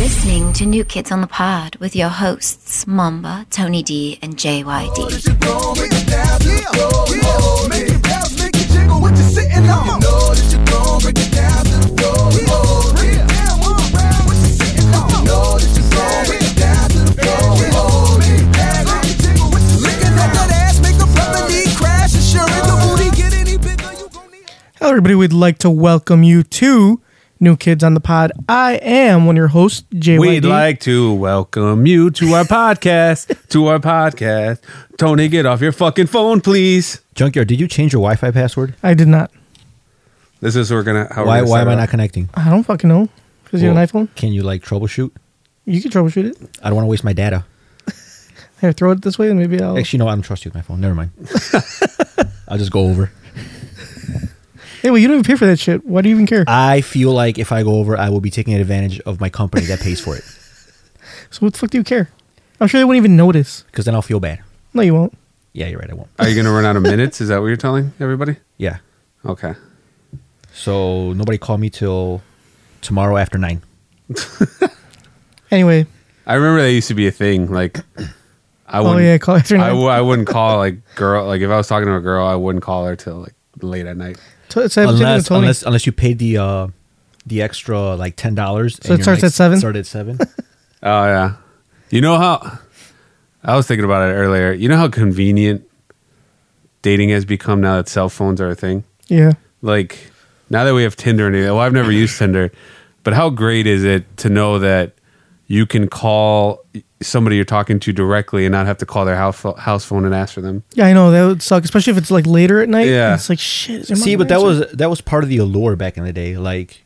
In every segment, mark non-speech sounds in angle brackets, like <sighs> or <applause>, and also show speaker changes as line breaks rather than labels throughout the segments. listening to New Kids on the Pod with your hosts, Mamba, Tony D, and JYD.
Hello, everybody. We'd like to welcome you to New Kids on the Pod. I am one of your hosts, JYD.
We'd like to welcome you to our podcast.
<laughs>
to our podcast. Tony, get off your fucking phone, please.
Junkyard, did you change your Wi-Fi password?
I did not.
This is we're gonna. How
why
we're gonna
why
set
am Oh, I
it
not
up.
connecting?
I don't fucking know. Because you have an iPhone?
Can you like troubleshoot?
You can troubleshoot it.
I don't want to waste my data.
Here, throw it this way and maybe I'll.
Actually, no, I don't trust you with my phone.
<laughs>
Never mind. I'll just go over.
Hey, well, you don't even pay for that shit. Why do you even care?
I feel like if I go over, I will be taking advantage of my company that pays for it.
so what the fuck do you care? I'm sure they wouldn't even notice.
Because then I'll feel bad.
No, you won't.
Yeah, you're right. I won't.
Are you gonna run out of minutes? Is that what you're telling everybody?
Yeah.
Okay.
So nobody call me till tomorrow after nine.
Anyway,
I remember that used to be a thing. Like, I
Oh,
wouldn't.
yeah, call after
I,
nine.
w- I
<laughs>
wouldn't call like girl. Like if I was talking to a girl, I wouldn't call her till like late at night.
t- so I have to
Unless
Tony.
unless unless you paid the uh the extra like ten dollars.
So it starts at seven?
Started at seven.
Oh yeah. You know how? I was thinking about it earlier. You know how convenient dating has become now that cell phones are a thing.
yeah.
like now that we have Tinder and well, I've never used Tinder, but how great is it to know that you can call somebody you're talking to directly and not have to call their house house phone and ask for them?
Yeah, I know. That would suck, especially if it's like later at night.
Yeah.
and It's like, shit. is your
See,
mom
but that
answering?
was that was part of the allure back in the day. Like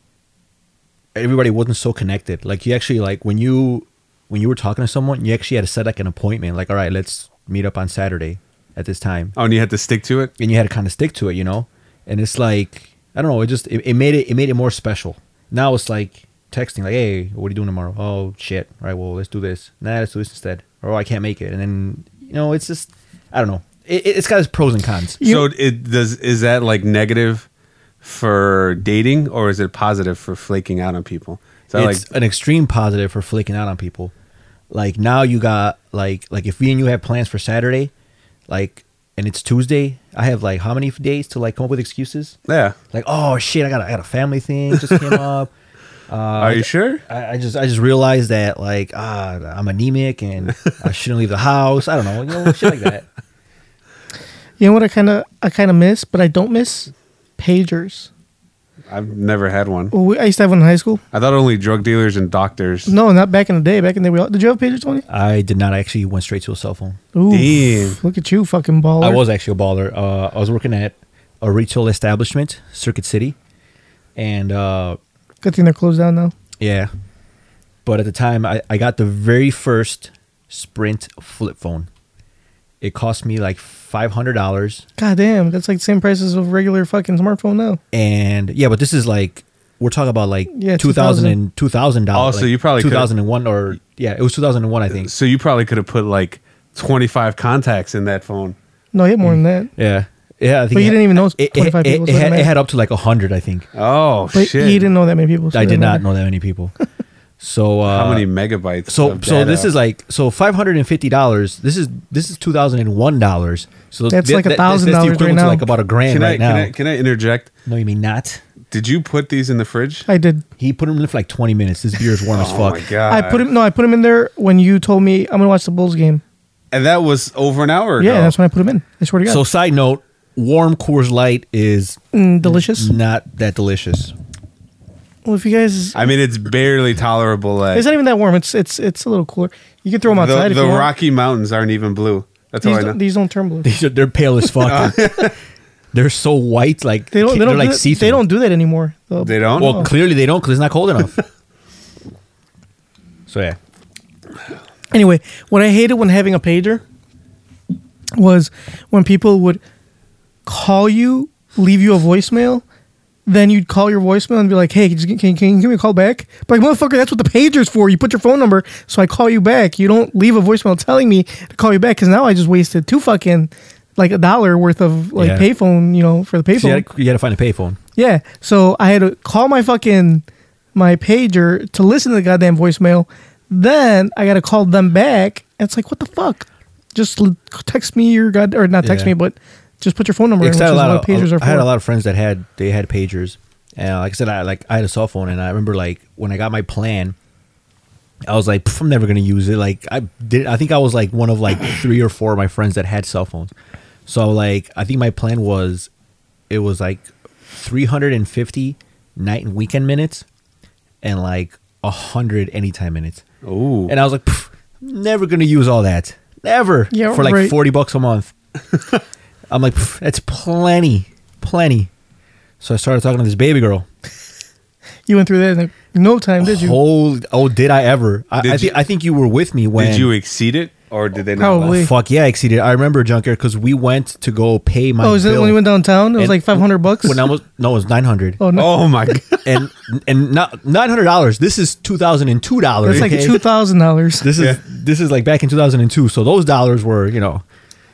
everybody wasn't so connected. Like you actually like when you when you were talking to someone, you actually had to set like an appointment. Like, all right, let's meet up on Saturday at this time,
Oh, and you have to stick to it.
and you had to kind of stick to it, you know. And it's like I don't know. It just it, it made it it made it more special. Now it's like texting, like, hey, what are you doing tomorrow? Oh shit! All right, well let's do this. Nah, let's do this instead. Or oh, I can't make it. And then you know, it's just I don't know. It, it- it's got its pros and cons.
You-
so it does. Is that like negative for dating, or is it positive for flaking out on people? So like,
it's an extreme positive for flaking out on people. Like now you got like like if me and you have plans for Saturday, like and it's Tuesday, I have like how many days to like come up with excuses?
yeah.
Like oh shit, I got a, I got a family thing just
<laughs>
came up.
Are you sure?
I, I just I just realized that like ah I'm anemic and I shouldn't leave the house. I don't know, you know shit
<laughs>
like that.
You know what I kind of I kind of miss, but I don't miss pagers.
I've never had one.
Well, we, I used to have one in high school.
I thought only drug dealers and doctors.
No, not back in the day. Back in the day, we all, did you have pagers, Tony?
I did not I actually went straight to a cell phone.
Ooh,
Damn.
look at you, fucking baller.
I was actually a baller. Uh, I was working at a retail establishment, Circuit City, and uh,
Good thing they're closed down now.
Yeah. But at the time, I, I got the very first Sprint flip phone. It cost me like $500.
God damn, that's like the same price as a regular fucking smartphone now.
And yeah, but this is like, we're talking about like
Yeah,
2000 and $2,000.
Oh, so
like
you probably could've-
2001 or, yeah, it was 2001, I think.
So you probably could have put like twenty five contacts in that phone.
No, I hit more than that.
Uh,
Yeah. Yeah. I think
But
it
you didn't even know it's
it,
25
it,
people, so
It,
it
had,
doesn't
it
matter.
had up to like 100, I think.
Oh
But
shit!
he didn't know that many people. so
I
it
did
didn't
not
matter.
know that
<laughs>
many people. So, uh,
How many megabytes?
So
of
so this
data?
is like so five hundred and fifty dollars. This is this is two thousand and one dollars. So
That's like
that- that's
$1,000
the
right
equivalent to
now.
Like about a grand
Can I,
right now.
can I can I interject?
no, you mean not?
Did you put these in the fridge?
I did.
He put him in for like twenty minutes. This beer is warm as
Oh
fuck.
my god!
I put him. No, I put him in there when you told me I'm gonna watch the Bulls game.
and that was over an hour ago.
Yeah, that's when I put him in. I swear to God.
So side note, warm Coors Light is
Mm, delicious.
not that delicious. <laughs>
Well, if you guys,
I mean, it's barely tolerable. Like,
it's not even that warm. It's it's it's a little cooler. You can throw them outside.
the,
if
the
you want.
Rocky Mountains aren't even blue. That's all
These
I know.
don't, these don't turn blue.
These are, they're pale
<laughs>
as fuck. they're so white, like
They don't. They
are
don't.
like
do
see
that, they don't do that anymore. though.
they don't.
Well, clearly they don't because it's not cold enough. <laughs> so yeah,
Anyway, what I hated when having a pager was when people would call you, leave you a voicemail, then you'd call your voicemail and be like, "Hey, can, can, can you give me a call back?" But like, motherfucker, that's what the pager's for. You put your phone number, so I call you back. You don't leave a voicemail telling me to call you back because now I just wasted two fucking like a dollar worth of like
Yeah.
payphone, you know, for the payphone.
so you, gotta, you gotta find a payphone.
Yeah. So I had to call my fucking my pager to listen to the goddamn voicemail. Then I gotta call them back. And it's like, what the fuck? Just l- text me your god or not text
Yeah.
me, but just put your phone number. in, which
Because I
is
had a lot
what
of- uh,
pagers are
I had
for.
a lot of friends that had they had pagers, and uh, like I said, I like I had a cell phone, and I remember like when I got my plan, I was like, "Pff, I'm never gonna use it. Like I did, I think I was like one
<coughs>
of like three or four of my friends that had cell phones, so like I think my plan was, it was like 350 night and weekend minutes, and like hundred anytime minutes.
Ooh.
And I was like, "Pff, never gonna use all that. Never.
Yeah,
for like
right.
forty bucks
<laughs>
a month. I'm like, "Pff, that's plenty, plenty. So I started talking to this baby girl.
You went through that in no time, did you?
Holy, oh, did I ever? I,
Did
I, thi-
you-
I think you were with me when.
Did you exceed it or did they not?
Probably.
allow-
Wait.
Fuck yeah, I exceeded. I remember junkyard because we went to go pay my.
Oh, is it
bill.
when you went downtown? It was
And-
like five hundred bucks.
When I was no, it was nine hundred.
oh no,
Oh my <laughs> god.
and and not nine hundred dollars. This is two thousand and two dollars.
that's like two thousand
<laughs>
dollars.
This is
Yeah.
this is like back in 2002. So those dollars were, you know,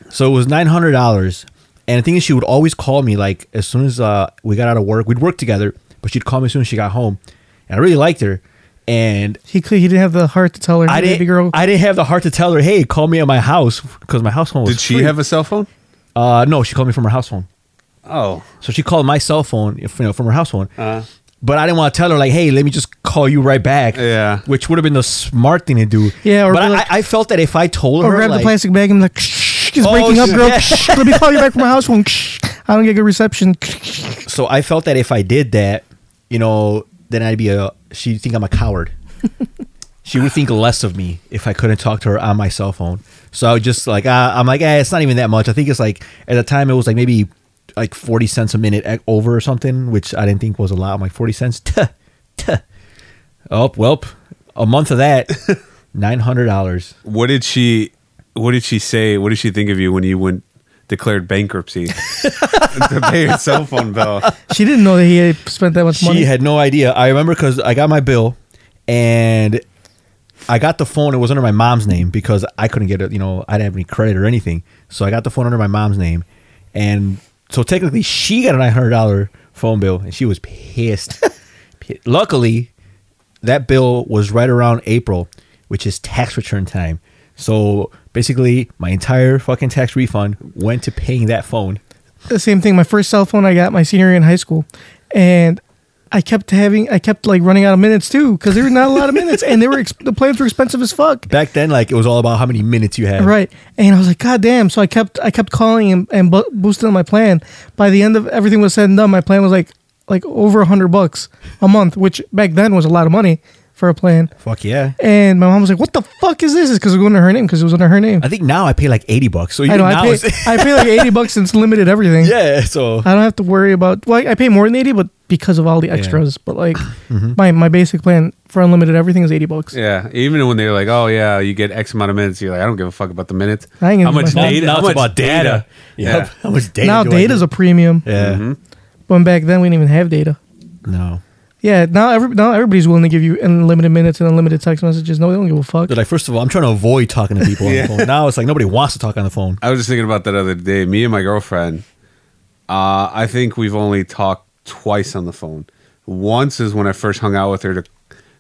so it was nine hundred dollars. And the thing is, she would always call me like as soon as uh, we got out of work. We'd work together, but she'd call me as soon as she got home. And I really liked her. And
He cl- he didn't have the heart to tell her.
I
"Hey, baby
didn't.
girl.
I didn't have the heart to tell her, "Hey, call me at my house," because my house phone was.
Did she
free.
have a cell phone?
Uh, no, she called me from her house phone.
Oh.
So she called my cell phone, you know, from her house phone.
Uh-huh.
but I didn't want to tell her like, "Hey, let me just call you right back."
Yeah.
which would have been the smart thing to do.
Yeah, or
but I,
be like-
I I felt that if I told
or
her,
Oh, grab
like,
the plastic bag and be like, <laughs> shh, it's
Oh,
breaking up,
shit.
girl. Shh,
<laughs>
let me call you back from my house <laughs> phone. Shh, I don't get good reception. <laughs>
so I felt that if I did that, you know, then I'd be a. She'd think I'm a coward. she would think less of me if I couldn't talk to her on my cell phone. So I would just like, uh, I'm like, eh, it's not even that much. I think it's like at the time it was like maybe like 40 cents a minute e- over or something, which I didn't think was a lot. I'm like 40 cents. <laughs> Tuh, tuh. Oh, welp, a month of that, nine hundred dollars.
What did she what did she say? What did she think of you when you went declared bankruptcy <laughs> to pay your cell phone bill?
She didn't know that he had spent that much
She
money.
had no idea. I remember because I got my bill, and I got the phone. It was under my mom's name because I couldn't get it. You know, I didn't have any credit or anything, so I got the phone under my mom's name, and so technically she got a nine hundred dollar phone bill, and she
<laughs>
was pissed. Pi- Luckily, that bill was right around April, which is tax return time. So basically, my entire fucking tax refund went to paying that phone.
the same thing. My first cell phone I got my senior year in high school, and I kept having, I kept like running out of minutes too because there were not a lot of minutes, and they were ex- the plans were expensive as fuck.
Back then, like it was all about how many minutes you had.
Right, and I was like, God damn! So I kept, I kept calling and, and bu- boosting my plan. By the end of everything was said and done, my plan was like, like over a hundred bucks a month, which back then was a lot of money for a plan.
Fuck yeah.
And my mom was like, "What the fuck is this?" It's because it was under her name. Because it was under her name.
I think now I pay like eighty bucks. So
I
even
know. Oh, I
now,
pay. Uh,
it's-
<laughs>
<laughs>
I pay like eighty bucks and it's limited everything.
yeah. So
I don't have to worry about. Well, I- I pay more than eighty, but because of all the extras. But
<laughs>
like,
Mm-hmm.
my my basic plan for unlimited everything is eighty bucks.
Yeah. Even when they're like, Oh yeah, you get X amount of minutes, you're like, I don't give a fuck about the minutes.
I ain't
How
gonna-
much
Now-
data?
now
how
it's
much
about data.
Yeah.
Yep. How much data?
now
do I
data's
need?
a premium.
yeah.
When back then we didn't even have data.
No.
Yeah. Now every now everybody's willing to give you unlimited minutes and unlimited text messages. No, they don't give a fuck.
But like, first of all, I'm trying to avoid talking to people on the phone. Now it's like nobody wants to talk on the phone.
I was just thinking about that other day. Me and my girlfriend, uh, I think we've only talked twice on the phone. Once is when I first hung out with her to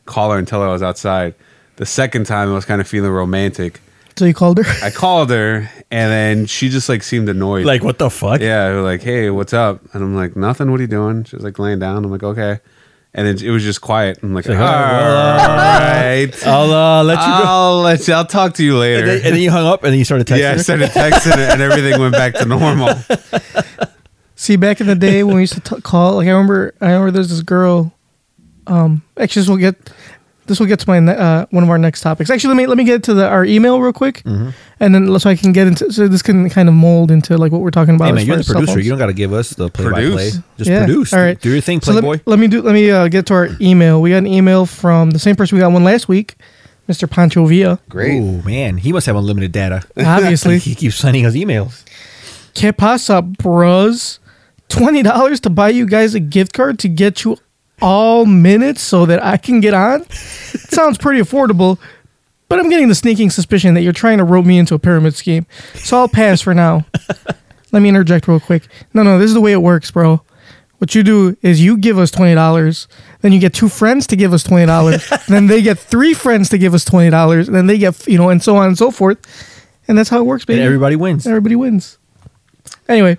call her and tell her I was outside. The second time I was kind of feeling romantic.
So you called her.
I called her and then she just like seemed annoyed.
<laughs> Like, what the fuck?
yeah, we were like, hey, what's up? And I'm like, nothing. What are you doing? She's like laying down. I'm like, okay. And then it was just quiet. I'm like, all
like,
right.
<laughs> I'll uh, let you go.
I'll let you. I'll talk to you
And
later.
then, and then you hung up, and then you started texting.
yeah, I
her?
started texting it, and everything went back to
<laughs>
normal.
See, back in the day when we used to t- call, like I remember, I remember there's this girl. Um, actually, this will get this will get to my ne- uh, one of our next topics. Actually, let me let me get to the, our email real quick,
Mm-hmm.
and then so I can get into so this can kind of mold into like what we're talking about.
Hey
as far
man, you're the
as cell
producer.
phones.
You don't got to give us the play-by-play.
Produce.
Just
Yeah,
produce.
all right.
Do your thing,
So let,
Playboy.
let me do. Let me uh, get to our email. We got an email from the same person we got one last week, Mr. Pancho
<laughs>
Villa.
Great.
Oh man, he must have
<laughs>
unlimited data.
Obviously,
he keeps sending us emails.
¿Qué pasa, bros? $20 to buy you guys a gift card to get you all minutes so that I can get on? Sounds pretty affordable, but I'm getting the sneaking suspicion that you're trying to rope me into a pyramid scheme. So I'll pass for now. Let me interject real quick. No, no, this is the way it works, bro. What you do is you give us twenty dollars, then you get two friends to give us twenty dollars, then they get three friends to give us twenty dollars, then they get you know, and so on and so forth, and that's how it works, baby.
And everybody wins.
Everybody wins. Anyway,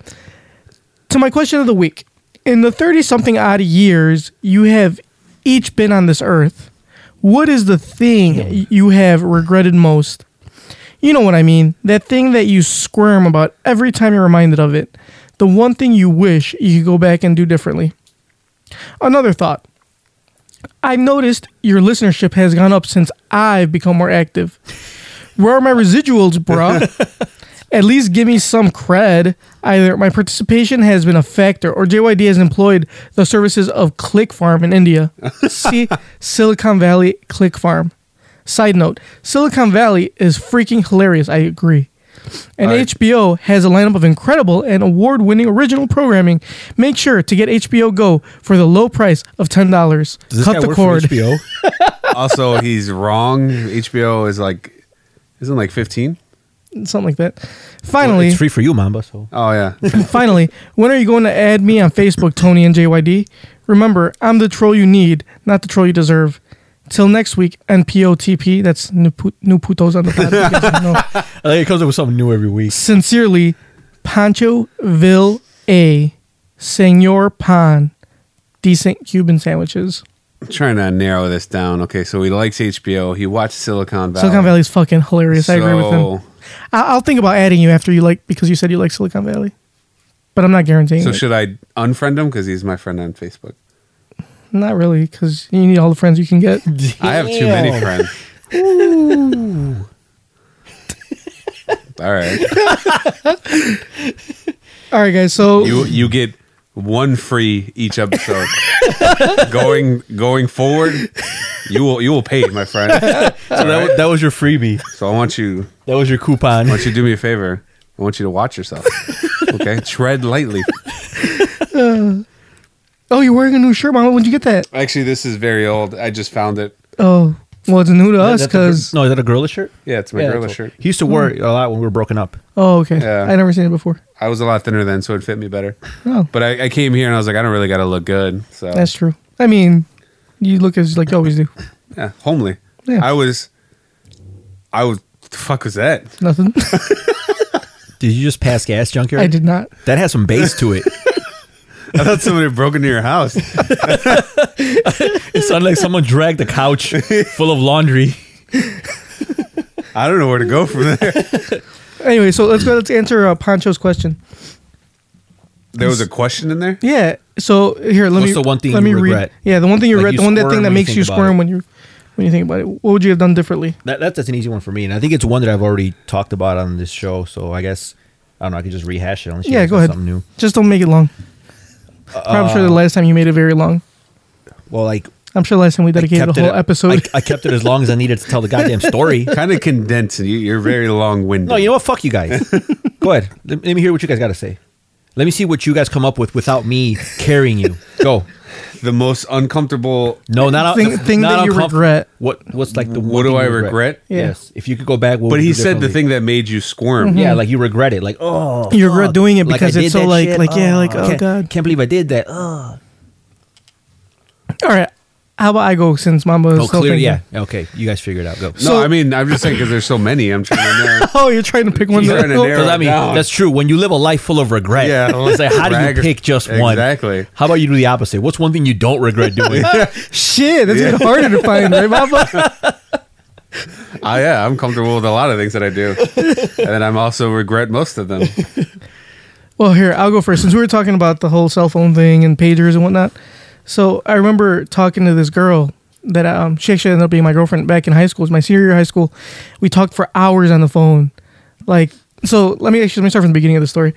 to my question of the week. In the 30 something odd years you have each been on this earth, what is the thing you have regretted most? You know what I mean. That thing that you squirm about every time you're reminded of it. The one thing you wish you could go back and do differently. Another thought. I've noticed your listenership has gone up since I've become more active. Where are my residuals, bruh?
<laughs>
At least give me some cred. Either my participation has been a factor, or JYD has employed the services of Click Farm in
<laughs>
India. See Silicon Valley Click Farm. Side note: Silicon Valley is freaking hilarious. I agree. And
All right.
HBO has a lineup of incredible and award-winning original programming. Make sure to get HBO Go for the low price of ten dollars.
Does this
Cut
guy
the
work for
cord. <laughs>
HBO?
also, he's wrong. HBO is like, isn't like 15?
something like that.
Well,
Finally,
it's free for you, Mamba. So
Oh, yeah.
finally, when are you going to add me on Facebook, Tony and JYD? Remember, I'm the troll you need, not the troll you deserve. Till next week, NPOTP. That's new, pu- new putos on the podcast.
<laughs>
no.
I think it comes up with something new every week. <laughs>
Sincerely, Pancho Vil A, Senor Pan, decent Cuban sandwiches.
trying to narrow this down. Okay, so he likes HBO. He watched Silicon Valley.
Silicon Valley's fucking hilarious. I agree with him.
So-
I- I'll think about adding you after you like because you said you like Silicon Valley, but I'm not guaranteeing.
So
it.
should I unfriend him because he's my friend on Facebook?
Not really, because you need all the friends you can
<laughs>
get.
I have too many
Damn.
friends. All right,
All right, guys. So
you you get one free each episode. going going forward, you will you will pay, my
<laughs>
friend.
So that, wa- that was your freebie.
So I want you
That was your
<laughs>
coupon.
I want you to do me a favor. I want you to watch yourself. Okay, tread lightly.
Oh, you're wearing a new shirt, Mama. When'd you get that?
Actually, this is very old. I just found it.
Oh, well, it's new to us
That- that's a gir-
because.
no, is that a gorilla shirt?
Yeah, it's my
Yeah,
gorilla
that's all.
shirt.
He used to wear it a lot when we were broken up.
Oh, okay.
Yeah.
I never seen it before.
I was a lot thinner then, so it fit me better.
Oh,
But I, I came here and I was like, I don't really got to look good. So
that's true. I mean, you look as like you always do. <laughs>
yeah, homely.
Yeah.
I was, I was. The fuck was that?
Nothing. <laughs>
Did you just pass gas, junkyard?
I did not.
That has some bass to it.
I thought somebody broke into your house.
<laughs> It sounded like someone dragged a couch full of laundry.
I don't know where to go from there.
Anyway, so let's go. Let's answer uh, Pancho's question.
There was a question in there.
Yeah. So here, let
What's
me.
the one thing
let
you
me
regret?
Read. Yeah, the one thing you
Like,
regret.
you
the one that
squirm
thing that
when you
makes you
think about
squirm
it.
when you when you think about it. What would you have done differently?
That, that- that's an easy one for me, and I think it's one that I've already talked about on this show. So I guess I don't know. I could just rehash it. Unless you
yeah,
guys
go
have
ahead.
Something new. Uh,
Just don't make it long. I'm sure the last time you made it very long.
Well, like
I'm sure last time we dedicated a
kept
whole
it,
episode.
I, I kept it as long as I needed to tell the goddamn story.
Kind of condensed. You, you're very long winded.
No, you know what? Fuck
<laughs>
you guys. Go ahead. Let, let me hear what you guys got to say. Let me see what you guys come up with without me carrying you. Go.
the most uncomfortable.
No, not
Thing- thing
not
that you
uncomf-
regret.
What? What's like the
What
one
do
thing
I
you
regret?
Yeah.
Yes. If you could go back, what
But
would
he
you
said the
differently?
thing that made you squirm.
Mm-hmm.
Yeah, like you regret it. Like oh,
You regret
fuck.
doing it because
I
it's
did
so,
that
like- like, yeah, like, oh,
can't-
God.
can't believe I did that. Oh,
All right. How about I go since Mamba is
oh
still
clearly,
thinking?
yeah. Okay, you guys figure it out. Go.
No,
So-
I mean, I'm just saying because there's so many. I'm trying
<laughs>
to narrow.
Oh, you're trying to pick one.
You're
that-
trying
<laughs>
to narrow
Because I
it
mean,
down.
that's true. When you live a life full of regret,
Yeah,
<laughs> it's like, how do
rag-
you pick just one?
Exactly.
How about you do the opposite? What's one thing you don't regret doing?
<laughs> Shit, that's even harder to find, right, Mamba?
<laughs> Oh yeah, I'm comfortable with a lot of things that
<laughs>
I do, and then I'm also regret most of them.
well, here I'll go first since we were talking about the whole cell phone thing and pagers and whatnot. So I remember talking to this girl that um, she actually ended up being my girlfriend back in high school. It was my senior year of high school. We talked for hours on the phone. Like, so let me actually let me start from the beginning of the story.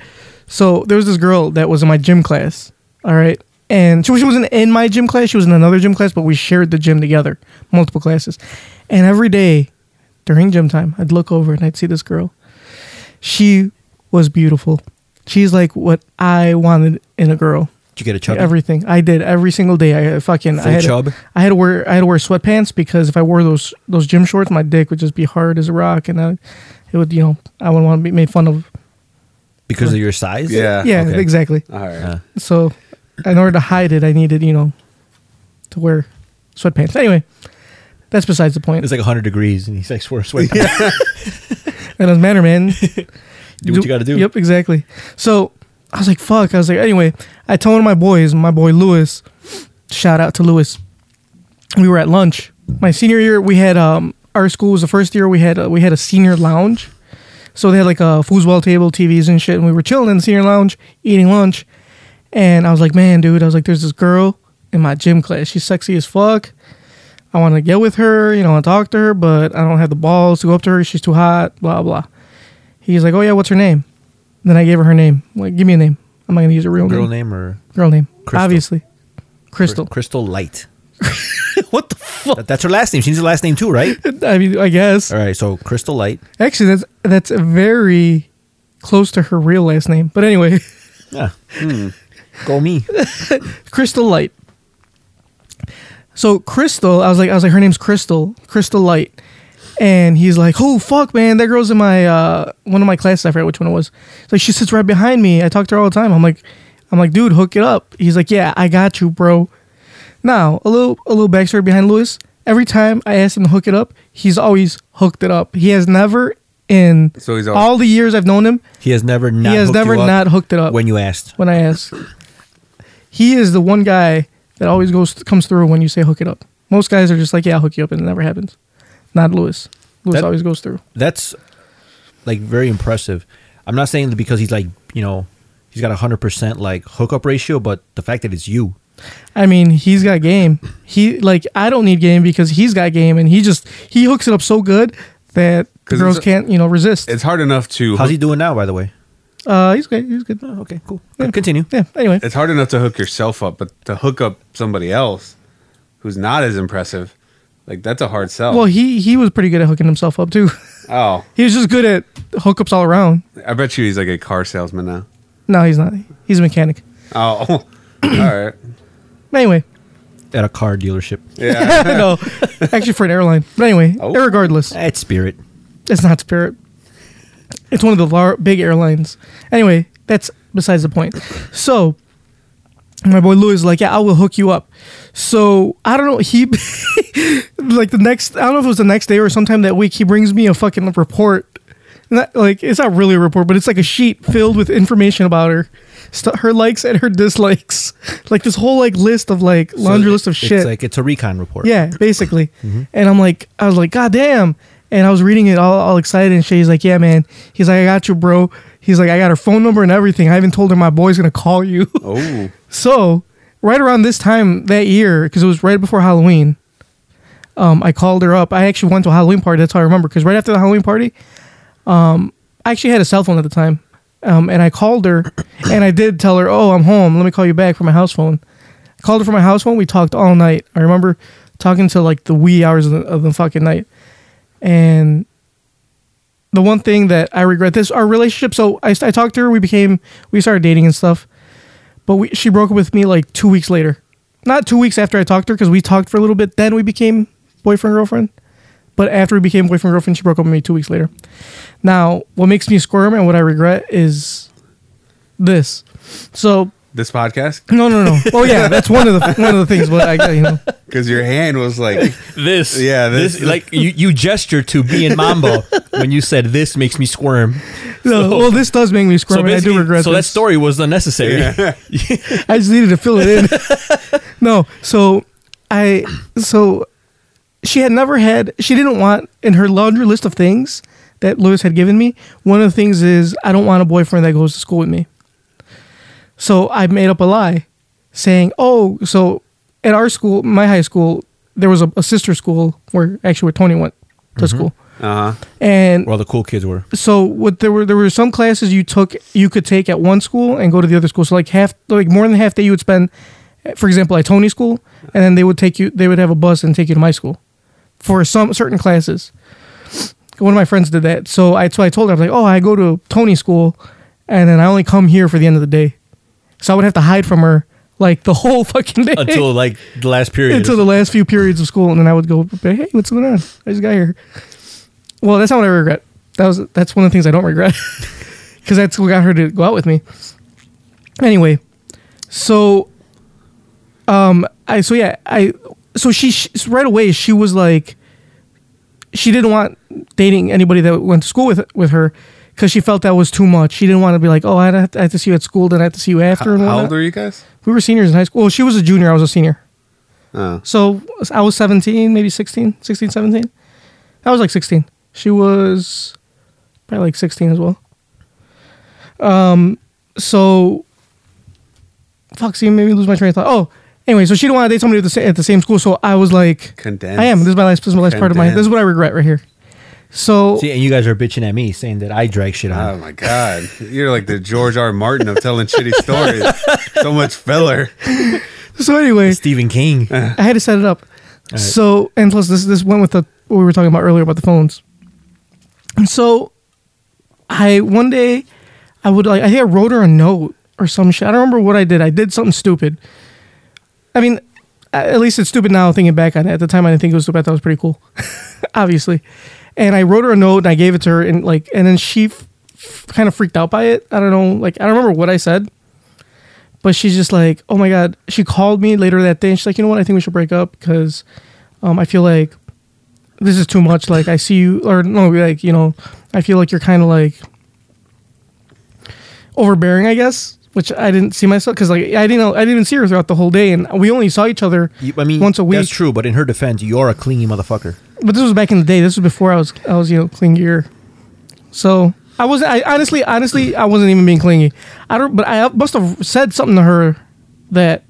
So there was this girl that was in my gym class. All right. And she, she wasn't in my gym class. She was in another gym class, but we shared the gym together, multiple classes. And every day during gym time, I'd look over and I'd see this girl. She was beautiful. She's like what I wanted in a girl.
Did you get a chubby?
Everything I did every single day. I fucking I
Full
had
chub?
I had to wear I had to wear sweatpants because if I wore those those gym shorts, my dick would just be hard as a rock, and I, it would you know I wouldn't want to be made fun of.
because of your size?
Yeah.
Yeah,
Ah, okay.
exactly.
All right.
Uh,
So in order to hide it, I needed, you know, to wear sweatpants. Anyway, that's besides the point.
It's like 100 degrees, and he's like,
<laughs>
swear, swear.
That doesn't matter, man.
Do what you gotta do.
Yep, exactly. So I was like, fuck. I was like, anyway, I told one of my boys, my boy Lewis, shout out to Lewis. We were at lunch. My senior year, we had um, our school was the first year we had uh, we had a senior lounge. So they had like a foosball table, TVs and shit, and we were chilling in the senior lounge, eating lunch. And I was like, man, dude, I was like, there's this girl in my gym class. She's sexy as fuck. I want to get with her, you know, and talk to her, but I don't have the balls to go up to her. She's too hot, blah, blah. He's like, oh, yeah, what's her name? then I gave her her name. I'm like, give me a name. I'm not going to use a real
Girl
name.
name or
Girl name.
Crystal.
Obviously. Crystal.
Crystal Light.
<laughs> what the fuck?
That- that's her last name. She needs a last name
<laughs>
too, right?
I mean, I guess.
All right. So Crystal Light.
Actually, that's that's very close to her real last name. But anyway, <laughs>
Yeah. Go me.
Crystal Light. So Crystal, I was like, I was like, her name's Crystal, Crystal Light, and he's like, oh fuck, man, that girl's in my uh, one of my classes. I forget which one it was. It's like she sits right behind me. I talk to her all the time. I'm like, I'm like, dude, hook it up. He's like, yeah, I got you, bro. Now a little a little backstory behind Lewis. Every time I ask him to hook it up, he's always hooked it up. He has never in
So he's always-
all the years I've known him,
He has never not.
he has
hooked you
never
up
not hooked it up
when you asked.
when I ask. He is the one guy that always goes comes through when you say hook it up. Most guys are just like, yeah, I'll hook you up, and it never happens. Not Lewis. Lewis
That-
always goes through.
That's like very impressive. I'm not saying that because he's like you know he's got a hundred percent like hookup ratio, but the fact that it's you.
I mean, he's got game. He like I don't need game because he's got game, and he just he hooks it up so good that the
'Cause
girls
it's a-
can't you know resist.
It's hard enough to
How's
hook,
he doing now, by the way?
Uh, he's good. He's good.
Oh, okay, cool. Continue.
Yeah. Anyway,
it's hard enough to hook yourself up, but to hook up somebody else who's not as impressive, like that's a hard sell.
well, he he was pretty good at hooking himself up too. <laughs>
oh,
he was just good at hookups all around.
I bet you he's like a car salesman now.
No, he's not. He's a mechanic.
Oh, <laughs> all right. <laughs>
Anyway,
At a car dealership.
Yeah.
no, actually for an airline. But anyway,
Oh.
regardless,
Eh, It's Spirit.
It's not Spirit. It's one of the lar- big airlines. Anyway, that's besides the point. So, my boy Lou is like, yeah, I will hook you up. So I don't know. He <laughs> like the next. I don't know if it was the next day or sometime that week. He brings me a fucking report. Not, like it's not really a report, but it's like a sheet filled with information about her, st- her likes and her dislikes. <laughs> Like this whole like list of like laundry
So
list of
it's
shit.
like it's a recon report.
Yeah, basically. And I'm like, I was like, God damn. And I was reading it all, all excited and shit. He's like, Yeah, man. He's like, I got you, bro. He's like, I got her phone number and everything. I even told her my boy's gonna call you. <laughs>
oh,
so right around this time that year, because it was right before Halloween, um, I called her up. I actually went to a Halloween party. That's how I remember. Because right after the Halloween party, um, I actually had a cell phone at the time, um, and I called her, <coughs> and I did tell her, "Oh, I'm home. Let me call you back from my house phone." I called her from my house phone. We talked all night. I remember talking till like the wee hours of the, of the fucking night, and the one thing that I regret this our relationship. So I, I talked to her. We became we started dating and stuff, but we, she broke up with me like two weeks later. Not two weeks after I talked to her because we talked for a little bit. Then we became boyfriend girlfriend. But after we became boyfriend girlfriend, she broke up with me two weeks later. Now, what makes me squirm and what I regret is this. So
this podcast
no, no, no. Oh yeah, that's one of the one of the things. But I, you
<laughs>
know,
because your hand
<laughs>
was like
This.
Yeah, this- this-
like you, you gestured to me
<laughs>
and Mambo when you said this makes me squirm.
No, well, this does make me squirm, and I do
basically-
regret.
so
this.
that story was unnecessary. <laughs>
I just needed to fill it in. no, so I so she had never had she didn't want in her laundry list of things that Lewis had given me, one of the things is I don't want a boyfriend that goes to school with me. So I made up a lie saying, Oh, so at our school, my high school, there was a, a sister school where actually where Tony went to school.
uh huh.
And
Where all the cool kids were.
so what there were there were some classes you took you could take at one school and go to the other school. So like half like more than half day you would spend, for example, at Tony school, and then they would take you they would have a bus and take you to my school, for some certain classes. One of my friends did that, so I so I told her I was like, oh, I go to Tony school, and then I only come here for the end of the day, so I would have to hide from her like the whole <laughs> fucking day
Until like the last period.
until the last few periods of school, and then I would go, "Hey, what's going on? I just got here." Well, that's not what I regret. That was that's one of the things I don't regret <laughs> because that's what got her to go out with me. Anyway, so um, I so yeah, I so she, she so right away she was like she didn't want dating anybody that went to school with with her because she felt that was too much. She didn't want to be like, oh, I have, to, I have to see you at school, then I have to see you after. and
How
whatnot.
old are you guys?
We were seniors in high school. Well, she was a junior. I was a senior.
Oh.
So I was 17, maybe 16, 16, 17. I was like 16. She was probably like 16 as well. Um, so fuck, see, maybe lose my train of thought. Oh, anyway, so she didn't want to date somebody at the, sa- at the same school. So I was like,
Condensed.
I am. This is my last, this is my last part of my, this is
Condensed.
what I regret right here. So
See, and you guys are bitching at me saying that I drag shit
Uh,
Oh
on.
my god, you're like the George R. Martin of telling shitty
<laughs>
stories. So much filler.
so anyway,
Stephen King.
I had to set it up. So and plus this this went with the what we were talking about earlier about the phones. And so I one day I would like I think I wrote her a note or some shit. I don't remember what I did. I did something stupid. I mean, a- at least it's stupid now thinking back on it. At the time I didn't think it was stupid. I thought it was pretty cool. Obviously. And I wrote her a note and I gave it to her and like and then she f- f- kind of freaked out by it. I don't know, like I don't remember what I said. But she's just like, oh my god. She called me later that day. And she's like, you know what? I think we should break up because um, I feel like this is too much. Like I see you, or no, like you know, I feel like you're kind of like overbearing, I guess. Which I didn't see myself because like I didn't know I didn't even see her throughout the whole day, and we only saw each other
You- I mean,
once a week.
That's true, but in her defense, you're a clingy motherfucker.
But this was back in the day. This was before I was I was you know clingier. So I wasn't. I honestly, honestly, I wasn't even being clingy. I don't. But I must have said something to her that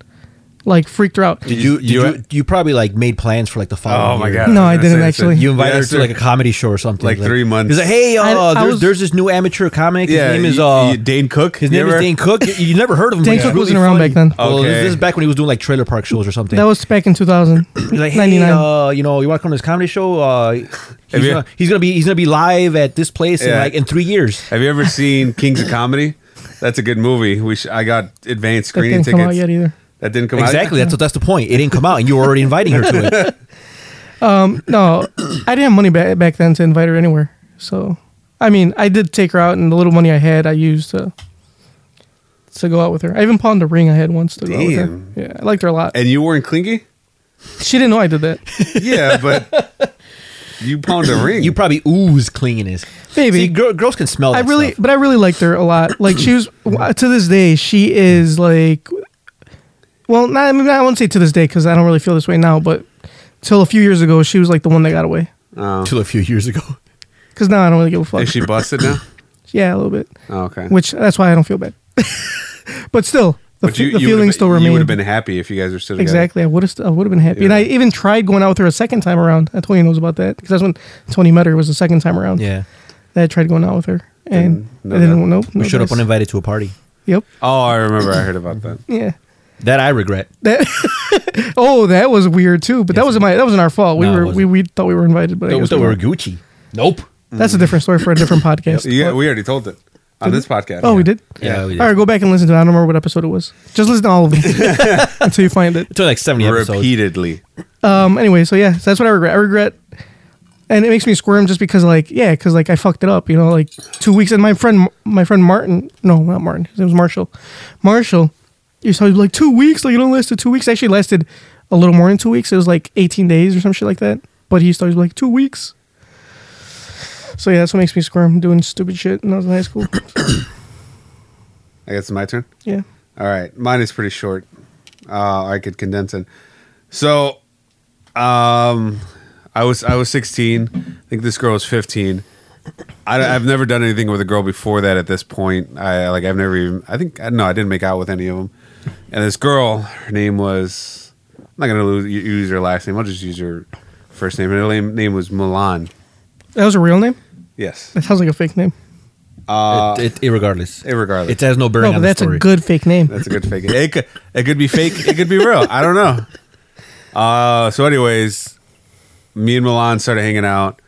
like freaked her out.
Did you? Did
you-
you, you, probably like made plans for like the following.
Oh my
year.
god.
No,
was
I
gonna
didn't
say,
actually.
so-
You invited
Yeah,
her
sir.
to like a comedy show or something.
Like three months.
He's like, hey, uh,
I- I
there's,
was-
there's this new amateur comic. His
Yeah,
name is
you-
uh,
you- Dane Cook.
His
You
name
ever- Oh,
is Dane Cook. You, you never heard of
<laughs>
him.
Dane
but
Cook
he's
wasn't around
funny.
back then.
Well,
Okay.
this is back when he was doing like trailer park shows or something.
That was back in 2000.
You're like, hey,
99.
uh, you know, you want to come to this comedy show? Uh, he's,
Have you-
gonna, he's gonna be he's gonna be live at this place in
Yeah.
like in three years.
Have you ever seen Kings of Comedy? That's a good movie. We sh- I got advanced
that
screening
didn't come
tickets.
out yet either.
That didn't come
Exactly. That's that's the point. It didn't come out, and you were already inviting her
<laughs>
to it.
No, I didn't have money back back then to invite her anywhere. So, I mean, I did take her out, and the little money I had, I used to to go out with her. I even pawned a ring I had once to go out
Damn.
with her. Yeah, I liked her a lot.
Eh.
And you weren't clingy?
She didn't know I did that.
Yeah, but
<laughs>
you pawned a ring.
You probably ooze clinginess.
Maybe.
<laughs> See, gir- girls can smell.
I
That
really,
<laughs>
stuff.
but I really liked her a
<clears throat>
lot. Like she was to this day, she is like, well, not, I mean, I wouldn't say to this day because I don't really feel this way now, but till a few years ago, she was like the one that got away.
oh.
till a few years ago.
Because now I don't really give a fuck.
Is she busted now?
yeah, a little bit.
Oh, okay.
Which that's why I don't feel bad. <laughs> but still, the,
But
fe- the
would've
feeling
been-
still
You would
remained.
have been happy if you guys were still together.
exactly. I would have. St- I would have been happy. And
Yeah.
I even tried going out with her a second time around. I Tony knows about that because that's when Tony met her was the second time around.
Yeah,
That I tried going out with her and
Didn't know
I
that.
didn't know.
we showed up
on
uninvited to a party.
Yep.
Oh, I remember. I heard about that.
Yeah.
That I regret.
Oh, that was weird too. But that wasn't my. That wasn't our fault. We
No, it
were.
wasn't.
We, we thought we were invited, but I
That
guess
was that
we
we were
weren't.
Gucci. Nope.
that's a different story for a
<laughs>
different podcast.
Yeah,
But-
we already told it on this podcast.
oh, we did.
Yeah, we did.
All right, go back and listen to. it. I don't remember what episode it was. Just listen to all of
<laughs>
them until you find it.
It took like seventy episodes.
repeatedly.
Um. Anyway, so yeah, so that's what I regret. I regret, and it makes me squirm just because, like, yeah, because like I fucked it up. You know, like two weeks. And my friend, my friend Martin, no, not Martin. His name was Marshall. Marshall, you saw like two weeks. Like it only lasted two weeks. It actually lasted a little more than two weeks. It was like eighteen days or some shit like that. But he started like two weeks. So yeah, that's what makes me squirm doing stupid shit when I was in high school. <coughs>
I guess it's my turn.
yeah.
All right, mine is pretty short. Uh, I could condense it. So, um, I was I was 16. I think this girl was 15. I, have never done anything with a girl before that. At this point, I like I've never even. I think I no, I didn't make out with any of them. And this girl, her name was. I'm not gonna lose, use her last name. I'll just use her first name. Her name, name was Milan.
That was a real name.
Yes.
That sounds like a fake name.
it, it, irregardless.
Irregardless.
It has no
No,
bearing
Oh, but
on the
that's
story.
a good fake name.
That's a good fake. It could, it could be fake. It could be real. I don't know. Uh, so, anyways, me and Milan started hanging out,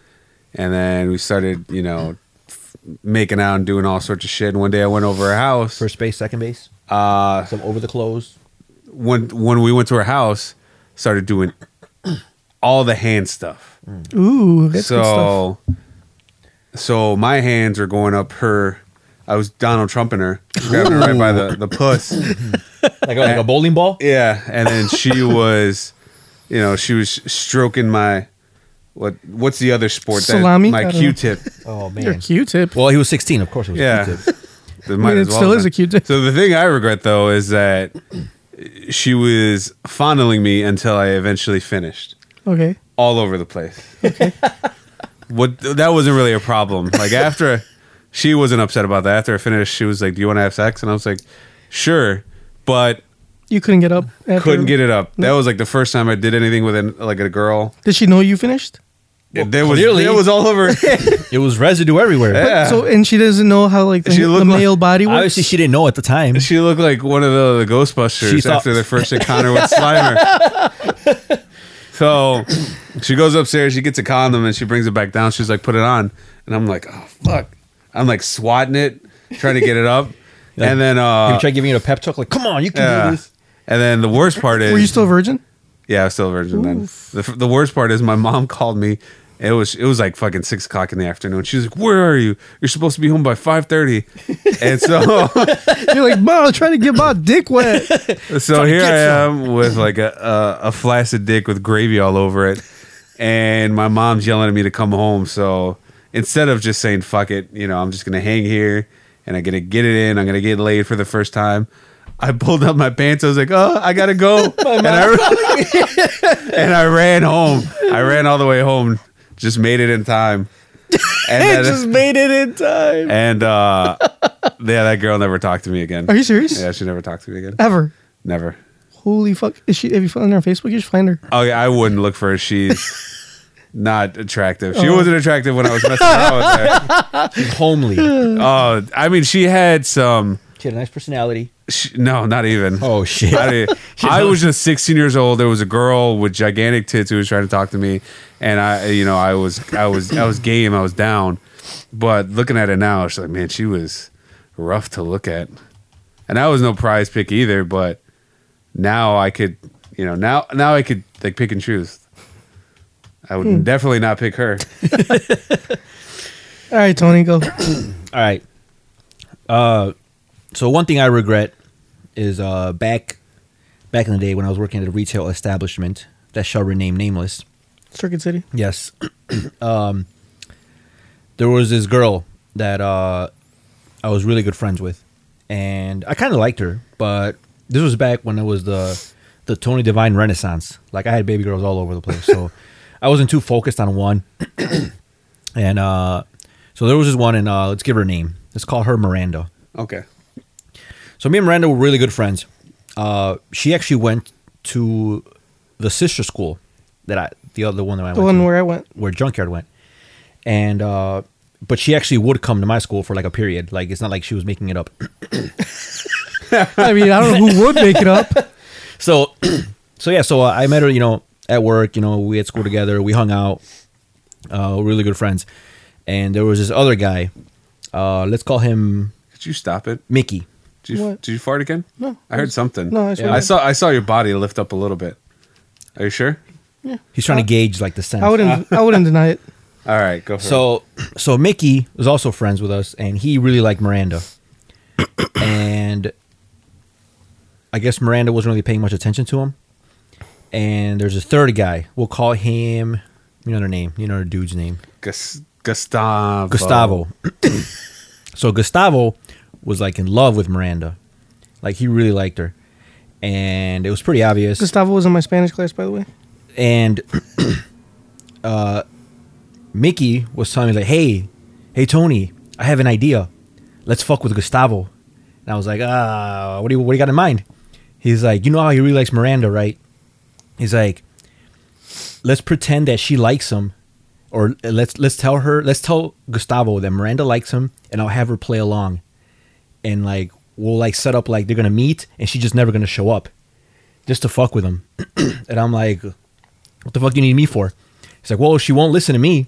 and then we started, you know, f- making out and doing all sorts of shit. And one day I went over her house.
first base, second base,
Uh,
some over the clothes.
when when we went to her house, started doing all the hand stuff.
Ooh, that's good stuff.
so, so my hands are going up her. I was Donald Trumping her, grabbing her right by the, the puss,
like, a,
<laughs>
like a bowling ball.
Yeah, and
<laughs>
then she was, you know, she was stroking my what? What's the other sport?
Salami? I
my
don't know.
Q-tip.
Oh man.
Your Q-tip.
Well, he was 16, of course. It was
Yeah,
yeah.
There might
mean,
as
it still
have
is
been.
a Q-tip.
So the thing I regret though is that she was fondling me until I eventually finished,
Okay.
all over the place. what? That wasn't really a problem. Like after, she wasn't upset about that. After I finished, she was like, "Do you want to have sex?" And I was like, "Sure," but
You couldn't get up. After.
couldn't get it up. That was like the first time I did anything with an, like a girl.
Did she know you finished?
there was
clearly-
there was all
<laughs>
over.
It was residue everywhere.
Yeah.
So and she doesn't know how like the,
She
the
looked like-
male body works.
Obviously, she didn't know at the time.
she looked like one of the, the Ghostbusters
She thought-
after their first encounter with Slimer.
<laughs>
so she goes upstairs, she gets a condom, and she brings it back down. She's like, "Put it on," and I'm like, "Oh fuck!" I'm like swatting it, trying to get it
<laughs>
up, and then
He
uh,
tried giving it a pep talk, like, "Come on, you can
yeah.
do this."
and then the worst part is
Were you still a virgin?
Yeah, I was still a virgin then. The, the worst part is my mom called me. It was it was like fucking six o'clock in the afternoon. She was like, "Where are you? You're supposed to be home by 5.30. And
<laughs>
so,
You're like, mom, I'm trying to get my dick
<laughs>
wet.
so here I am with like a, a a flaccid dick with gravy all over it, and my mom's yelling at me to come home. So instead of just saying "fuck it," you know, I'm just gonna hang here and I'm gonna get it in. I'm gonna get laid for the first time. I pulled up my pants. I was like, "Oh, I gotta
<laughs>
go," and I <laughs> and I ran home. I ran all the way home. Just made it
<laughs>
in time. And then-
made it in time.
and uh, yeah, that girl never talked to me again.
Are you serious?
Yeah, she never talked to me again.
Ever.
Never.
Holy fuck. Is she if you find her on Facebook, you should find her.
Okay, I wouldn't look for her. She's not attractive. She
Oh.
wasn't attractive when I was messing around with her.
<laughs> Homely. She
Oh, I mean, she had some.
had a nice personality.
She, no, not even.
Oh shit.
I, mean,
<laughs>
I was just 16 years old. There was a girl with gigantic tits who was trying to talk to me, and I, you know, I was, I was, I was game. I was down. But looking at it now, it's like, man, she was rough to look at, and I was no prize pick either. But now I could, you know, now now I could like pick and choose. I would
Hmm.
definitely not pick her.
All right, Tony, go.
All right. Uh, so one thing I regret is uh, back back in the day when I was working at a retail establishment that shall remain nameless.
Circuit City.
Yes. <clears throat> um, there was this girl that uh, I was really good friends with, and I kind of liked her. But this was back when it was the the Tony Divine Renaissance. Like I had baby girls all over the place, so <laughs> I wasn't too focused on one. <clears throat> and uh, so there was this one, and uh, let's give her a name. Let's call her Miranda.
Okay.
So me and Miranda were really good friends. Uh, she actually went to the sister school that I, the other one that I went
The
to
one where I went.
where junkyard went and uh but she actually would come to my school for like a period like it's not like she was making it up <clears throat>
I mean, I don't know who would make it up.
so <clears throat> so yeah so uh, i met her you know at work you know we had school together we hung out uh we're really good friends and there was this other guy uh let's call him
Could you stop it?
mickey
Did you,
What?
did you fart again?
No.
I heard something.
No, I swear.
I saw I saw your body lift up a little bit. Are you sure?
he's trying to gauge like the sense
Uh, I wouldn't I wouldn't deny it.
All right, go for it.
So, so Mickey was also friends with us, and he really liked Miranda. and I guess Miranda wasn't really paying much attention to him. And there's a third guy. We'll call him. You know their name. You know their dude's name.
Gus- Gustavo.
Gustavo. so Gustavo was like in love with Miranda, like he really liked her, and it was pretty obvious.
Gustavo was in my Spanish class, by the way.
and <clears throat> uh, Mickey was telling me like, "Hey, hey Tony, I have an idea. Let's fuck with Gustavo." And I was like, "Ah, what do you what do you got in mind?" He's like, "You know how he really likes Miranda, right?" He's like, "Let's pretend that she likes him, or let's let's tell her, let's tell Gustavo that Miranda likes him, and I'll have her play along, and like we'll like set up like they're gonna meet, and she's just never gonna show up, just to fuck with him." <clears throat> and I'm like, what the fuck do you need me for? He's like, well, she won't listen to me,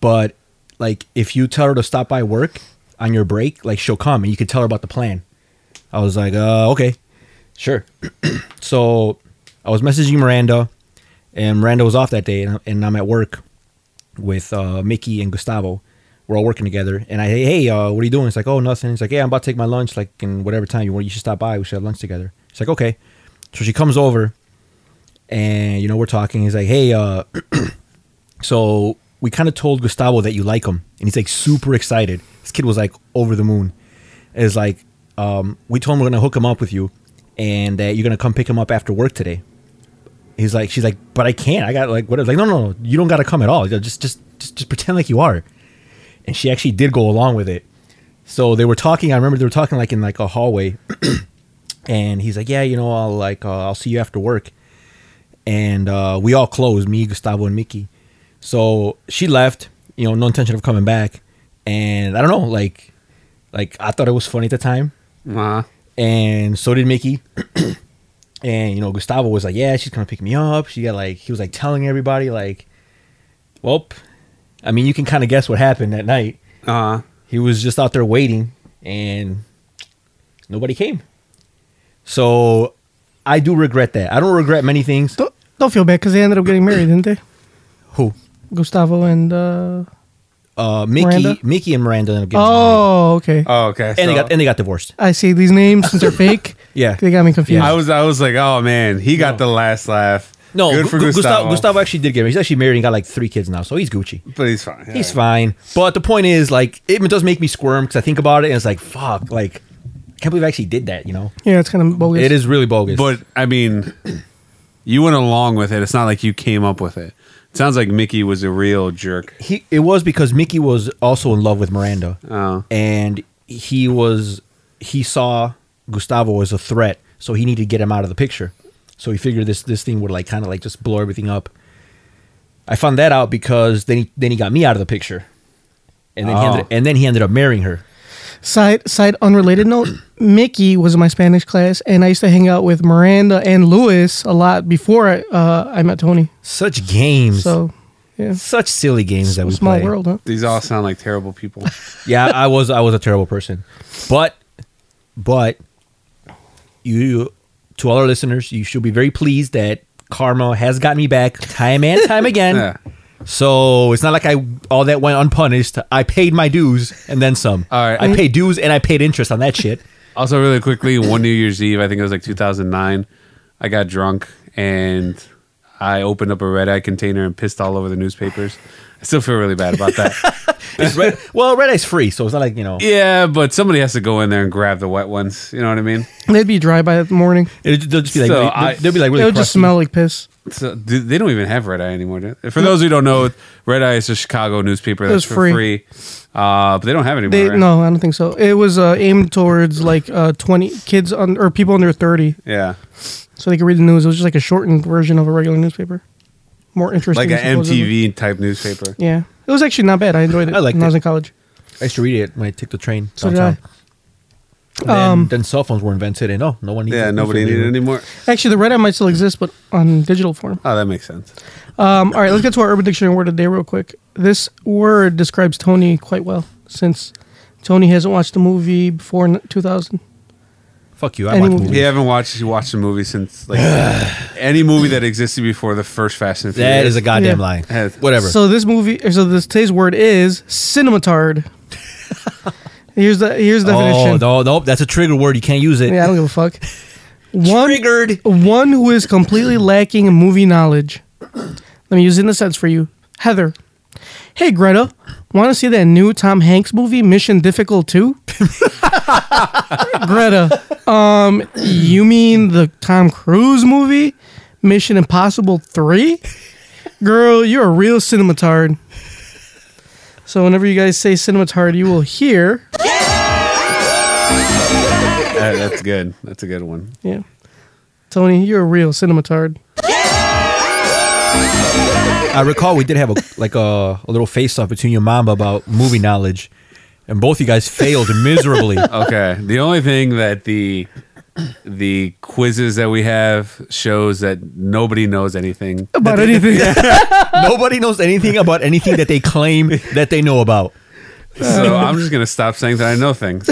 but like if you tell her to stop by work on your break, like she'll come and you can tell her about the plan. I was like, uh, okay, sure. <clears throat> so I was messaging Miranda, and Miranda was off that day, and, and I'm at work with uh, Mickey and Gustavo. We're all working together, and I hey, hey uh, what are you doing? It's like, oh, nothing. It's like, yeah, I'm about to take my lunch, like in whatever time you want. You should stop by. We should have lunch together. She's like, okay. So she comes over, and you know we're talking. He's like, hey, uh, <clears throat> so we kind of told Gustavo that you like him, and he's like super excited. This kid was like over the moon. Is like, um, we told him we're gonna hook him up with you, and that you're gonna come pick him up after work today. He's like, she's like, but I can't. I got like, what? Like, no, no, no, you don't gotta come at all. Just, just, just, just pretend like you are. And she actually did go along with it. So they were talking. I remember they were talking like in like a hallway, <clears throat> and he's like, yeah, you know, I'll like, uh, I'll see you after work. And uh, we all closed, me, Gustavo, and Mickey. So she left, you know, no intention of coming back. And I don't know, like, like I thought it was funny at the time,
Nah.
and so did Mickey. <clears throat> and you know, Gustavo was like, "Yeah, she's gonna pick me up." She got like, he was like telling everybody, like, "Welp." I mean, you can kind of guess what happened that night.
Uh,
He was just out there waiting, and nobody came. So, I do regret that. I don't regret many things.
Don't, don't feel bad because they ended up getting married, didn't they?
Who?
Gustavo and. Uh,
Uh, Mickey,
Miranda?
Mickey, and Miranda. ended up getting married.
oh, okay.
oh, okay.
and they
so-
got and they got divorced.
I see these names
<laughs>
since they're fake.
Yeah.
They got me confused.
I was I was like, oh man, he got the last laugh.
No,
good for
Gu- Gu-
Gustavo.
Gustavo. Gustavo actually did get married. He's actually married and got like three kids now, so he's Gucci.
but he's fine.
He's fine. But the point is, like, it does make me squirm because I think about it and it's like, fuck, like, I can't believe I actually did that, you know?
yeah, it's kind of bogus.
It is really bogus.
But I mean, you went along with it. It's not like you came up with it. It sounds like Mickey was a real jerk.
he, it was because Mickey was also in love with Miranda.
Oh.
And he was, he saw Gustavo as a threat, so he needed to get him out of the picture. So he figured this this thing would like kind of like just blow everything up. I found that out because then he, then he got me out of the picture, and then he
Oh.
ended, and then he ended up marrying her.
Side side unrelated note, Mickey was in my Spanish class, and I used to hang out with Miranda and Luis a lot before I, uh, I met Tony.
Such games,
So, yeah,
such silly games that we
small
play.
world, huh?
These all sound like terrible people.
yeah, I was I was a terrible person, but but you, you to all our listeners, you should be very pleased that karma has got me back time and time again.
<laughs> Yeah.
So it's not like I all that went unpunished. I paid my dues and then some.
All right.
I paid dues and I paid interest on
<laughs>
that shit.
Also, really quickly, one New Year's Eve, I think it was like 2009, I got drunk and I opened up a red eye container and pissed all over the newspapers. I still feel really bad about that.
It's red, well, red eye's free, so it's not like you know.
yeah, but somebody has to go in there and grab the wet ones. You know what I mean?
They'd be dry by the morning.
It'll, they'll just be like
So
really-
I-
they'll be like really.
it would just
crusty.
smell like piss.
So do- they don't even have Red Eye anymore. do they? For those who don't know, Red Eye is a Chicago newspaper that's
was
for free.
free.
Uh, but they don't have it anymore.
They
right?
no, I don't think so. It was uh, aimed towards like uh, twenty kids on, or people under thirty,
Yeah.
so they could read the news. It was just like a shortened version of a regular newspaper, more interesting.
Like an
supposedly.
MTV type newspaper.
Yeah, it was actually not bad. I enjoyed it.
I liked
when I was
it.
in college.
I used to read it when I took the train.
So did
downtown.
I.
And Then,
Um,
then cell phones were invented, and oh, no one needs.
Yeah, nobody needed it anymore.
Actually, the red eye might still exist, but on digital form.
Oh, that makes sense.
Um, all right, let's get to our Urban Dictionary word of the day real quick. This word describes Tony quite well, since Tony hasn't watched the movie before n- 2000.
Fuck you! I
Any
watch
movie.
movies.
You haven't watched you watched a movie since
<sighs>
like any movie that existed before the first Fast and Furious.
That is a goddamn
Yeah.
lie.
Yeah.
Whatever.
So this movie, or so this today's word is cinematard. here's the here's the
oh
definition.
no, no, that's a trigger word. You can't use it.
Yeah, I don't give a fuck. One
Triggered.
one who is completely lacking in movie knowledge. Let me use it in a sense for you, Heather. Hey Greta, want to see that new Tom Hanks movie, Mission Difficult Two? <laughs> Greta, um, you mean the Tom Cruise movie, Mission Impossible Three? Girl, you're a real cinematard. So whenever you guys say cinematard, you will hear.
That- that's good. That's a good one.
Yeah. Tony, you're a real cinematard.
I recall we did have a like a, a little face off between your mom about movie knowledge, and both you guys failed
<laughs>
miserably.
Okay. The only thing that the the quizzes that we have shows that nobody knows anything.
About anything.
Nobody knows anything about anything that they claim that they know about. <laughs>
So I'm just gonna stop saying that I know things.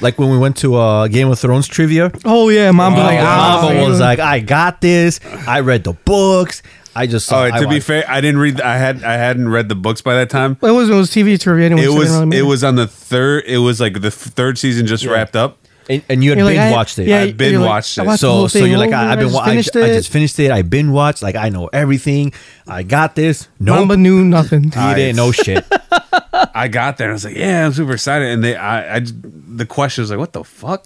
Like when we went to uh, Game of Thrones trivia,
Oh yeah, Mamba.
my
like, ah,
mom was
yeah.
like, "I got this. I read the books. I just saw."
All right.
I
To be
watched-
fair, I didn't read. I had I hadn't read the books by that time.
Well, it was it was TV trivia. Anyway,
It
so didn't
was
really
it
matter.
was on the third. It was like the f- third season just wrapped up.
and, and you had
You're
binge
like, I-
watched it.
yeah,
I
you're
binge
like,
watched
I
it.
watched the
so
whole
so
thing
you're like
over
I, I've
and
been
just
wa- I,
finished
ju- I
it.
just finished it. I binge watched. Like I know everything. I got this. No,
Mamba knew nothing.
he didn't know
<laughs>
shit.
I got there and I was like, yeah, I'm super excited. And they, I, I j- the question was like, what the
<laughs>
fuck?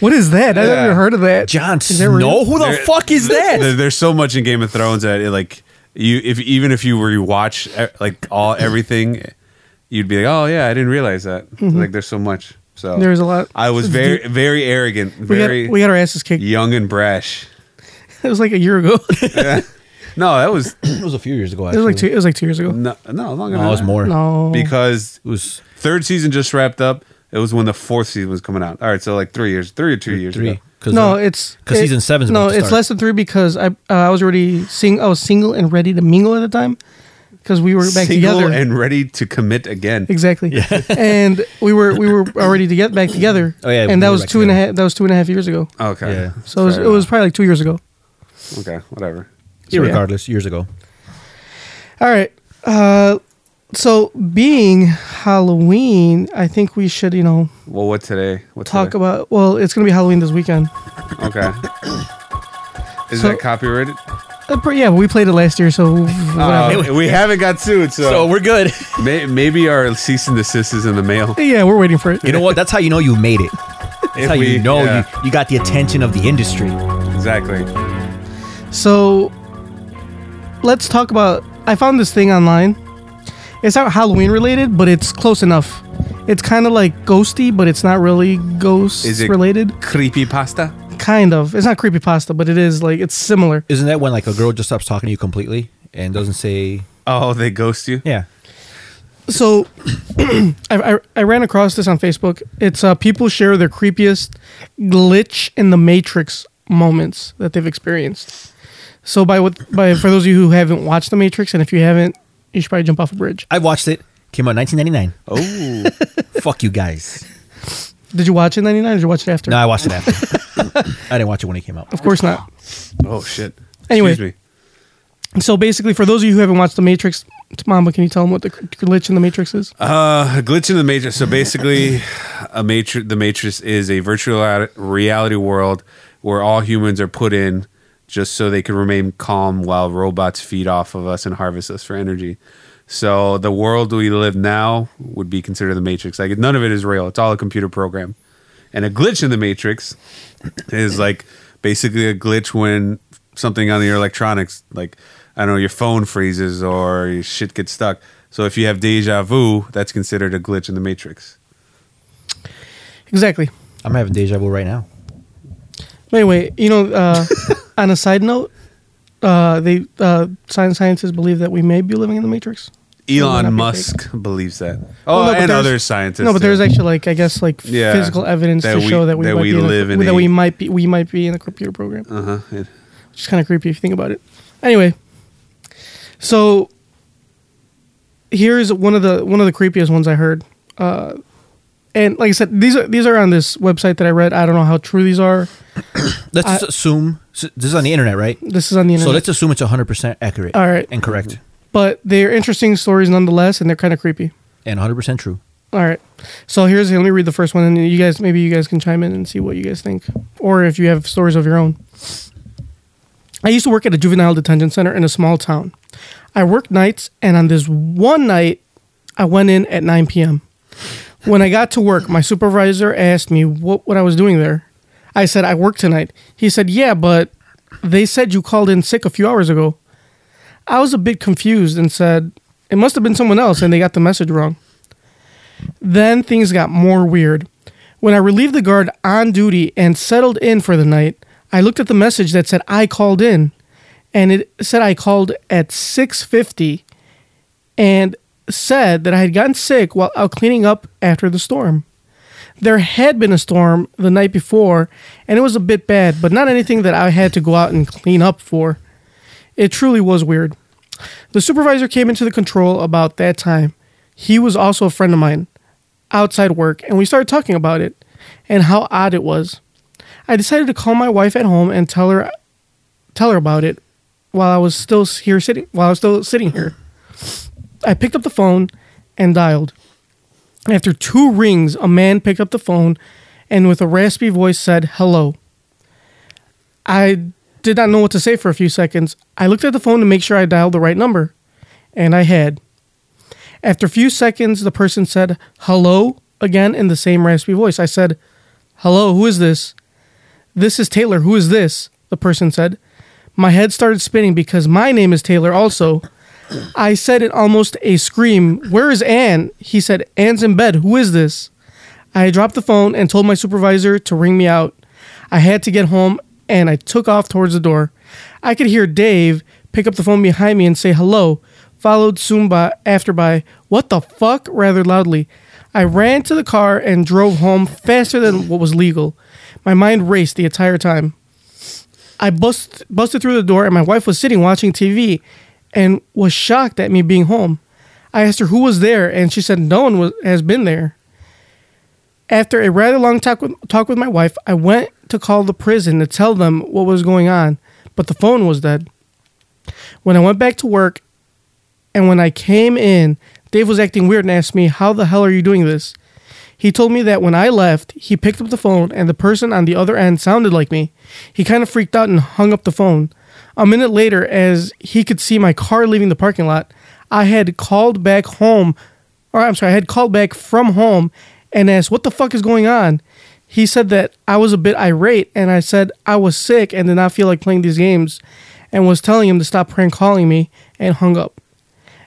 What is that? I've
Yeah.
never heard of that.
John
Is that real?
Snow. Who the
There-
fuck is
There-
that?
there's so much in Game of Thrones that it, like you, if even if you rewatch eh, like all everything, you'd be like, oh yeah, I didn't realize that. Like there's so much. So
There's Mm-hmm. a lot.
I was very, very arrogant,
We got,
very
we got our asses kicked.
young and brash.
<laughs> It was like a year ago. <laughs> it
No, that was <coughs>
It was a few years ago.
was like two. It was like two years ago.
no, no longer.
No,
than
Oh, it was
that.
more.
No,
because
It was
third season just wrapped up. It was when the fourth season was coming out. All right, so like three years, three or two years
three.
ago.
Cause
no,
uh,
it's
'cause
it-
season seven's
No,
about to
it's
start.
less than three because I uh, I was already sing. I was single and ready to mingle at the time because we were back
Single
together.
and ready to commit again.
exactly. <laughs> and we were we were already to get back together.
Oh, yeah, we
And that
were
was
back
two and a half.
together.
That was two and a half years ago.
Okay.
Yeah.
So it was,
Fair
it was probably like two years ago.
enough. okay. Whatever.
yeah.
irregardless, years ago.
All right. Uh, so being Halloween, I think we should you know
Well, what today? What
talk
today?
about. Well, it's gonna be Halloween this weekend.
Okay.
<coughs>
Is
So-
that copyrighted?
Uh, but yeah, we played it last year,
<laughs>
so
Oh.
whatever.
Uh, we haven't got sued, so,
So
<laughs>
we're good.
may, maybe our cease and desist is in the mail.
yeah, we're waiting for it.
You know what? That's how you know you made it. That's
If
how
we-
you know
yeah.
you, you got the attention of the industry.
Exactly.
So let's talk about. I found this thing online. It's not Halloween related, but it's close enough. It's kind of like ghosty, but it's not really ghost
Is it-
related.
Creepy pasta.
Kind of. It's not creepypasta, but it is like it's similar.
Isn't that when like a girl just stops talking to you completely and doesn't say
Oh, they ghost you.
yeah?
So <clears throat> I, I, I ran across this on Facebook. It's uh, people share their creepiest glitch in the Matrix moments that they've experienced. So by what by for those of you who haven't watched the Matrix, and if you haven't, you should probably jump off a bridge.
I watched it. Came out 1999.
Oh,
Fuck you guys.
Did you watch it in '99? Or did you watch it after?
No, I watched it after. <laughs> I didn't watch it when it came out.
Of course not.
oh shit.
Anyway.
Excuse me.
So basically, for those of you who haven't watched The Matrix, Mama, can you tell them what the glitch in The Matrix is?
Uh, a glitch in the matrix. So basically, a matrix. The matrix is a virtual rea- reality world where all humans are put in just so they can remain calm while robots feed off of us and harvest us for energy. So the world we live now would be considered the matrix. Like none of it is real. It's all a computer program. And a glitch in the matrix is like basically a glitch when something on your electronics, like I don't know, your phone freezes or your shit gets stuck. So if you have deja vu, that's considered a glitch in the matrix.
Exactly.
I'm having deja vu right now.
But anyway, you know,
<laughs>
uh, on a side note, uh, they uh, science scientists believe that we may be living in the Matrix. would not
Elon
be
Musk <laughs> believes that.
Well,
Oh,
no, but
and
there's-
other scientists.
No, but there's
too.
actually like I guess like
Yeah,
physical evidence
that
to
we-
show that we
that
might
we
be
live
in
in
a, that
a-
we might be we might be in a computer program,
Uh-huh. It-
which is kind of creepy if you think about it. Anyway, so here's one of the one of the creepiest ones I heard. Uh, and like I said, these are these are on this website that I read. I don't know how true these are.
Let's just assume s- this is on the internet, right?
This is on the internet.
So let's assume it's 100 percent accurate.
All right.
and correct
but they're interesting stories nonetheless, and they're kind of creepy.
and 100 percent true.
All right. So here's let me read the first one, and you guys maybe you guys can chime in and see what you guys think, or if you have stories of your own. I used to work at a juvenile detention center in a small town. I worked nights, and on this one night, I went in at 9 p.m. When I got to work, my supervisor asked me what, what I was doing there. I said, I worked tonight. He said, Yeah, but they said you called in sick a few hours ago. I was a bit confused and said, It must have been someone else, and they got the message wrong. Then things got more weird. When I relieved the guard on duty and settled in for the night, I looked at the message that said I called in and it said I called at 6:50 and said that I had gotten sick while out cleaning up after the storm. There had been a storm the night before and it was a bit bad, but not anything that I had to go out and clean up for. It truly was weird. The supervisor came into the control about that time. He was also a friend of mine outside work, and we started talking about it and how odd it was. I decided to call my wife at home and tell her tell her about it while I was still here sitting while I was still sitting here. I picked up the phone and dialed. After two rings, a man picked up the phone and with a raspy voice said, Hello. I did not know what to say for a few seconds. I looked at the phone to make sure I dialed the right number, and I had. After a few seconds, the person said, Hello, again in the same raspy voice. I said, Hello, who is this? This is Taylor. Who is this? The person said. My head started spinning because my name is Taylor also. I said in almost a scream, Where is Anne? He said, Anne's in bed. Who is this? I dropped the phone and told my supervisor to ring me out. I had to get home and I took off towards the door. I could hear Dave pick up the phone behind me and say hello, followed soon by after by what the fuck rather loudly. I ran to the car and drove home faster than what was legal. My mind raced the entire time. I bust, busted through the door, and my wife was sitting watching TV and was shocked at me being home. I asked her who was there, and she said no one was, has been there. After a rather long talk with, talk with my wife, I went to call the prison to tell them what was going on, but the phone was dead. When I went back to work and when I came in, Dave was acting weird and asked me, How the hell are you doing this? He told me that when I left, he picked up the phone and the person on the other end sounded like me. He kind of freaked out and hung up the phone. A minute later, as he could see my car leaving the parking lot, I had called back home, or I'm sorry, I had called back from home and asked, What the fuck is going on? He said that I was a bit irate and I said I was sick and did not feel like playing these games and was telling him to stop prank calling me and hung up.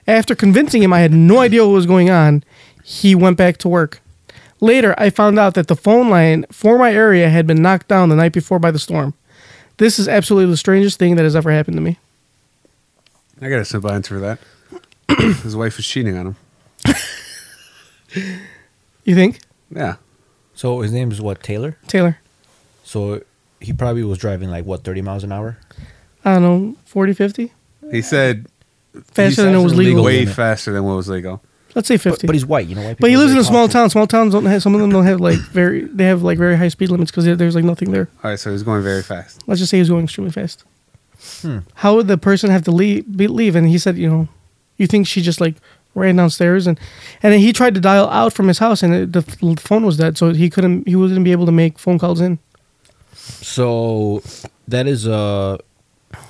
After convincing him I had no idea what was going on, he went back to work. Later, I found out that the phone line for my area had been knocked down the night before by the storm. This is absolutely the strangest thing that has ever happened to me.
I got a simple answer for that. <coughs> His wife was cheating on him.
You think,
Yeah.
So his name is what Taylor.
Taylor?
So he probably was driving like what thirty miles an hour.
I don't know, 40, 50?
He said
Faster than it was legal.
way
limit.
faster than what was legal.
Let's say 50.
But, but he's white, you know. White
But he
people are
lives in
very
a small
confident.
town. Small towns don't have some of them don't have like very they have like very high speed limits because there's like nothing there.
All right, so he's going very fast.
Let's just say he was going extremely fast. How would the person have to leave? Be, leave? And he said, you know, you think she just like ran downstairs and and then he tried to dial out from his house and it, the f- phone was dead, so he couldn't he wouldn't be able to make phone calls in.
So that is a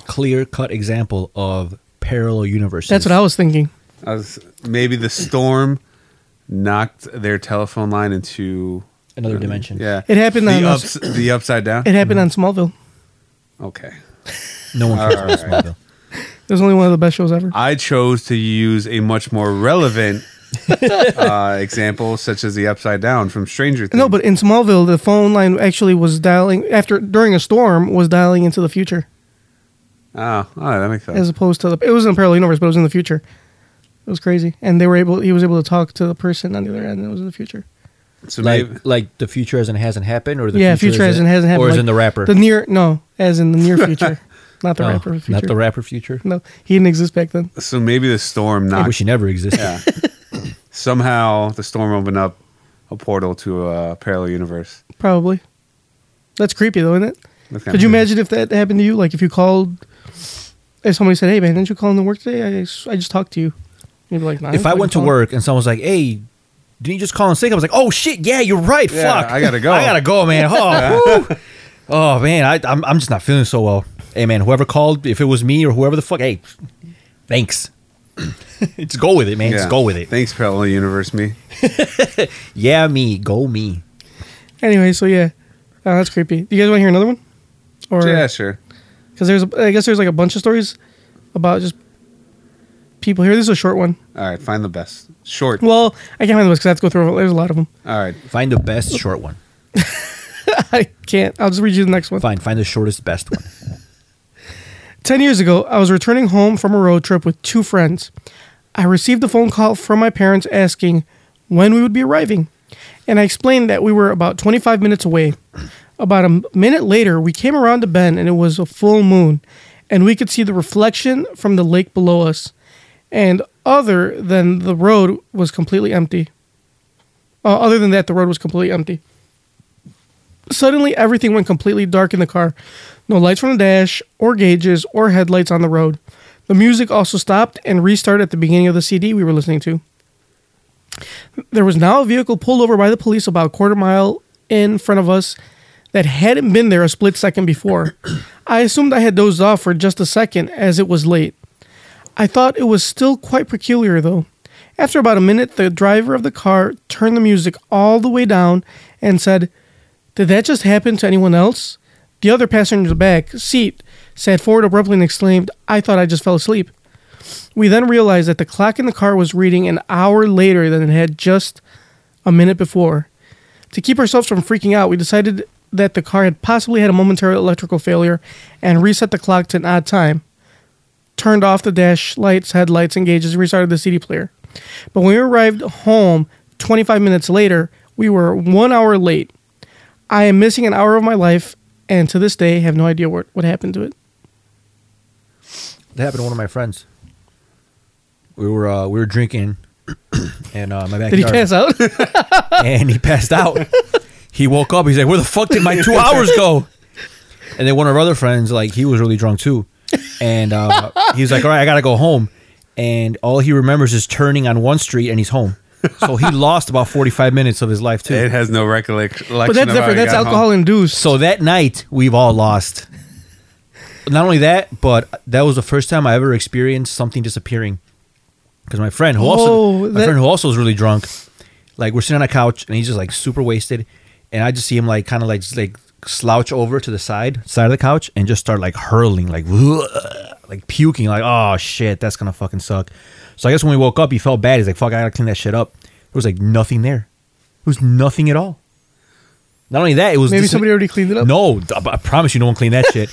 clear cut example of parallel universes.
That's what I was thinking.
I was, maybe the storm knocked their telephone line into
Another dimension.
Yeah,
It happened on
The,
us.
ups, the upside down.
It happened on Smallville.
Okay,
No one cares about
Alright.
Smallville.
It was only one of the best shows ever.
I chose to use a much more
<laughs>
relevant uh, example, such as the upside down from Stranger Things.
No, but in Smallville, the phone line actually was dialing after during a storm was dialing into the future.
oh, all right, that makes sense.
as opposed to the it was in a parallel universe, but it was in the future. It was crazy, and they were able. He was able to talk to the person on the other end. And it was in the future.
So
Like,
maybe
like the future as in hasn't happened, or the
yeah,
future,
future
as
as
in-
in hasn't happened.
or is
like,
in the rapper,
The near no, as in the
<laughs>
near future, not the
No,
rapper future.
not the rapper future.
no, he didn't exist back then.
so maybe the storm
I
knocked
wish he never existed.
Yeah. Somehow the storm opened up a portal to a parallel universe.
Probably. That's creepy though, isn't it?
That's kinda
Could you
creepy.
imagine if that happened to you? Like if you called, if somebody said, "Hey man, didn't you call in to work today? I, s- I just talked to you." You'd be like, nah,
If I
didn't
went to
call."
work and someone was like, "Hey, didn't you just call in sick?" I was like, "Oh shit, yeah, you're right.
Yeah,
Fuck,
I gotta go.
I gotta
<laughs>
go, man. Oh, woo. oh man, I, I'm I'm just not feeling so well. Hey man, whoever called, if it was me or whoever the fuck, hey,
<laughs>
thanks. just go with it, man. Just go with it.
Thanks, parallel universe. Me.
Yeah, me, go me.
anyway, so yeah, uh, that's creepy. Do you guys want to hear another one? Or
Yeah, sure.
because there's a, I guess there's like a bunch of stories about just people here. This is a short one.
All right, find the best short. All
Well, I can't find the books. I have to go through. There's a lot of
<laughs>
them.
right,
Find the best short one.
I can't. I'll just read you the next one.
Fine, find the shortest best one.
Ten years ago, I was returning home from a road trip with two friends. I received a phone call from my parents asking when we would be arriving, and I explained that we were about 25 minutes away. About a m- minute later, we came around a bend and it was a full moon, and we could see the reflection from the lake below us. And other than the road was completely empty. Uh, other than that, the road was completely empty. Suddenly, everything went completely dark in the car. No lights from the dash, or gauges, or headlights on the road. The music also stopped and restarted at the beginning of the CD we were listening to. There was now a vehicle pulled over by the police about a quarter mile in front of us that hadn't been there a split second before. <clears throat> I assumed I had dozed off for just a second as it was late. I thought it was still quite peculiar, though. After about a minute, the driver of the car turned the music all the way down and said, Did that just happen to anyone else? The other passenger's back seat sat forward abruptly and exclaimed, I thought I just fell asleep. We then realized that the clock in the car was reading an hour later than it had just a minute before. To keep ourselves from freaking out, we decided that the car had possibly had a momentary electrical failure and reset the clock to an odd time. Turned off the dash lights, headlights, and gauges, restarted the CD player. But when we arrived home 25 minutes later, we were one hour late. I am missing an hour of my life, and to this day, have no idea what, what happened to it.
That happened to one of my friends. We were uh, we were drinking, <coughs> and uh, my backyard.
Did he pass out?
<laughs> and he passed out. he woke up. He's like, "Where the fuck did my two hours go?" And then one of our other friends, like, he was really drunk too, and uh, he was like, "All right, I gotta go home." And all he remembers is turning on one street, and he's home. So he lost about forty-five minutes of his life too.
It has no recollection.
but that's different. That's alcohol induced.
So that night, we've all lost. Not only that, but that was the first time I ever experienced something disappearing. Because my friend who also
Whoa,
my
Oh, that-
friend who also was really drunk, like we're sitting on a couch and he's just like super wasted, and I just see him like kind of like just like slouch over to the side side of the couch and just start like hurling like <laughs> like puking like oh shit that's gonna fucking suck. So I guess when we woke up, he felt bad. He's like fuck, I gotta clean that shit up. There was like nothing there. There was nothing at all. Not only that, it was
Maybe
dis-
somebody already cleaned it up.
no, d- I promise you, no one cleaned that
<laughs>
shit.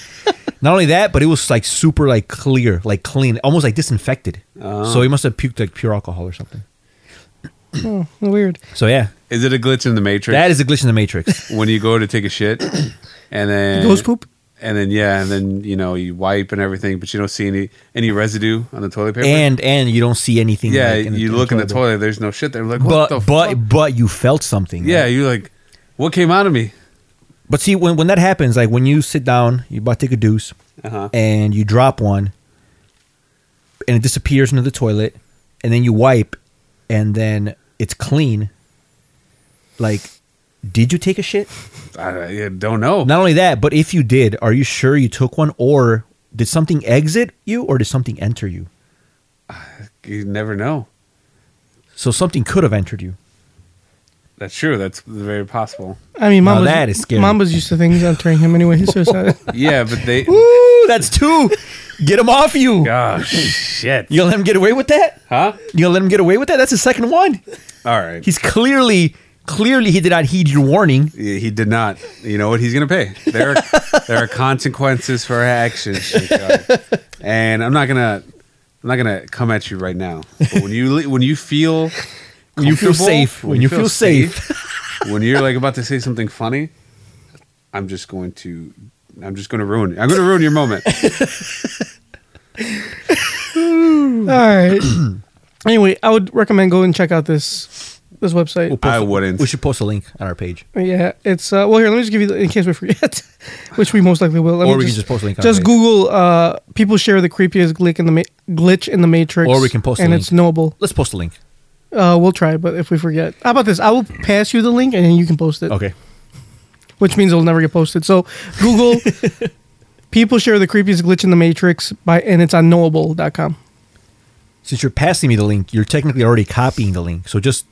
Not only that, but it was like super, like clear, like clean, almost like disinfected.
Ah.
So he must have puked like pure alcohol or something.
Oh, Weird.
So yeah,
Is it a glitch in the matrix?
that is a glitch in
<laughs>
the matrix.
when you go to take a
<clears throat>
shit, and then
Ghost poop?
and then yeah, and then you know you wipe and everything, but you don't see any any residue on the toilet paper.
and and you don't see anything.
yeah,
like,
you look in the
toilet.
toilet. There's no shit there. Like
But
what the
but
fuck?
but you felt something.
yeah,
right?
you're like, what came out of me?
But see, when when that happens, like when you sit down, you about to take a deuce,
Uh-huh.
and you drop one, and it disappears into the toilet, and then you wipe, and then it's clean. Like, did you take a shit?
I, I don't know.
Not only that, but if you did, are you sure you took one, or did something exit you, or did something enter you?
You never know.
So something could have entered you.
That's true. That's very possible.
I mean,
Now
Mamba's,
that is scary.
Mamba's used to things entering him anyway. So it's
<laughs>
not-
Yeah, but they.
Ooh, that's two. get him off you.
Gosh, shit.
You gonna let him get away with that?
Huh?
You gonna let him get away with that? That's the second one.
All right.
He's clearly, clearly he did not heed your warning.
He he did not. You know what? He's going to pay.
<laughs>
There are, there are consequences for our actions, Chico. and I'm not gonna I'm not gonna come at you right now. But when you le- when you feel
When you feel
comfortable,
safe, when you feel safe.
when you're like about to say something funny, I'm just going to I'm just going to ruin it. I'm going to ruin your moment.
<laughs>
All right. anyway, I would recommend go and check out this this website.
I wouldn't.
We should post a link on our page.
Yeah, it's uh, well here. Let me just give you the, in case we forget, <laughs> which we most likely will. Let
Or
me
we can just post a link on
Just
our page.
Google. Uh, people share the creepiest glitch in the ma- glitch in the matrix.
Or we can post a
and
link.
it's knowable.
Let's post a link.
Uh, we'll try, but if we forget, how about this? I will pass you the link and then you can post it.
Okay.
which means it'll never get posted. So
<laughs>
Google people share the creepiest glitch in the matrix by and it's on knowable.com.
Since you're passing me the link, you're technically already copying the link. So just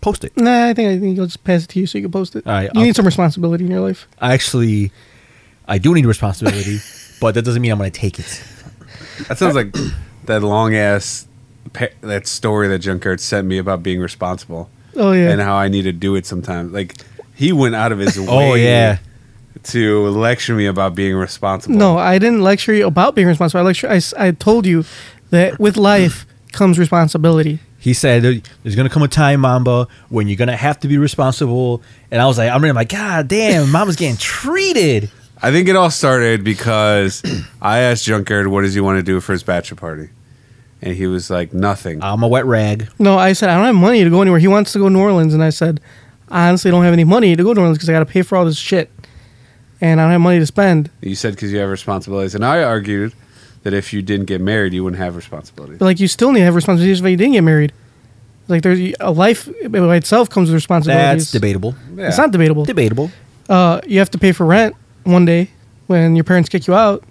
post it.
Nah, I think I think I'll just pass it to you so you can post it.
All right,
you
I'll-
need some responsibility in your life.
I actually, I do need responsibility, but that doesn't mean I'm going to take it.
That sounds like that long ass pa- that story that Junkert sent me about being responsible
Oh yeah.
and how I need to do it sometimes. Like he went out
<laughs>
of his way.
Oh yeah,
to lecture me about being responsible.
no, I didn't lecture you about being responsible. I lecture I, s- I told you that with life comes responsibility.
he said there- there's going to come a time, Mamba, when you're going to have to be responsible. And I was like, I'm really like, God damn, Mamba's getting treated.
I think it all started because <clears throat> I asked Junkard, "What does he want to do for his bachelor party?" And he was like, "Nothing."
Uh.
I'm a wet rag.
No, I said I don't have money to go anywhere. He wants to go to New Orleans and I said I honestly don't have any money to go to New Orleans because I got to pay for all this shit. And I don't have money to spend.
you said because you have responsibilities, and I argued that if you didn't get married, you wouldn't have
But
responsibilities.
like you still need to have responsibilities if you didn't get married. Like there's a life by itself comes with responsibilities.
That's debatable.
It's not debatable.
Debatable.
uh, you have to pay for rent one day when your parents kick you out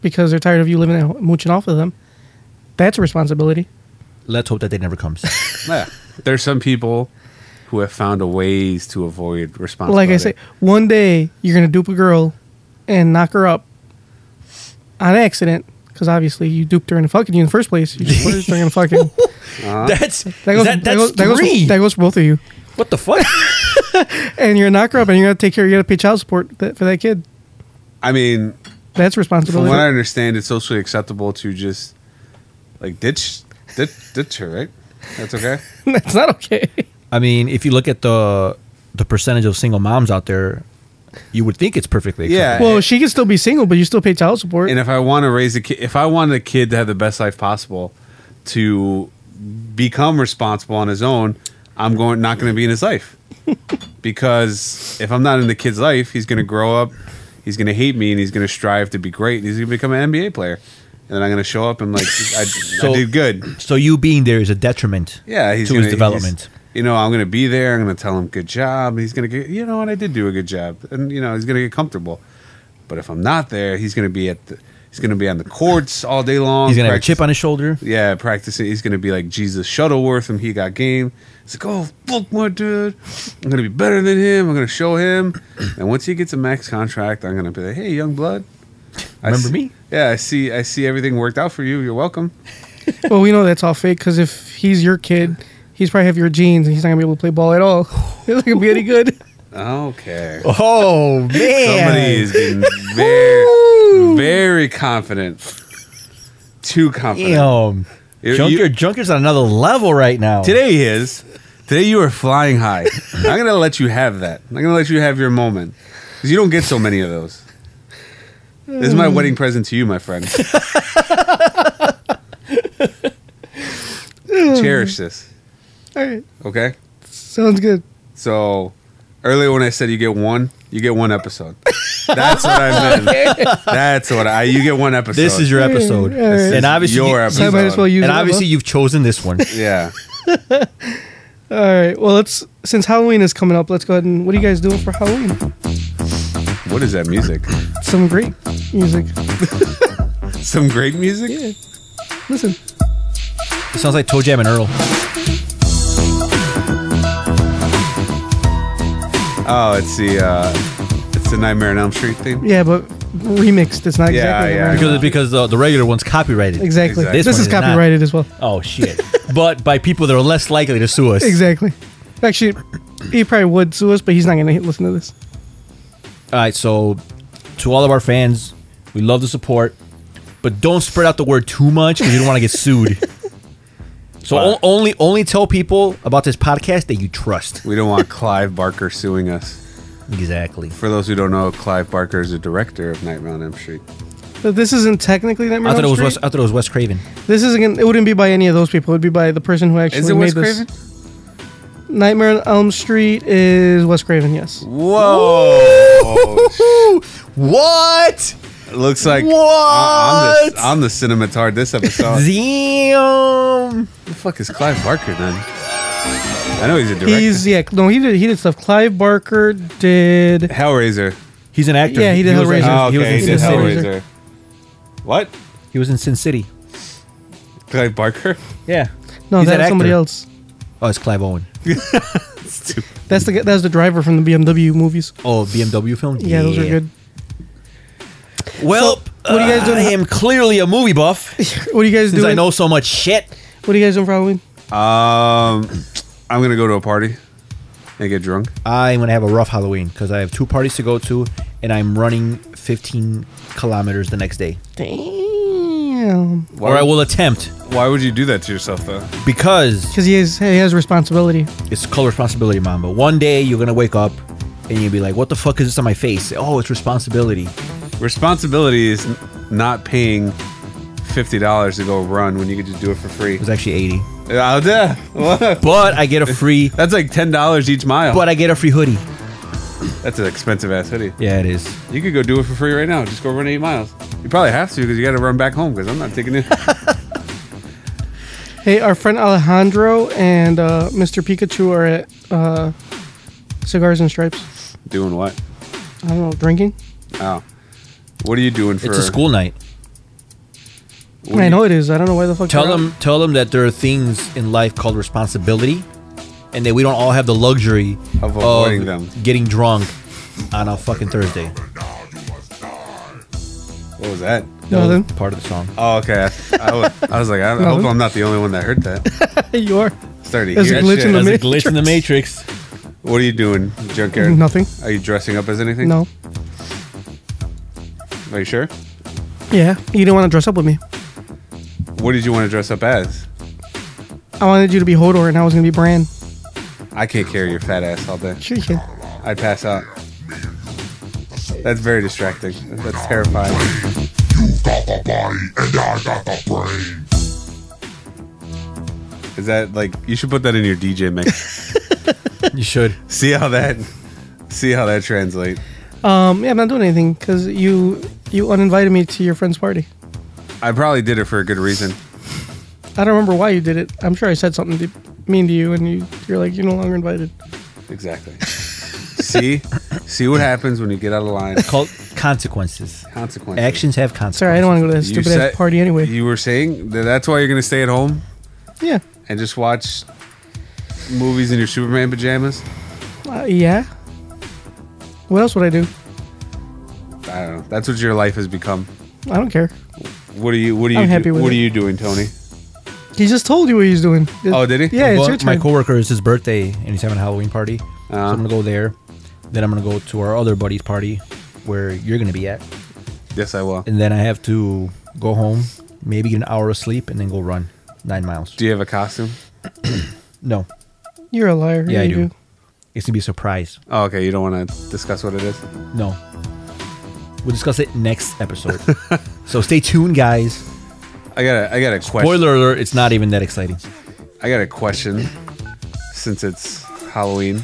because they're tired of you living at home, mooching off of them. That's a responsibility.
Let's hope that day never comes.
Yeah. There's some people who have found a ways to avoid responsibility.
Like I say, one day you're gonna dupe a girl and knock her up on accident because obviously you duped her in fucking you in the first place. You just put her during a fucking.
That's
That goes,
<laughs> that,
that
that's
goes, that goes-
three.
that goes for both of you.
what
<laughs>
the fuck?
And you're a knocker up, and you're gonna take care. You gotta pay child support that, for that kid.
I mean,
That's
from
responsibility.
what I understand, it's socially acceptable to just like ditch, ditch, ditch her, right? That's okay.
<laughs> That's not okay.
I mean, if you look at the the percentage of single moms out there, you would think it's perfectly.
Yeah.
Well, she can still be single, but you still pay child support.
And if I want to raise a kid, if I want a kid to have the best life possible, to become responsible on his own, I'm going not going to be in his life because if I'm not in the kid's life, he's going to grow up, he's going to hate me, and he's going to strive to be great, and he's going to become an NBA player. And then I'm going to show up and like I, I did good.
So you being there is a detriment.
Yeah, he's
to
gonna,
his development.
he's- you know, I'm going to be there. I'm going to tell him good job. He's going to get, you know, and I did do a good job, and you know, he's going to get comfortable. But if I'm not there, he's going to be at the, he's going to be on the courts all day long.
He's, gonna have a
practice-
chip on his shoulder.
Yeah, practicing. He's going to be like Jesus Shuttleworth, and he got game. It's like, oh fuck my dude, I'm going to be better than him. I'm going to show him. And once he gets a max contract, I'm going to be like, hey, young blood, I
Remember
see-
me?
Yeah, I see. I see everything worked out for you. You're welcome.
Well, we know that's all fake because if he's your kid, he's probably have your genes and he's not gonna be able to play ball at all. <laughs> He's not gonna be any good.
Okay.
Oh man!
Somebody is getting very, very confident. Too confident.
Damn.
You-
Junker,
you-
Junker's on another level right now.
Today he is. Today you are flying high. I'm not gonna let you have that. I'm not gonna let you have your moment because you don't get so many of those. This is my wedding present to you, my
<laughs>
friend. Cherish this,
All right,
okay?
sounds good.
So earlier when I said you get one, you get one episode. That's what I
<laughs>
meant. That's what I. You get one episode.
This is your episode,
Yeah, yeah, yeah. This
and
is
obviously,
your
you-
So I
episode.
might as well use.
and
it, huh?
obviously, you've chosen this one.
Yeah.
All right. Well, let's since Halloween is coming up, let's go ahead and what are you guys doing for Halloween?
What is that music?
Some great music.
Some great music?
Yeah. Listen,
It sounds like Toe Jam and Earl.
Oh, it's the uh it's the Nightmare on Elm Street theme.
yeah, but remixed. It's not
Yeah,
exactly
yeah.
right.
Because it's because the, the regular one's copyrighted.
exactly.
Exactly.
This,
This
is
one is not.
copyrighted as
<laughs>
well.
Oh shit! but by people that are less likely to sue us.
Exactly. Actually, he probably would sue us, but he's not gonna <laughs> hit- listen to this.
All right, so to all of our fans, we love the support, but don't spread out the word too much because you don't want to get sued. So o- only only tell people about this podcast that you trust.
We don't want Clive Barker suing us.
Exactly.
For those who don't know, Clive Barker is the director of Nightmare on Elm Street.
But this isn't technically that.
I thought it was Wes, I thought it was Wes Craven.
This isn't. gonna- It wouldn't be by any of those people. It would be by the person who actually
Is it
made
Wes
this.
Craven?
Nightmare on Elm Street is Wes Craven. Yes.
Whoa!
What?
Looks like I- I'm, the, I'm the cinematard
<laughs>
this
Uh,
episode.
Damn.
Who the fuck is Clive Barker then? I know he's a director.
He's yeah. No, he did. He did stuff. Clive Barker did.
Hellraiser.
He's an actor.
Yeah, he did
was,
Hellraiser.
Oh,
he was
okay,
in
he
Sin
did
City.
Hellraiser.
Hellraiser. What?
He was in Sin City.
Clive Barker?
Yeah.
No,
He's
that
an
was somebody
actor.
else.
Oh, it's Clive Owen.
That's the guy- that was the driver from the BMW movies.
Oh, BMW film.
Yeah, those are good.
Well, uh,
what are you guys doing-
I am clearly a movie buff since
What do you guys doing?
I know so much shit.
What do you guys doing for Halloween?
Um, I'm gonna go to a party and get drunk.
I'm gonna have a rough Halloween because I have two parties to go to, and I'm running 15 kilometers the next day,
Damn.
Why,
or I will attempt
Why would you do that to yourself though?
because
Because he has he has responsibility.
it's call responsibility, mom. But one day you're gonna wake up and you'll be like, "What the fuck is this on my face?" Oh, it's responsibility.
Responsibility is n- not paying fifty dollars to go run when you could just do it for free.
It was actually 80,
Out there. <laughs> What?
but I get a free,
That's like ten dollars each mile.
but I get a free hoodie.
That's an expensive ass hoodie.
Yeah, it is.
You could go do it for free right now. Just go <laughs> run eight miles. You probably have to because you got to run back home because I'm not taking it.
Hey, our friend Alejandro and uh, Mr. Pikachu are at uh, Cigars and Stripes.
Doing what?
I don't know, drinking.
Oh. What are you doing for
It's a school night.
what are
I
you-
know it is. I don't know why the fuck.
Tell
they're
them, tell them that there are things in life called responsibility, and that we don't all have the luxury
Of avoiding them.
getting drunk on a fucking Thursday.
What was that?
out. No,
That was part of the song.
Oh, okay. I, I, was, I was like, I, I hope I'm not the only one that heard that.
then <laughs> you are.
Started to
There's
hear
a
that
glitch
shit.
in the
As
mi-
a glitch in the matrix.
What are you doing, Junkyard?
Nothing.
Are you dressing up as anything?
No.
Are you sure?
Yeah, you didn't want to dress up with me.
What did you want to dress up as?
I wanted you to be Hodor, and I was gonna be Bran.
I can't carry your fat ass all day.
Sure you can.
I'd pass out. That's very distracting. That's terrifying.
got the body and I got the brain.
Is that like you should put that in your DJ mix?
You should.
see how that, see how that translate.
Um, yeah, I'm not doing anything because you you uninvited me to your friend's party.
I probably did it for a good reason.
I don't remember why you did it. I'm sure I said something to, mean to you, and you you're like you're no longer invited.
Exactly. see, see what happens when you get out of line.
Called consequences.
Consequences.
Actions have consequences.
Sorry, I don't want to go to that
You
stupid
said-
ass party anyway.
You were saying that that's why you're gonna stay at home
yeah,
and just watch movies in your Superman pajamas.
uh, yeah. What else would I do?
I don't know. That's what your life has become.
I don't care.
What are you? What are you?
I'm happy
do-
with
what
it.
are you doing, Tony?
He just told you what he's doing.
Oh, did he?
Yeah, it's
Well,
your
my
turn.
coworker is his birthday, and he's having a Halloween party. So
Uh-huh.
I'm gonna go there. Then I'm gonna go to our other buddy's party, where you're gonna be at.
Yes, I will.
And then I have to go home, maybe get an hour of sleep, and then go run nine miles.
Do you have a costume?
No,
You're a liar.
yeah, I
you
do. It's gonna be a surprise.
Oh, okay. You don't want to discuss what it is.
No, we'll discuss it next <laughs> episode. so stay tuned, guys.
I got. a I got a question.
Spoiler alert: It's not even that exciting.
I got a question. Since it's Halloween,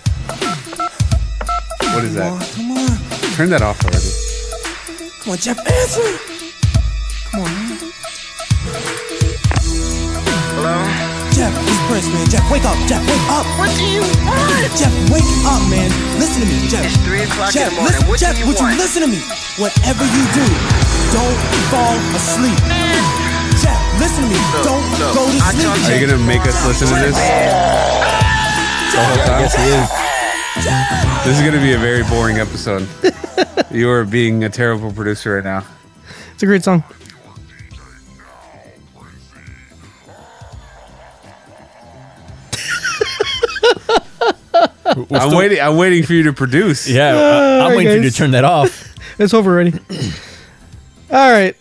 what is
Come on,
that?
come on.
Turn that off already.
Come on, Jeff, answer. Come on, man. Hello? Jeff, it's Prince, man. Jeff, wake up. Jeff, wake up. What do you want? Jeff, wake up, man. Listen to me, Jeff.
It's three o'clock
Jeff,
in the morning.
listen-
What do
Jeff,
you
would
want?
you listen to me? Whatever you do, don't fall asleep. Jeff, listen to me. don't
look,
go to
I
sleep.
told
Are you
Jeff.
gonna make us listen to this? The whole time? This is gonna be a very boring episode. you are being a terrible producer right now.
It's a great song.
I'm waiting. I'm waiting for you to produce.
Yeah, Ah, I- I'm
Alright,
waiting for you
guys.
to turn that off.
It's over
<clears throat>
already. All right.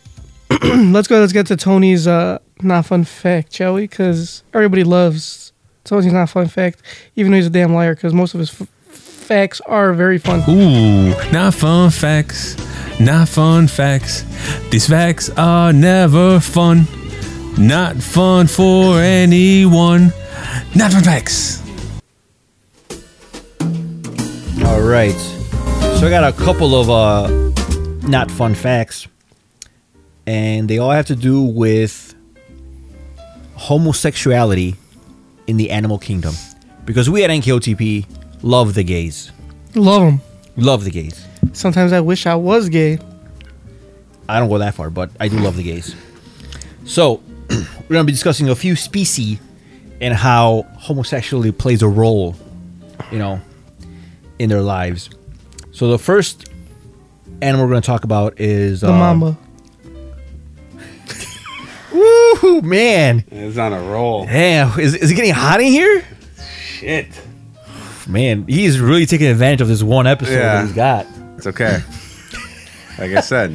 <clears throat> let's go. Let's get to Tony's uh, not fun fact, shall we? Because everybody loves Tony's not fun fact, even though he's a damn liar, because most of his f- facts are very fun.
Ooh, not fun facts, not fun facts. These facts are never fun, not fun for anyone. Not fun facts.
<laughs> All right. So I got a couple of uh, not fun facts, and they all have to do with homosexuality in the animal kingdom, because we at NKOTP love the gays,
Love him.
love the gays.
Sometimes I wish I was gay.
I don't go that far, but I do love the gays. So <clears throat> we're gonna be discussing a few species and how homosexuality plays a role, you know, in their lives. So the first animal we're gonna talk about is um,
The mamba.
Woo, man!
It's on a roll.
Damn, is, is it getting hot in here?
Shit.
Man, he's really taking advantage of this one episode
Yeah.
that he's got.
It's okay. Like I said,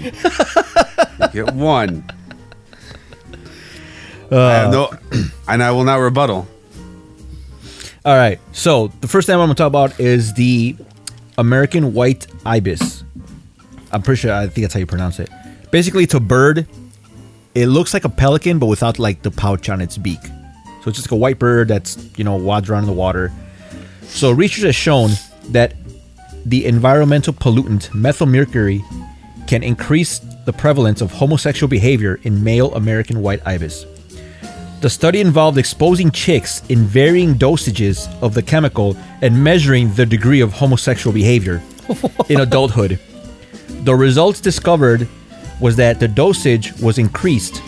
you get one.
Uh,
I have no, and I will not rebuttal.
All right. So the first animal I'm gonna talk about is the American white ibis. I'm pretty sure I think that's how you pronounce it. Basically, it's a bird. It looks like a pelican, but without like the pouch on its beak. So it's just like a white bird that's you know wads around in the water. So research has shown that the environmental pollutant methylmercury can increase the prevalence of homosexual behavior in male American white ibis. The The study involved exposing chicks in varying dosages of the chemical and measuring the degree of homosexual behavior in adulthood. The results discovered was that the dosage was increased.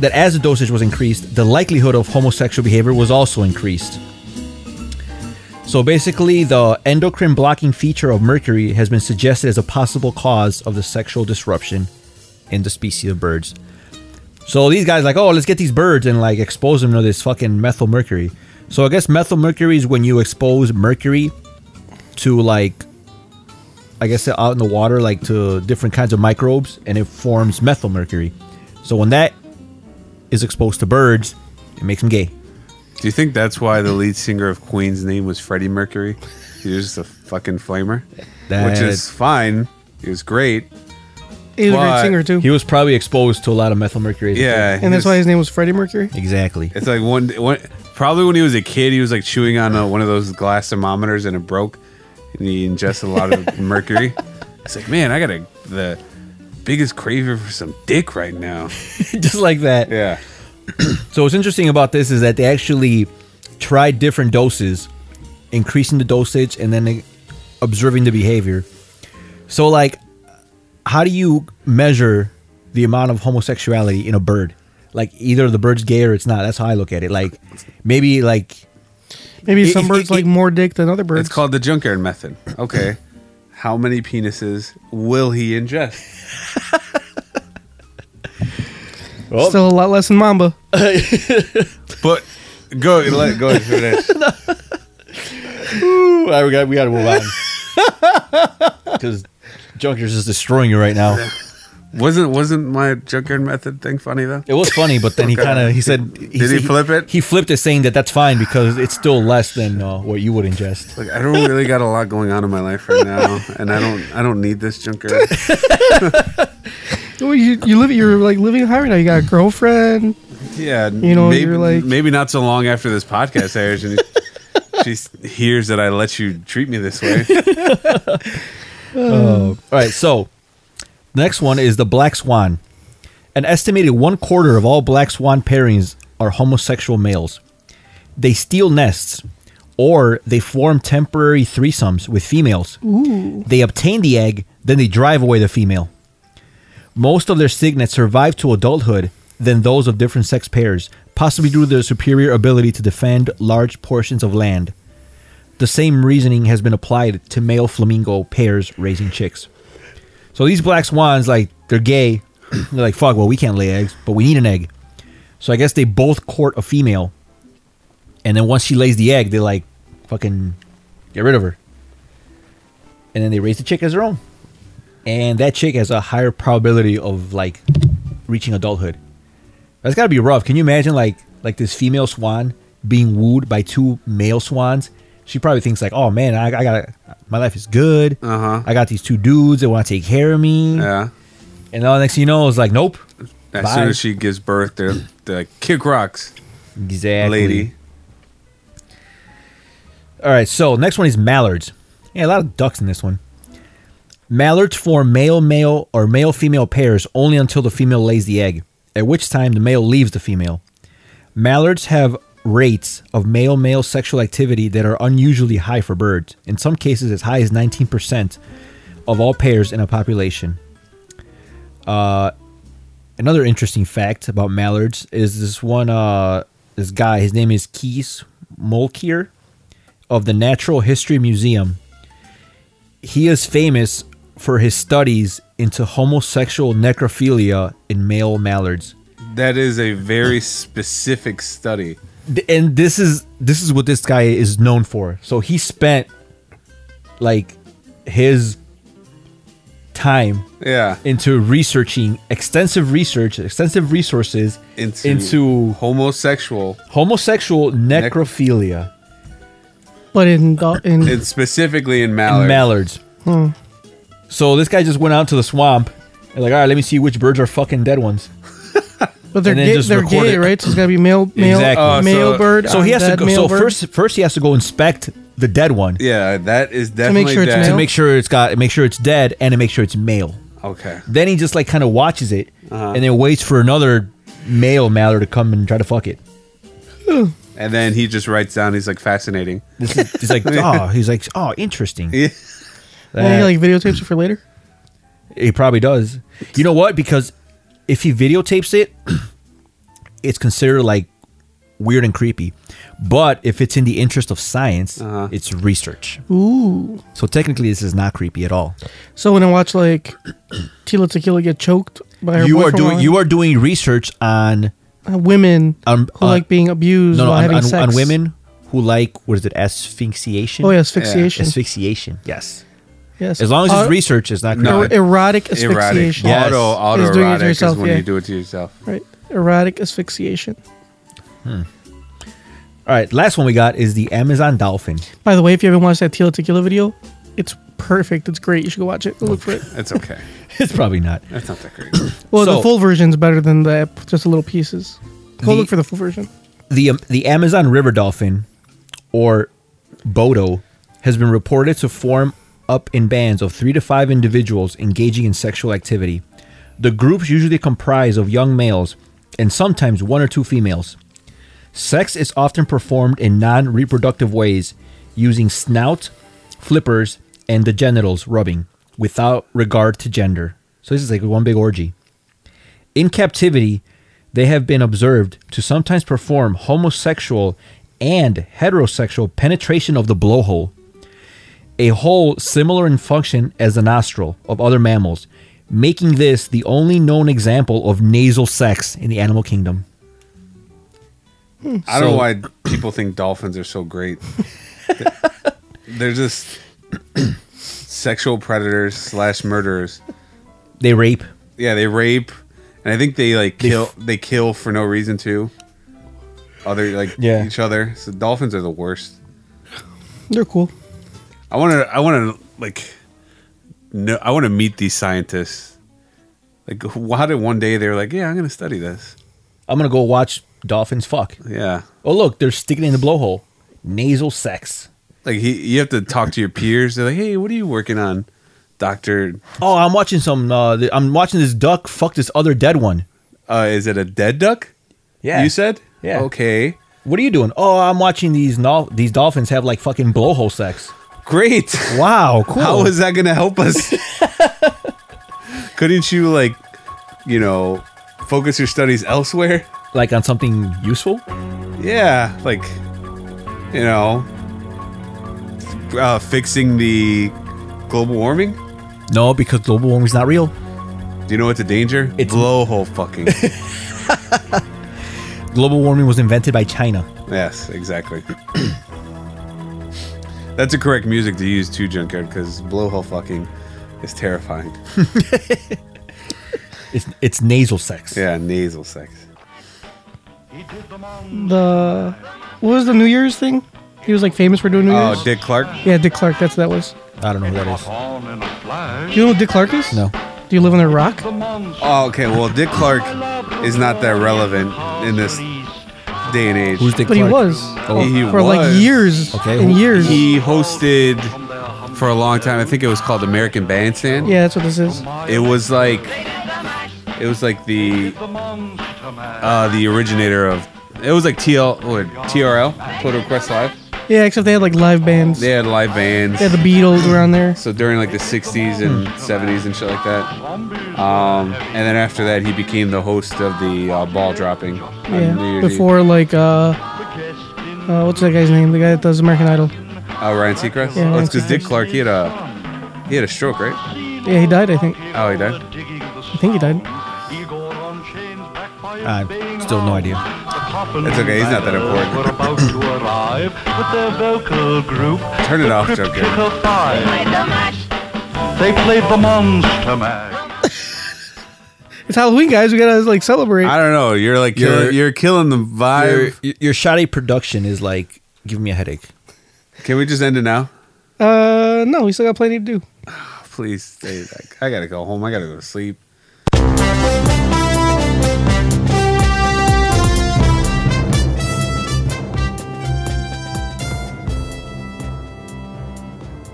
That as the dosage was increased, the likelihood of homosexual behavior was also increased. So basically, the endocrine blocking feature of mercury has been suggested as a possible cause of the sexual disruption in the species of birds. So these guys like, oh, let's get these birds and like expose them to this fucking methyl mercury. So I guess methyl mercury is when you expose mercury to like, I guess uh, out in the water, like to different kinds of microbes, and it forms methyl mercury. So when that is exposed to birds, it makes them gay.
Do you think that's why the lead singer of Queen's name was Freddie Mercury? He was just a fucking flamer, which is fine. He was great.
He was a
Why?
great singer too,
He was probably exposed to a lot of methyl mercury. as a
Yeah,
and that's why his name was Freddie Mercury.
kid. Exactly.
It's like one, one probably when he was a kid, he was like chewing on uh one of those glass thermometers and it broke, and he ingested a lot of <laughs> mercury. It's like, man, I got a, the biggest craving for some dick right now.
<laughs> Just like that.
Yeah,
So what's interesting about this is that they actually tried different doses, increasing the dosage and then observing the behavior. So like, how do you measure the amount of homosexuality in a bird? Like either the bird's gay or it's not. That's how I look at it. Like maybe like
Maybe
It-
some
it-
birds
it-
like more dick than other birds.
it's called the junkyard method. Okay, how many penises will he ingest?
Still a lot less than Mamba.
But go, let, go ahead. finish.
we got we got to move on <laughs> because Junker's is destroying you right now.
<laughs> Wasn't wasn't my junkyard method thing funny though?
It was funny, but then he kind of he said he,
Did he flip it?
He flipped it, saying that that's fine because it's still less than uh, what you would ingest.
Like, I don't really got a lot going on in my life right now, and I don't I don't need this junkyard.
Well, you, you live you're like living high right now. You got a girlfriend.
Yeah,
You know,
maybe,
you're like-
maybe not so long after this podcast airs, and <laughs> she s- hears that I let you treat me this <laughs> way.
All right, so the next one is the black swan. An estimated one quarter of all black swan pairings are homosexual males. They steal nests or they form temporary threesomes with females. They obtain the egg, then they drive away the female. Most of their cygnets survive to adulthood than those of different sex pairs, possibly due to their superior ability to defend large portions of land. The same reasoning has been applied to male flamingo pairs raising chicks. So these black swans, like, they're gay. <clears throat> they're like, fuck, well, we can't lay eggs, but we need an egg. So I guess they both court a female. And then once she lays the egg, they like, fucking get rid of her. And then they raise the chick as their own. And that chick has a higher probability of, like, reaching adulthood. That's gotta be rough. Can you imagine like like this female swan being wooed by two male swans? She probably thinks like, oh man, I, I got my life is good.
Uh-huh.
I got these two dudes that want to take care of me.
Yeah.
And all next thing you know, it's like, nope.
As
Bye.
soon as she gives birth, they're, they're like, kick rocks,
Exactly.
lady.
All right, so next one is mallards. Yeah, a lot of ducks in this one. Mallards form male male or male female pairs only until the female lays the egg, at which time the male leaves the female. Mallards have rates of male male sexual activity that are unusually high for birds, in some cases as high as 19% of all pairs in a population. Uh, another interesting fact about mallards is this one uh this guy his name is Kees Molkier of the Natural History Museum. He is famous for his studies into homosexual necrophilia in male mallards.
That is a very specific study.
Th- And this is this is what this guy is known for. So he spent like his time
Yeah.
into researching extensive research, extensive resources
Into,
into
homosexual
homosexual necrophilia
But in do- in
and specifically in
in
Mallard.
mallards. So this guy just went out to the swamp and like, all right, let me see which birds are fucking dead ones.
but they're
and then
gay,
just
they're
record
gay,
it.
right? So it's gotta be male male
Exactly. Oh,
male
so-
bird.
So he has to
undead
go.
male
So
bird.
first, first he has to go inspect the dead one
yeah, that is definitely
sure it's
dead.
to
male?
make sure it's got, make sure it's dead, and to make sure it's male.
Okay.
Then he just like kind of watches it and then waits for another male Mallard to come and try to fuck it.
And then he just writes down, he's like, fascinating.
This is, he's like, oh, he's like, oh, interesting.
Yeah.
Well, he
That-
like videotapes it for later.
He probably does. You know what? Because if he videotapes it, <clears throat> it's considered like weird and creepy. But if it's in the interest of science, it's research.
Ooh.
So technically, this is not creepy at all.
So when I watch like <clears throat> Tila Tequila get choked by her
you are
boyfriend
doing
while-
you are doing research on
uh, women
on-
who
on-
like being abused
uh, no, no
while
on,
having
on,
sex
on women who like what is it asphyxiation?
Oh yeah, asphyxiation.
asphyxiation. Yes.
Yes.
As long as
Uh,
it's research, it's not creepy.
No.
er- erotic
Erotic.
asphyxiation.
Yes.
Auto,
Is doing it
auto
to
erotic is
yourself,
when
yeah.
you do it to yourself.
Right. Erotic asphyxiation.
All right. Last one we got is the Amazon dolphin. <laughs>
By the way, if you haven't watched that Tila Tequila video, it's perfect. It's great. You should go watch it. Go look for it.
It's okay.
it's probably not.
That's not
<coughs>
that great.
Well, the
So-
full version's better than the just the little pieces. Go
The-
look for the full version.
the um, the Amazon river dolphin, or Bodo, has been reported to form up in bands of three to five individuals engaging in sexual activity. The groups usually comprise of young males and sometimes one or two females. Sex is often performed in non-reproductive ways, using snout, flippers, and the genitals rubbing without regard to gender. So this is like one big orgy. In captivity, they have been observed to sometimes perform homosexual and heterosexual penetration of the blowhole, a hole similar in function as the nostril of other mammals, making this the only known example of nasal sex in the animal kingdom.
I don't
So-
know why people think dolphins are
<laughs>
so great. They're just <coughs> sexual predators slash murderers.
They rape.
Yeah, they rape, and I think they like kill. They kill for no reason too. Other like
Yeah.
each other. So dolphins are the worst.
They're cool.
I want to. I want to like. No, I want to meet these scientists. Like, why did one day they were like, "Yeah, I'm going to study this."
I'm gonna go watch dolphins fuck.
Yeah,
Oh look, they're sticking it in the blowhole. Nasal sex.
like he, you have to talk to your peers. They're like, "Hey, what are you working on, Doctor?
Oh, I'm watching some. Uh, th- I'm watching this duck fuck this other dead one.
Uh, is it a dead duck?" You said?
Yeah.
Okay.
What are you doing? Oh, I'm watching these no- these dolphins have like fucking blowhole sex.
Great. <laughs>
Wow, cool.
How is that going to help
<laughs>
us? Couldn't you, like, you know, focus your studies elsewhere?
like on something useful?
Yeah. Like, you know, uh, fixing the global warming?
No, because global warming's not real.
Do you know what's a danger?
It's-
blowhole fucking.
<laughs> Global warming was invented by China.
yes, exactly. <clears throat> That's the correct music to use too, Junkyard, because blowhole fucking is terrifying.
It's it's nasal sex.
Yeah, nasal sex.
The what was the New Year's thing? He was like famous for doing New Year's.
Oh, Dick Clark?
yeah, Dick Clark. That's what that was.
I don't know who
Uh-huh.
that
Do you know who Dick Clark is?
is. No.
Do you live under a rock?
Oh, okay. Well, Dick Clark is not that relevant in this day and age.
Who's Dick
But he
Clark?
was
Oh,
He
for like
was.
years
Okay,
and
who-
years.
He hosted for a long time. I think it was called American Bandstand.
yeah, that's what this is.
It was like it was like the uh, the originator of it was like TL or TRL Total Request Live.
Yeah, except they had like live bands.
They had live bands.
Yeah, Hmm. the Beatles were on there.
So during like the 60s and 70s and shit like that. Um, and then after that, he became the host of the uh, ball dropping. on New
Yeah,
Year's Eve.
before like uh, uh, what's that guy's name? The guy that does American Idol.
Oh, Ryan Seacrest.
Yeah,
oh,
Ryan
it's because Dick
Seacrest.
Clark he had a he had a stroke, right?
Yeah, he died. I think.
Oh, he died.
I think he died.
Ah,
I still no idea.
It's okay. He's not that important.
about to arrive with their vocal group.
Turn it off,
Crypt
Joker.
Kicker Five. They played the Monster Mash.
It's Halloween, guys. We gotta like celebrate.
I don't know. You're like
You're-
you're you're killing the
Your,
vibe.
your shoddy production is like giving me a headache.
Can we just end it now?
Uh, no, we still got plenty to do.
Please stay. back. I gotta go home. I gotta go to sleep.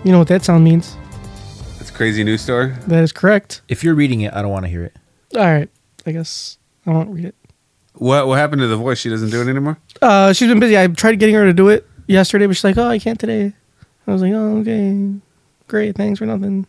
You know what that sound means?
It's crazy news store.
That is correct.
If you're reading it, I don't want to hear it.
All right. I guess I won't read it.
What what happened to the voice? She doesn't do it anymore.
Uh, she's been busy. I tried getting her to do it yesterday, but she's like, "Oh, I can't today." I was like, "Oh, okay, great, thanks for nothing."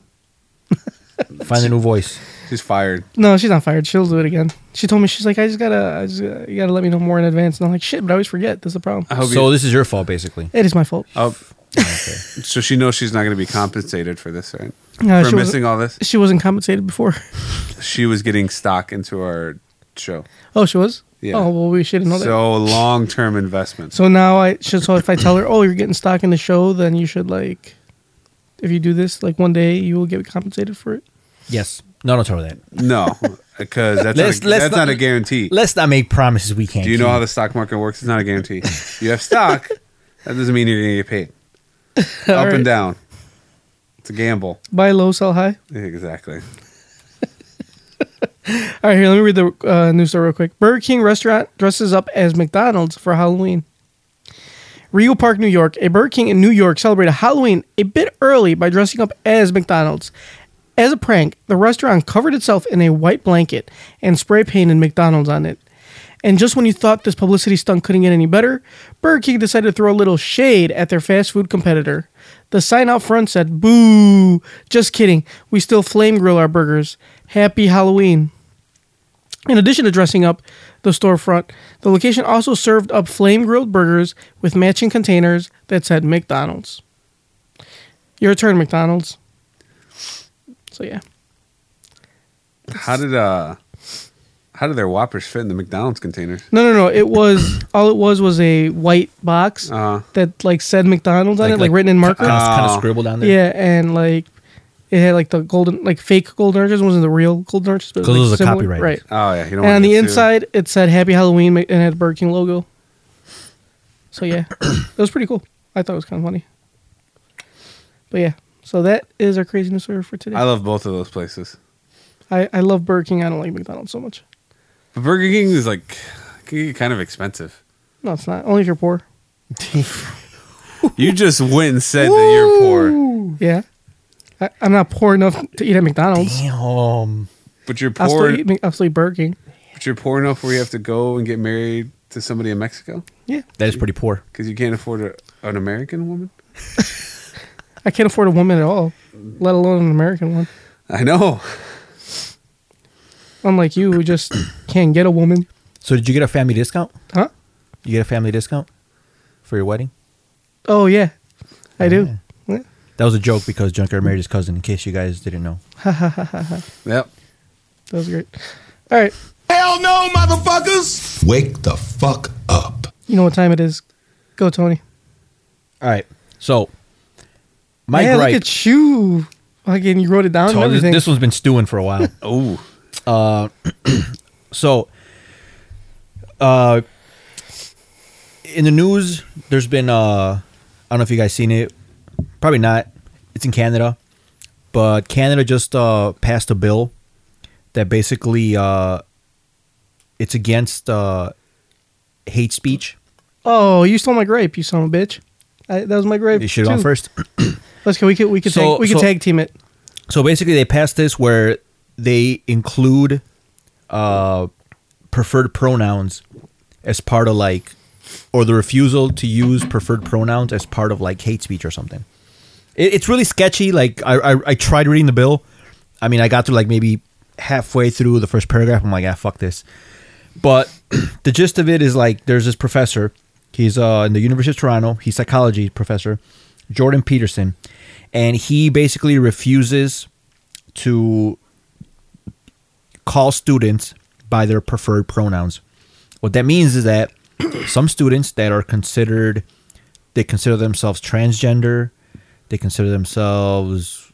Find a new voice.
She's fired.
No, she's not fired. She'll do it again. She told me she's like, "I just gotta, I just, gotta- you gotta let me know more in advance." And I'm like, "Shit," but I always forget. That's the problem.
I hope
So
you,
this is your fault, basically.
It is my fault.
oh,
Okay.
so she knows she's not going to be compensated for this, right?
No,
for
Uh, she was-
missing all this,
She wasn't compensated before. <laughs>
she was getting stock into our show.
Oh, she was.
Yeah.
Oh well, we should not know that.
So long term investment.
So now I should. So if I tell her, "Oh, you're getting stock in the show," then you should like, if you do this, like one day you will get compensated for it. <laughs>
yes. No, don't tell her that.
no, because that's
Let's-
not a,
let's
that's
not-
not, a guarantee.
Let's not make promises we can't.
Do you know
keep.
how the stock market works? It's not a guarantee. you
<laughs>
have stock, that doesn't mean you're going to get paid. Up
right.
and down. It's a gamble.
Buy low, sell high.
Exactly.
All right, here. Let me read the uh, news story real quick. Burger King restaurant dresses up as McDonald's for Halloween. Rio Park, New York. A Burger King in New York celebrated Halloween a bit early by dressing up as McDonald's. As a prank, the restaurant covered itself in a white blanket and spray painted McDonald's on it. And just when you thought this publicity stunt couldn't get any better, Burger King decided to throw a little shade at their fast food competitor. The sign out front said, Boo! Just kidding. We still flame grill our burgers. Happy Halloween. In addition to dressing up the storefront, the location also served up flame grilled burgers with matching containers that said McDonald's. Your turn, McDonald's. So yeah,
How did uh how did their whoppers fit in the McDonald's containers?
no, no, no. It was <coughs> all it was was a white box
Uh-huh.
that like said McDonald's on it, like, written in marker.
Kind of, kind of
Oh.
scribbled down there.
yeah, and like it had like the golden, like fake golden arches. It wasn't the real golden arches, but
'Cause
like,
those are
similar-
copyrighted.
right?
Oh yeah, you don't
And
wanna
on the
get sued.
inside, it said Happy Halloween and it had the Burger King logo. So
<coughs>
yeah, it was pretty cool. I thought it was kind of funny. But yeah, so that is our crazy news story for today.
I love both of those places.
I, I love Burger King. I don't like McDonald's so much.
But Burger King is like can get kind of expensive.
No, it's not. Only if you're poor.
You just went and said that you're poor.
Yeah, I, I'm not poor enough to eat at McDonald's.
Damn.
But you're
I'll still
poor
eat. Mc- I'll still eat Burger King.
but you're poor enough where you have to go and get married to somebody in Mexico?
Yeah,
That is pretty poor.
Because you can't afford a, an American woman?
I can't afford a woman at all, let alone an American one.
I know. <laughs>
Unlike you, who just <coughs> can't get a woman,
So did you get a family discount?
huh?
You get a family discount for your wedding?
Oh yeah, I do. Yeah.
That was a joke because Junkyard married his cousin. In case you guys didn't know.
Yep.
That was great. All right.
Wake the fuck up.
You know what time it is. Go, Tony.
All right. So Mike
Man,
Wright.
look at you. Again, you wrote it down. and
Tony, this,
everything.
this one's been stewing for a while. Uh,
Oh.
<clears throat> So, uh, in the news, there's been uh, I don't know if you guys seen it, probably not. It's in Canada, but Canada just uh, passed a bill that basically uh, it's against uh, hate speech.
oh, you stole my grape, you son of a bitch. I, that was my grape.
You should
too.
on first.
Let's go. We could we could
So-
tag, we could
so-
tag team it.
So basically, they passed this where they include uh, preferred pronouns as part of like, or the refusal to use preferred pronouns as part of like hate speech or something. It, it's really sketchy. Like I, I, I tried reading the bill. I mean, I got through like maybe halfway through the first paragraph. I'm like, ah, fuck this. But <clears throat> the gist of it is like, there's this professor. He's uh, in the University of Toronto. He's psychology professor, Jordan Peterson, and he basically refuses to call students by their preferred pronouns. What that means is that <coughs> some students that are considered, they consider themselves transgender, they consider themselves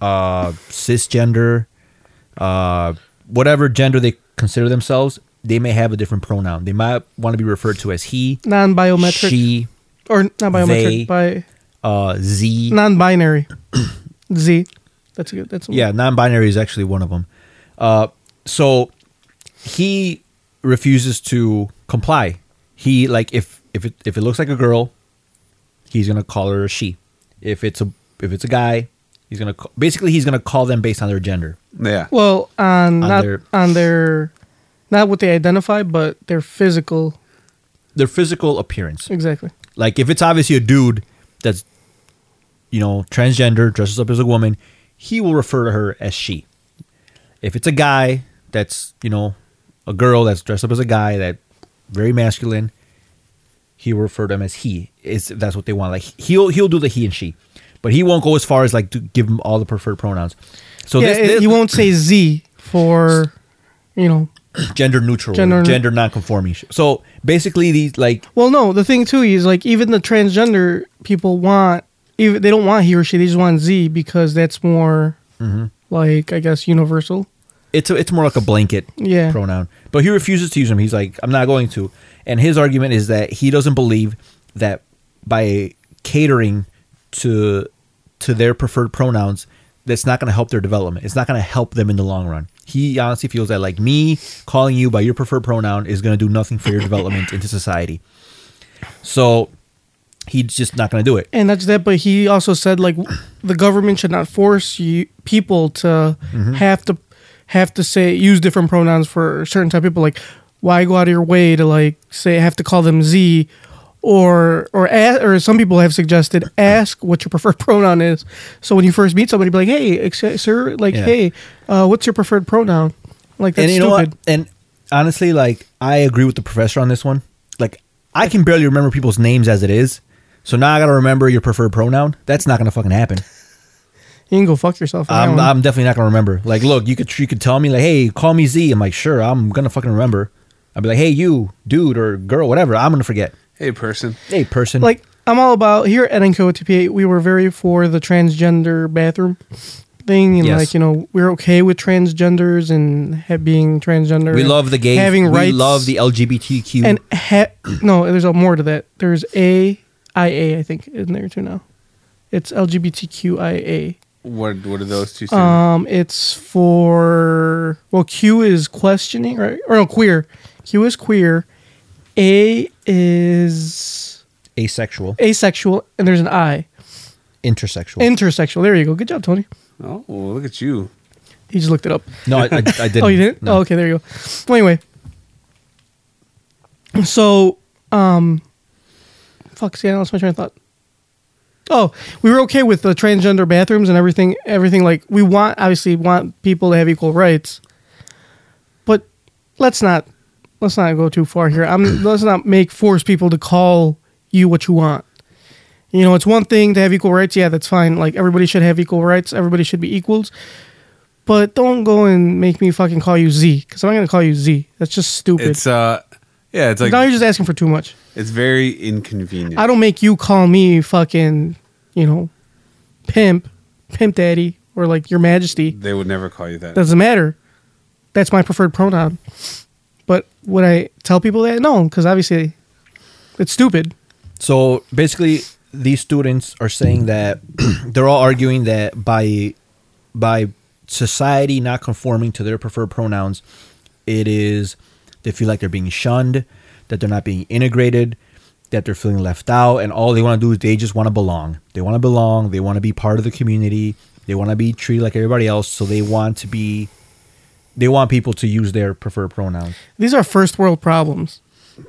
uh, cisgender, uh, whatever gender they consider themselves, they may have a different pronoun. They might want to be referred to as he,
Non biometric
she,
or not biometric
they-
by
uh, z.
non
<clears throat>
binary. Z. That's a good that's a
Yeah, non-binary is actually one of them. Uh, so he refuses to comply. He like if if it, if it looks like a girl, he's gonna call her a she. If it's a if it's a guy, he's gonna call, basically he's gonna call them based on their gender.
Yeah.
Well on
On
not
their-
on their Not what they identify, but their physical.
Their physical appearance.
Exactly.
Like if it's obviously a dude that's you know transgender, dresses up as a woman, he will refer to her as she. If it's a guy that's you know a girl that's dressed up as a guy that very masculine, he will refer to them as he. Is that's what they want? Like he'll he'll do the he and she, but he won't go as far as like to give him all the preferred pronouns. So
yeah,
this,
it-
this
you won't say Z for, you know.
gender neutral,
Gender-
gender, non-conforming. sh- So basically, these like
Well, no. The thing too is like even the transgender people want even they don't want he or she. They just want Z because that's more like I guess universal.
it's a, it's more like a blanket
Yeah.
pronoun. But he refuses to use them. He's like, I'm not going to. And his argument is that he doesn't believe that by catering to to their preferred pronouns, that's not going to help their development. It's not going to help them in the long run. He honestly feels that like me calling you by your preferred pronoun is going to do nothing for your development into society. So he's just not going to do it.
And that's that. But he also said like the government should not force you people to
Mm-hmm.
have to have to say use different pronouns for certain type of people. Like why go out of your way to like say have to call them Z. Or or a- or some people have suggested ask what your preferred <laughs> pronoun is. So when you first meet somebody, be like, "Hey, ex- sir, like,
Yeah.
hey, uh, what's your preferred pronoun?" Like that's
and you know
stupid.
what? And honestly, like I agree with the professor on this one. Like I can barely remember people's names as it is, so now I gotta remember your preferred pronoun. That's not gonna fucking happen.
You can go fuck yourself. on that
I'm,
one.
I'm definitely not gonna remember. Like, look, you could you could tell me like, hey, call me Z. I'm like, sure, I'm gonna fucking remember. I'd be like, hey, you, dude or girl, whatever. I'm gonna forget.
Hey, person.
Hey, person.
like I'm all about here at Enco TPA. We were very for the transgender bathroom thing, and
Yes.
like you know, we're okay with transgenders and ha- being transgender.
we
and
love the gays.
uh, having
we
rights.
love the LGBTQ.
and ha- no, there's a more to that. There's a I A I think in there too now. It's LGBTQIA.
What What are those two? Uh,
Um, it's for well, Q is questioning, right? Or no, queer. Q is queer. A is
asexual,
asexual, and there's an I.
intersexual.
Intersexual. There you go. Good job, Tony.
oh, well, look at you.
He just looked it up.
no, I, I, I didn't.
<laughs> Oh, you didn't?
No.
Oh, okay, there you go. Well, anyway, so um, fuck. See, I lost my train of thought. Oh, we were okay with the transgender bathrooms and everything. Everything like we want, obviously, want people to have equal rights. But let's not let's not go too far here.
<clears throat>
I'm let's not make force people to call you what you want. You know, it's one thing to have equal rights. Yeah, that's fine. Like everybody should have equal rights. Everybody should be equals. But don't go and make me fucking call you Z because I'm not gonna call you Z. That's just stupid.
It's uh, yeah. It's like
now you're just asking for too much.
it's very inconvenient.
I don't make you call me fucking, you know, pimp, pimp daddy, or like your majesty.
They would never call you that.
Doesn't matter. That's my preferred pronoun. But would I tell people that? No, because obviously it's stupid.
So basically, these students are saying that <clears throat> they're all arguing that by by society not conforming to their preferred pronouns, it is they feel like they're being shunned, that they're not being integrated, that they're feeling left out, and all they want to do is they just want to belong. They want to belong. They want to be part of the community. They want to be treated like everybody else. So they want to be. They want people to use their preferred pronouns
These are first world problems.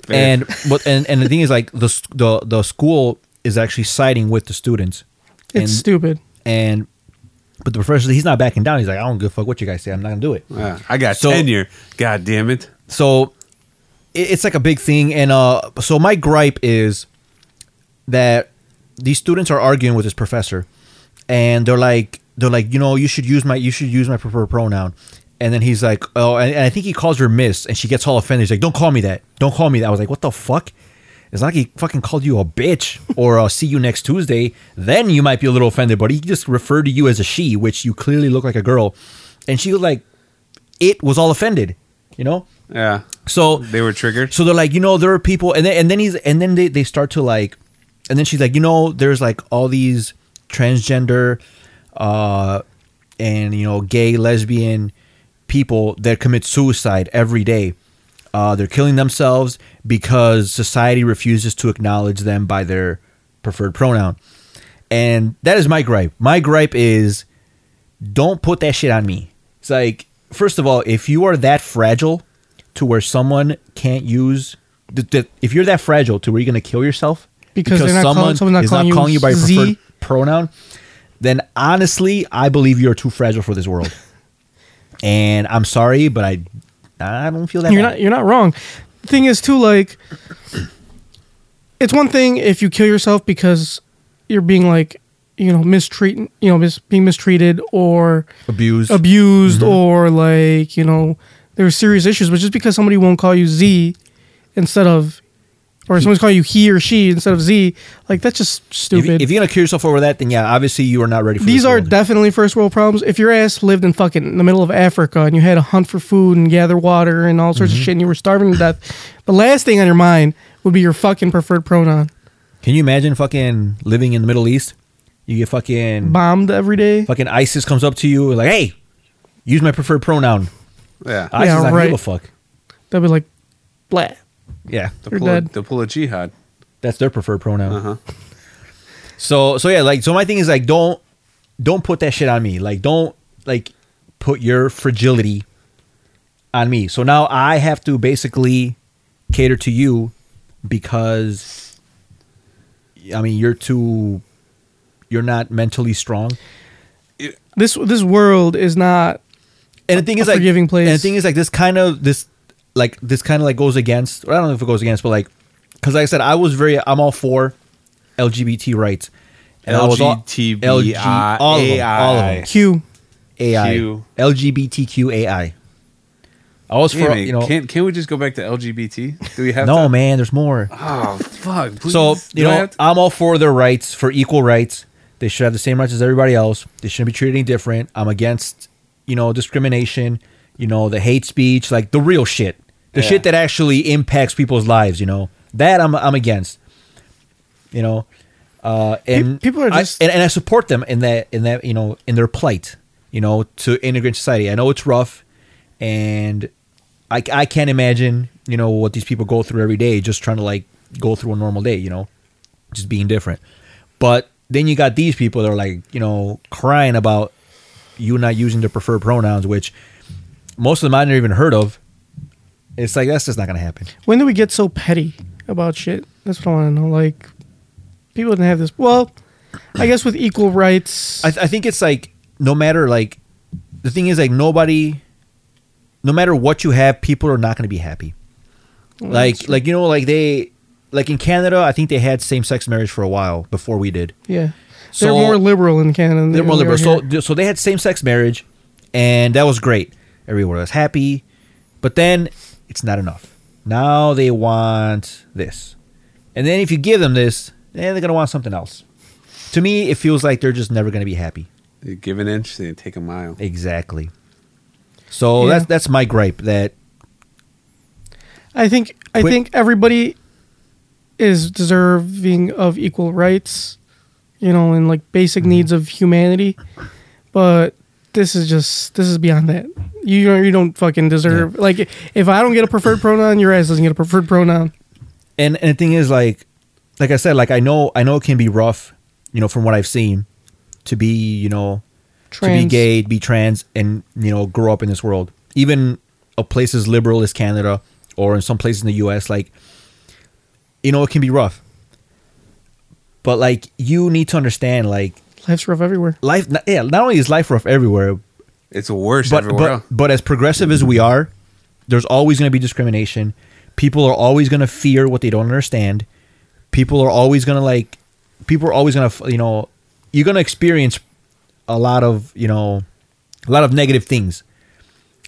Fair.
and but and, and the thing is like the s- the the school is actually siding with the students
It's
and,
stupid.
and but the professor he's not backing down he's like i don't give a fuck what you guys say i'm not gonna do it
Yeah, I got
So-
tenure. God damn it.
so it, it's like a big thing and uh so my gripe is that these students are arguing with this professor and they're like they're like you know you should use my you should use my preferred pronoun and then he's like oh and, and i think he calls her miss and she gets all offended he's like don't call me that don't call me that i was like what the fuck it's not like he fucking called you a bitch or uh, see you next Tuesday. Then you might be a little offended, but he just referred to you as a she, which you clearly look like a girl. And she was like, it was all offended, you know?
Yeah.
So
They were triggered.
so they're like, you know, there are people, and then and then he's and then they they start to like, and then she's like, you know, there's like all these transgender, uh, and you know, gay, lesbian people that commit suicide every day. Uh, they're killing themselves because society refuses to acknowledge them by their preferred pronoun, and that is my gripe. My gripe is don't put that shit on me. It's like, first of all, if you are that fragile, to where someone can't use. th- th- if you're that fragile to where you're gonna kill yourself
Because they're not calling-
someone
someone's not
is
calling you
not calling you by your
Z.
preferred pronoun, then honestly, I believe you are too fragile for this world. and I'm sorry, but I, I don't feel that.
you're
bad.
not you're not wrong. Thing is too like it's one thing if you kill yourself because you're being like you know mistreating you know mis- being mistreated or
abused.
abused
Mm-hmm.
or like you know there are serious issues but just because somebody won't call you z instead of or someone's calling you he or she instead of z like that's just
if,
stupid
if you're gonna kill yourself over that, then yeah, obviously you are not ready for
these
this
are
world.
definitely first world problems if your ass lived in fucking in the middle of africa and you had to hunt for food and gather water and all
Mm-hmm.
sorts of shit and you were starving to death the last thing on your mind would be your fucking preferred pronoun
Can you imagine fucking living in the Middle East? You get fucking
bombed every day
fucking ISIS comes up to you like, hey, use my preferred pronoun.
Yeah.
ISIS
Yeah,
yeah, not
right.
give a fuck.
that'd be like blah
Yeah,
The
You're
pull, of,
dead.
the pull of jihad.
that's their preferred pronoun. So so yeah, like so my thing is like don't don't put that shit on me. Like don't like put your fragility on me. So now I have to basically cater to you because I mean you're too you're not mentally strong.
this this world is not
and the thing
a
is like
forgiving place.
And the thing is like this kind of this like this kind of like goes against. Or I don't know if it goes against, but like because like I said, I was very I'm all for LGBT rights. And I was all-
LGBTI,
LG all of them, all of them.
q
AI,
Q.
LGBTQAI. I was
Hey,
for
man,
you know
can't, can't we just go back to LGBT? Do we have
no
to?
man. There's more.
Oh, fuck. Please.
So
Do
you
I
know,
have to-
I'm all for their rights, for equal rights. They should have the same rights as everybody else. They shouldn't be treated any different. I'm against, you know, discrimination. You know, the hate speech, like the real shit, the
Yeah.
shit that actually impacts people's lives. You know, that I'm I'm against. You know, uh, and
Pe- people are
I-
just-
and, and I support them in that in that you know in their plight. You know, to immigrant society. I know it's rough, and I, I can't imagine you know what these people go through every day just trying to like go through a normal day you know just being different but then you got these people that are like you know crying about you not using their preferred pronouns which most of them i never even heard of it's like that's just not gonna happen
when do we get so petty about shit? That's what I want to know. Like, people didn't have this. Well, I guess with equal rights,
I, th- I think it's like no matter like the thing is like nobody no matter what you have people are not going to be happy like like you know like they like in canada i think they had same-sex marriage for a while before we did
yeah,
so-
they're more liberal in Canada. Than
they're more
we are
liberal so
here.
th- so they had same-sex marriage and that was great everyone was happy but then it's not enough now they want this and then if you give them this then they're going to want something else to me it feels like they're just never going to be happy
give an inch, they take a mile.
Exactly. So
Yeah.
that's that's my gripe that
I think I
Quick-
think everybody is deserving of equal rights, you know, and like
Mm-hmm.
basic needs of humanity. But this is just this is beyond that. You don't you don't fucking deserve like if I don't get a preferred pronoun, your ass doesn't get a preferred pronoun.
and and the thing is like like I said like I know I know it can be rough, you know, from what I've seen to be, you know, to be
Trans.
gay, be trans and you know, grow up in this world. Even a place as liberal as Canada or in some places in the US like you know, it can be rough. But like you need to understand like
Life's rough everywhere.
life yeah, not only is life rough everywhere,
It's worse
but
everywhere
but,
else.
but as progressive as we are, there's always going to be discrimination. People are always going to fear what they don't understand. People are always going to like. People are always going to you know. You're going to experience a lot of you know, a lot of negative things.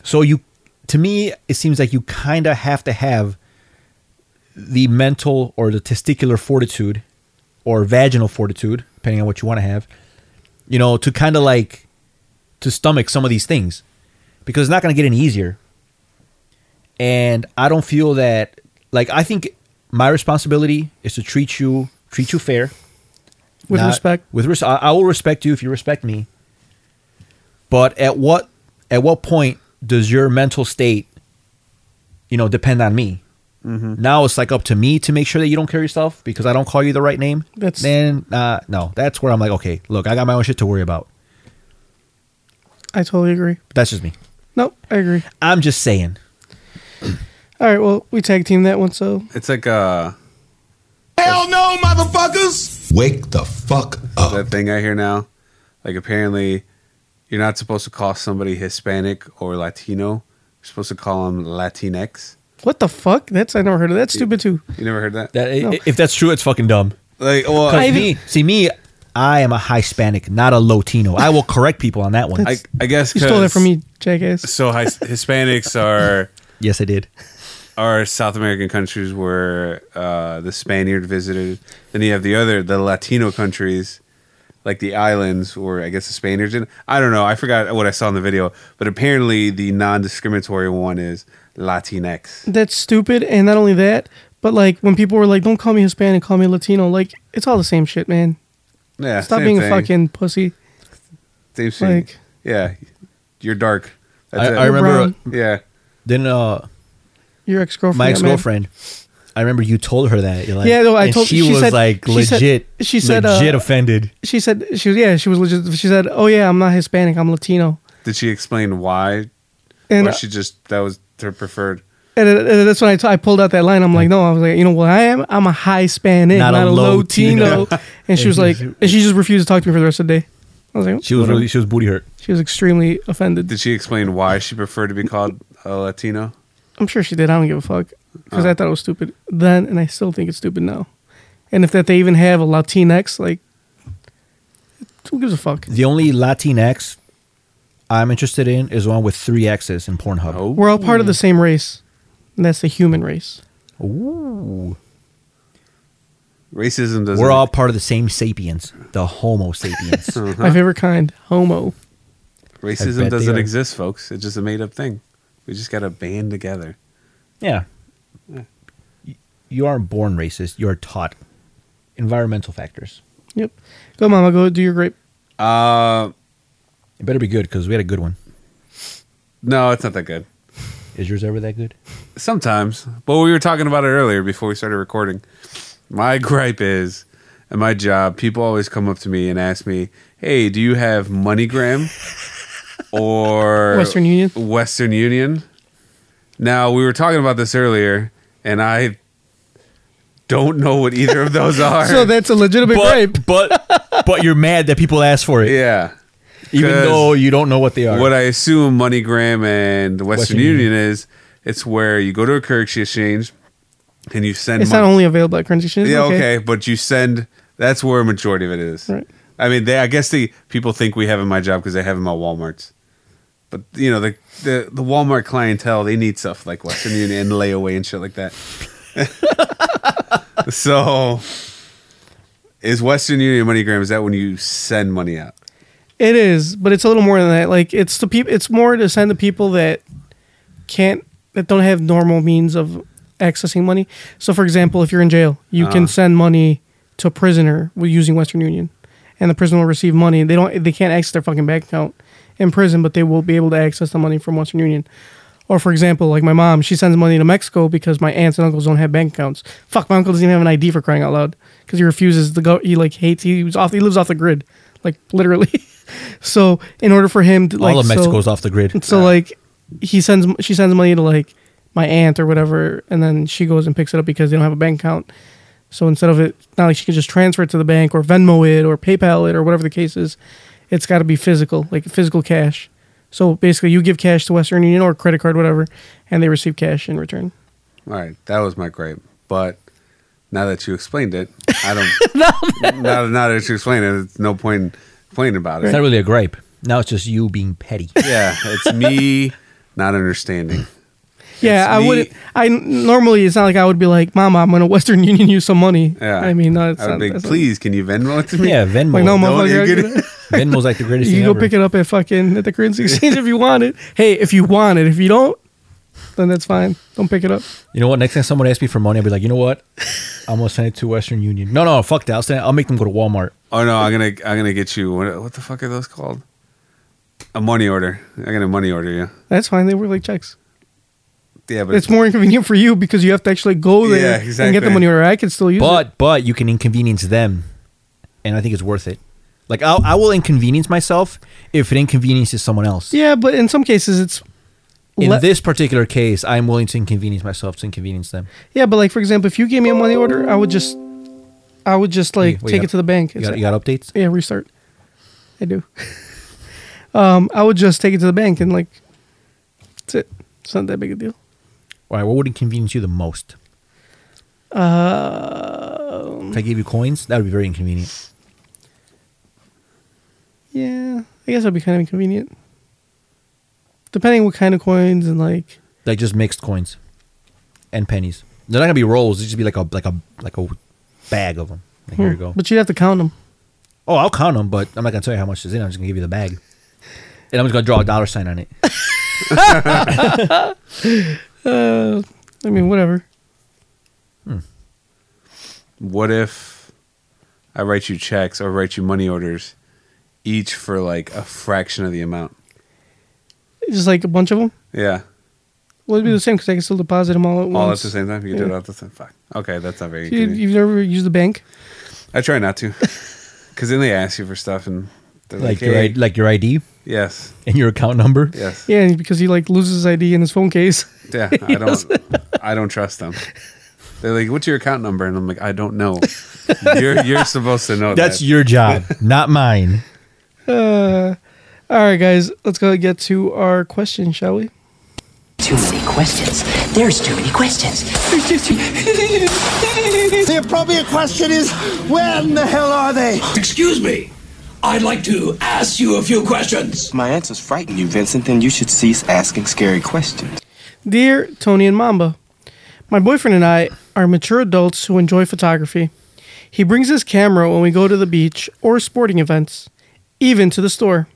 So you, to me, it seems like you kind of have to have the mental or the testicular fortitude or vaginal fortitude, depending on what you want to have, you know, to kind of like to stomach some of these things because it's not going to get any easier. And I don't feel that like I think my responsibility is to treat you treat you fair
With
not-
respect.
With res- I, I will respect you if you respect me. But at what at what point does your mental state, you know, depend on me?
Mm-hmm.
Now it's like up to me to make sure that you don't kill yourself because I don't call you the right name.
That's-
then uh, no, that's where I'm like, okay, look, I got my own shit to worry about.
I totally agree.
That's just me.
Nope, I agree.
I'm just saying.
All right, well, we tag team that one, so
It's like uh,
Hell no, motherfuckers! Wake the fuck
that
Oh.
up.
thing I hear now. Like apparently, you're not supposed to call somebody Hispanic or Latino. You're supposed to call them Latinx.
what the fuck? That's I never heard of that. Stupid too.
You never heard that?
That i-
No.
if that's true, it's fucking dumb.
Like, well,
Cause
I,
me, Uh, see me, I am a Hispanic, not a Latino. I will correct people on that one.
I, I guess
You stole that
'cause-
from me, jackass.
So hi- Hispanics are
yes, I did.
are South American countries where uh, the Spaniard visited. Then you have the other the Latino countries, like the islands, where I guess the Spaniards did. I don't know. I forgot what I saw in the video, but apparently the non-discriminatory one is Latinx.
That's stupid, and not only that, but like when people were like, "Don't call me Hispanic, call me Latino," like it's all the same shit, man.
Yeah,
Stop
same
being a
thing.
fucking pussy.
Same thing.
like-
yeah, you're dark. That's
I, I
it.
remember
Brown.
yeah,
then uh,
Your ex girlfriend.
my ex girlfriend. I remember you told her that. You're like,
Yeah, no, I
and
told-
she,
she
was
said-
like
she said-
legit.
she said, uh,
legit offended.
She said she was yeah she was legit. She said, "Oh yeah, I'm not Hispanic, I'm Latino."
Did she explain why?
And
or she just that was her preferred.
And, uh, uh, that's when I t- I pulled out that line. I'm like, no, I was like, you know what I am? I'm a Hispanic,
Not
not, a
a
Latino.
Latino.
and she was like, and she just refused to talk to me for the rest of the day. I was like,
She was really, she was booty hurt.
she was extremely offended.
Did she explain why she preferred to be called a Latino?
I'm sure she did. I don't give a fuck
Uh.
because I thought it was stupid then, and I still think it's stupid now. And if that they even have a Latinx, like, who gives a fuck?
The only Latinx I'm interested in is one with three X's in Pornhub.
Oh.
We're all part of the same race, and that's the human race.
Racism doesn't.
We're all part of the same sapiens, the Homo
<laughs>
sapiens.
My favorite kind, Homo.
I
uh-huh. Racism
bet
doesn't
they are.
exist, folks. It's just a made up thing. We just got to band together.
yeah. Y- You aren't born racist, you're taught. Environmental factors.
Yep. Go, mama. Go do your grape.
Uh,
It better be good because we had a good one.
no, it's not that good.
Is yours ever that good?
Sometimes, but we were talking about it earlier before we started recording. My <laughs> gripe is, at my job, people always come up to me and ask me, "Hey, do you have MoneyGram or
Western Union?
Western Union?" Now we were talking about this earlier, and I don't know what either
<laughs>
of those are.
So that's a legitimate grape.
but but you're mad that people ask for it,
yeah.
even
'cause-
though you don't know what they are.
What I assume MoneyGram and the Western,
Western
Union, is, it's where you go to a currency exchange and you send.
It's
mon-
not only available at currency exchange.
yeah, okay. but you send. That's where a majority of it is.
Right.
I mean, they. I guess the people think we have in my job because they have in my WalMarts. But you know the, the the Walmart clientele, they need stuff like Western Union and layaway and shit like that. <laughs> so, is Western Union MoneyGram? Is that when you send money out?
It is, but it's a little more than that. Like it's the people. It's more to send the people that can't that don't have normal means of accessing money. So, for example, if you're in jail, you
Ah.
can send money to a prisoner with- using Western Union, and the prisoner will receive money. They don't. They can't access their fucking bank account in prison, but they will be able to access the money from Western Union. Or for example, like my mom, she sends money to Mexico because my aunts and uncles don't have bank accounts. Fuck, my uncle doesn't even have an ID for crying out loud because he refuses to go. He like hates. He was off. He lives off the grid, like literally. <laughs> so in order for him, to, like
All of
so-
Mexico's off the grid.
so like he sends she sends money to like my aunt or whatever, and then she goes and picks it up because they don't have a bank account. So instead of it, not like she can just transfer it to the bank or Venmo it or PayPal it or whatever the case is. It's got to be physical, like physical cash. So basically, you give cash to Western Union or credit card, whatever, and they receive cash in return.
All right, that was my gripe. But now that you explained it, I don't. now, now that you explained it, it's no point in complaining about it.
it's not really a gripe. Now it's just you being
<laughs>
petty.
Yeah, it's me not understanding.
Yeah, I
me-
wouldn't. I normally it's not like I would be like, "Mama, I'm gonna Western <laughs> Union you some money."
Yeah,
I mean, no, it's
I would
not.
be,
that's not-
please, can you Venmo it to me?
yeah, Venmo.
Like no,
No,
motherfucker,
you're
I
good.
get it.
Venmo's like the greatest
You
thing
can go
ever.
pick it up at fucking at the currency <laughs> exchange if you want it. Hey, if you want it, if you don't, then that's fine. Don't pick it up.
You know what? Next time someone asks me for money, I'll be like, you know what? I'm gonna send it to Western Union. No, no, fuck that. I'll send. I'll make them go to Walmart.
Oh no, I'm gonna I'm gonna get you. What, what the fuck are those called? A money order. I'm gonna money order you.
That's fine. They work like checks.
Yeah, but
It's more inconvenient for you because you have to actually go there
Yeah,
and get
exactly.
the money. Or I can still use it.
But but you can inconvenience them, and I think it's worth it. Like I'll, I will inconvenience myself if it inconveniences someone else.
Yeah, but in some cases, it's
in
let-
this particular case, I'm willing to inconvenience myself to inconvenience them.
Yeah, but like for example, if you gave me a money order, I would just, I would just like
Wait, you
take
got-
it to the bank.
You
It's
got,
like-
you got updates?
yeah, restart. I do. <laughs> um, I would just take it to the bank and like, that's it. It's not that big a deal.
All right, what would inconvenience you the most?
Uh,
If I gave you coins, that would be very inconvenient.
yeah, I guess that'd be kind of inconvenient. Depending what kind of coins and like,
Like just mixed coins and pennies. They're not gonna be rolls. It'd just be like a like a like a bag of them. Like, here you go.
but you'd have to count them.
Oh, I'll count them, but I'm not gonna tell you how much is in. I'm just gonna give you the bag, and I'm just gonna draw a dollar sign on <laughs> it.
Uh, I mean, whatever.
What if I write you checks or write you money orders, each for like a fraction of the amount?
Just like a bunch of them.
Yeah,
Well, it'd be the same because I can still deposit them all at once.
all at the same time. You do it
Yeah.
all at the same. Fuck. Okay, that's not very.
You,
Convenient.
you've never used the bank.
I try not to, because then they ask you for stuff and they're like,
like your
"Hey,
I- like your ID
yes,
and your account number.
yes,
Yeah, and because he like loses his ID in his phone case. <laughs>
yeah. I don't, I don't trust them. They're like, "What's your account number?" And I'm like, "I don't know." you're you're supposed to know.
That's
that.
your <laughs> job, not mine.
Uh, all right, guys, let's go get to our question, shall we?
Too many questions. There's too many questions. There's just too
The appropriate question is, where in the hell are they?
Excuse me. I'd like to ask you a few questions.
If my answers frighten you, Vincent, then you should cease asking scary questions.
Dear Tony and Mamba, my boyfriend and I are mature adults who enjoy photography. He brings his camera when we go to the beach or sporting events, even to the store.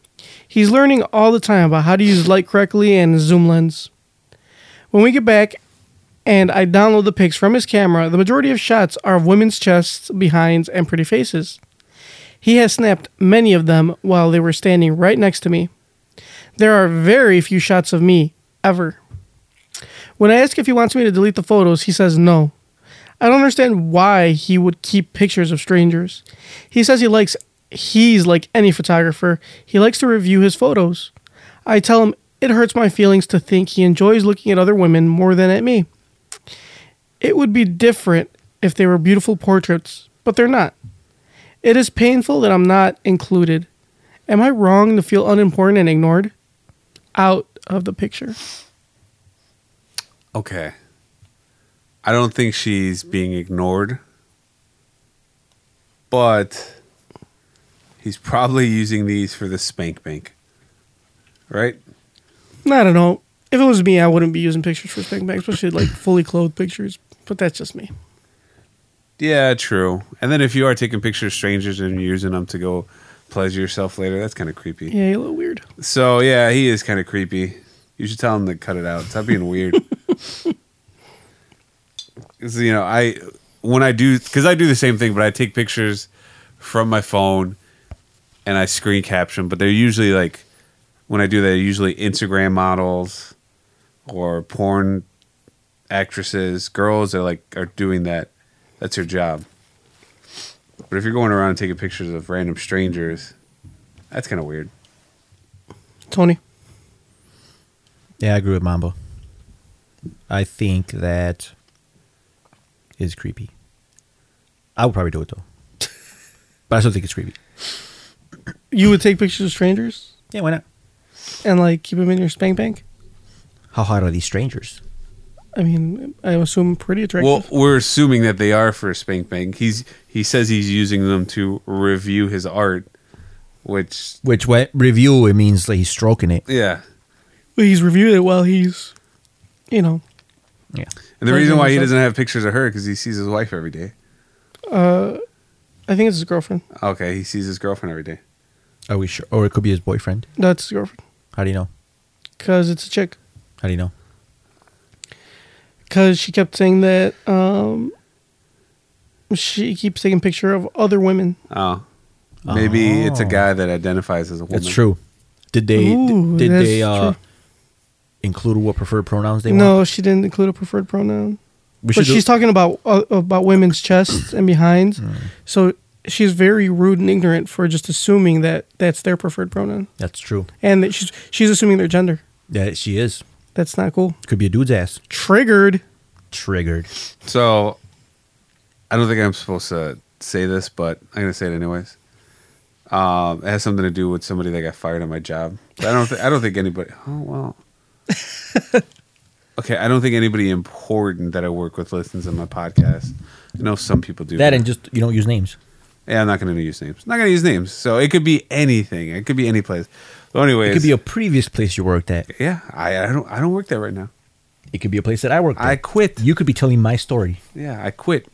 He's learning all the time about how to use light correctly and his zoom lens. When we get back and I download the pics from his camera, the majority of shots are of women's chests, behinds, and pretty faces. He has snapped many of them while they were standing right next to me. There are very few shots of me ever. When I ask if he wants me to delete the photos, he says no. I don't understand why he would keep pictures of strangers. He says he likes he's like any photographer. He likes to review his photos. I tell him it hurts my feelings to think he enjoys looking at other women more than at me. It would be different if they were beautiful portraits, but they're not. It is painful that I'm not included. Am I wrong to feel unimportant and ignored? Out of the picture.
okay. I don't think she's being ignored, but he's probably using these for the spank bank, right?
I don't know. If it was me, I wouldn't be using pictures for spank bank, especially like fully clothed pictures. But that's just me.
Yeah, true. And then if you are taking pictures of strangers and you're using them to go pleasure yourself later, that's kind of creepy.
Yeah, you look weird.
So yeah, he is kind of creepy. You should tell him to cut it out. Stop being weird. 'Cause, you know, I when I do because I do the same thing, but I take pictures from my phone and I screen caption. But they're usually like when I do that, they're usually Instagram models or porn actresses, girls that like are doing that. That's their job. But if you're going around and taking pictures of random strangers, that's kind of weird.
Tony,
Yeah, I agree with Mambo. I think that is creepy. I would probably do <laughs> it though, but I still think it's creepy.
you would take pictures of strangers
Yeah, why not?
and like keep them in your spank bank.
How hot are these strangers?
I mean, I assume pretty
<laughs>
attractive.
Well, we're assuming that they are for Spank Bank. He's he says he's using them to review his art, which
Which way, review it means like he's stroking it.
yeah.
But he's reviewed it while he's, you know,
Yeah,
And the
Right,
reason why he
yeah,
doesn't have pictures of her because he sees his wife every day.
I think it's his girlfriend.
Okay, he sees his girlfriend every day.
are we sure? Or it could be his boyfriend.
That's his girlfriend
How do you know?
because it's a chick.
How do you know?
Because she kept saying that um, she keeps taking picture of other women.
Oh, maybe it's a guy that identifies as a woman.
Oh. That's true. Did they
Ooh,
did
that's
they uh,
true.
include what preferred pronouns they
No,
want?
she didn't include a preferred pronoun.
We
but
should do-
she's talking about uh, about women's chests and
<clears throat>
behinds. So she's very rude and ignorant for just assuming that that's their preferred pronoun,
That's true.
and that she's she's assuming their gender.
Yeah, she is.
That's not cool.
Could be a dude's ass.
Triggered.
Triggered.
So, I don't think I'm supposed to say this, but I'm gonna say it anyways. Um, it has something to do with somebody that got fired on my job. But I don't. Th- I don't think anybody. Oh well.
<laughs>
okay, I don't think anybody important that I work with listens to my podcast. I know some people do.
That and just you don't use names.
yeah, I'm not gonna use names. I'm not gonna use names. So it could be anything. It could be any place. But anyways,
It could be a previous place you worked at.
yeah. I, I don't. I don't work there right now.
It could be a place that I worked at.
I quit.
You could be telling my story.
Yeah, I quit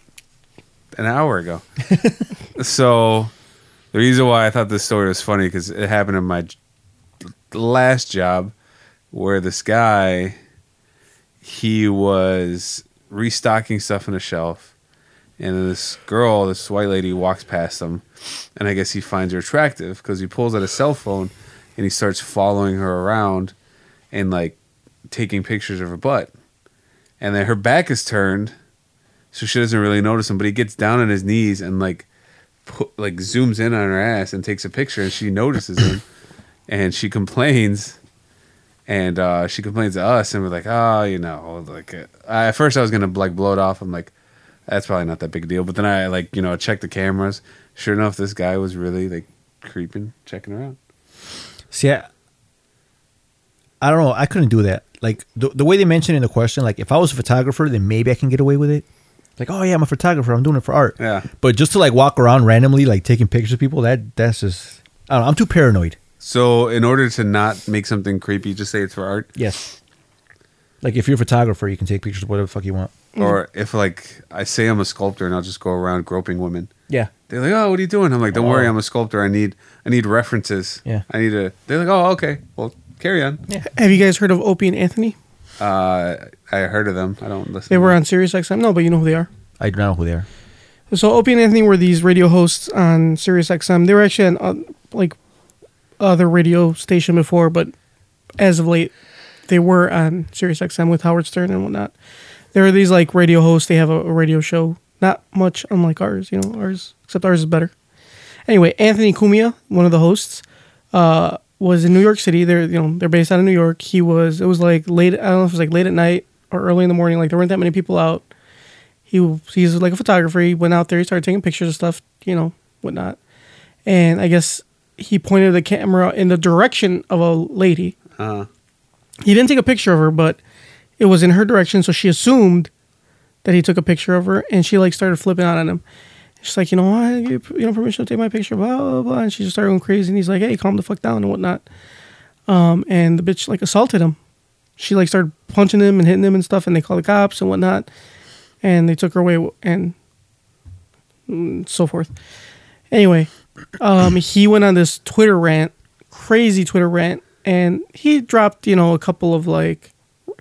an hour ago. <laughs> so the reason why I thought this story was funny because it happened in my j- last job, where this guy he was restocking stuff on a shelf, and this girl, this white lady, walks past him, and I guess he finds her attractive because he pulls out his cell phone and he starts following her around and like taking pictures of her butt. And then her back is turned, so she doesn't really notice him. But he gets down on his knees and like, put, like zooms in on her ass and takes a picture, and she notices him, and she complains, and uh, she complains to us, and we're like, oh, you know, like uh, I- at first I was gonna like blow it off. I'm like, that's probably not that big a deal. But then I like you know check the cameras. Sure enough, this guy was really like creeping, checking around.
See, I, I don't know. I couldn't do that. Like the, the way they mentioned in the question, like if I was a photographer, then maybe I can get away with it. Like, oh yeah, I'm a photographer. I'm doing it for art.
Yeah.
But just to like walk around randomly, like taking pictures of people, that that's just I don't know. I'm too paranoid.
So in order to not make something creepy, just say it's for art.
Yes. Like if you're a photographer, you can take pictures of whatever the fuck you want.
Or if like I say I'm a sculptor and I'll just go around groping women.
Yeah.
They're like, "Oh, what are you doing?" I'm like, "Don't worry, I'm a sculptor. I need I need references.
Yeah.
I need a." They're like, "Oh, okay. Well, carry on."
Have you guys heard of Opie and Anthony?
Uh, I heard of them. I don't listen.
They
to
were
them.
on Sirius XM. No, but you know who they are.
I don't know who they are.
So Opie and Anthony were these radio hosts on Sirius XM. They were actually on uh, like other radio station before, but as of late, they were on Sirius XM with Howard Stern and whatnot. There are these like radio hosts. They have a, a radio show, not much unlike ours, you know, ours except ours is better. Anyway, Anthony Cumia, one of the hosts, uh, was in New York City. They're you know they're based out of New York. He was it was like late. I don't know if it was like late at night or early in the morning. Like there weren't that many people out he he's like a photographer. He went out there, he started taking pictures of stuff, you know, whatnot. And I guess he pointed the camera in the direction of a lady. He didn't take a picture of her, but it was in her direction, so she assumed that he took a picture of her, and she like started flipping out on him. She's like, you know what, you, you know, permission to take my picture, blah blah blah, and she just started going crazy. And he's like, hey, calm the fuck down and whatnot. Um, and the bitch like assaulted him. She like started punching him and hitting him and stuff, and they called the cops and whatnot and they took her away and mm, so forth. Anyway, um, he went on this Twitter rant, crazy Twitter rant, and he dropped you know a couple of like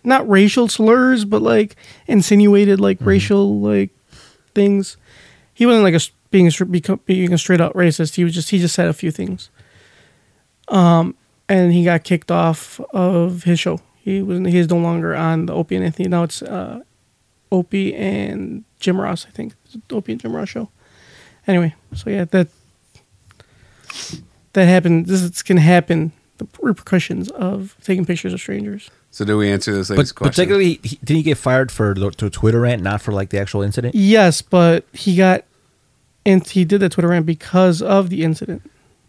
not racial slurs, but like insinuated like racial like things. He wasn't like a s- being a, str- beco- being a straight out racist. He was just he just said a few things. Um, and he got kicked off of his show. He was he is no longer on the Opie and Anthony. Now it's uh, Opie and Jim Ross, I think. It's the Opie and Jim Ross show. Anyway, so yeah, that that happened. This is- can happen. The repercussions of taking pictures of strangers.
So do we answer this
But
lady's question?
particularly, he, didn't he get fired for the, to Twitter rant, not for like the actual incident?
Yes, but he got and he did that Twitter rant because of the incident.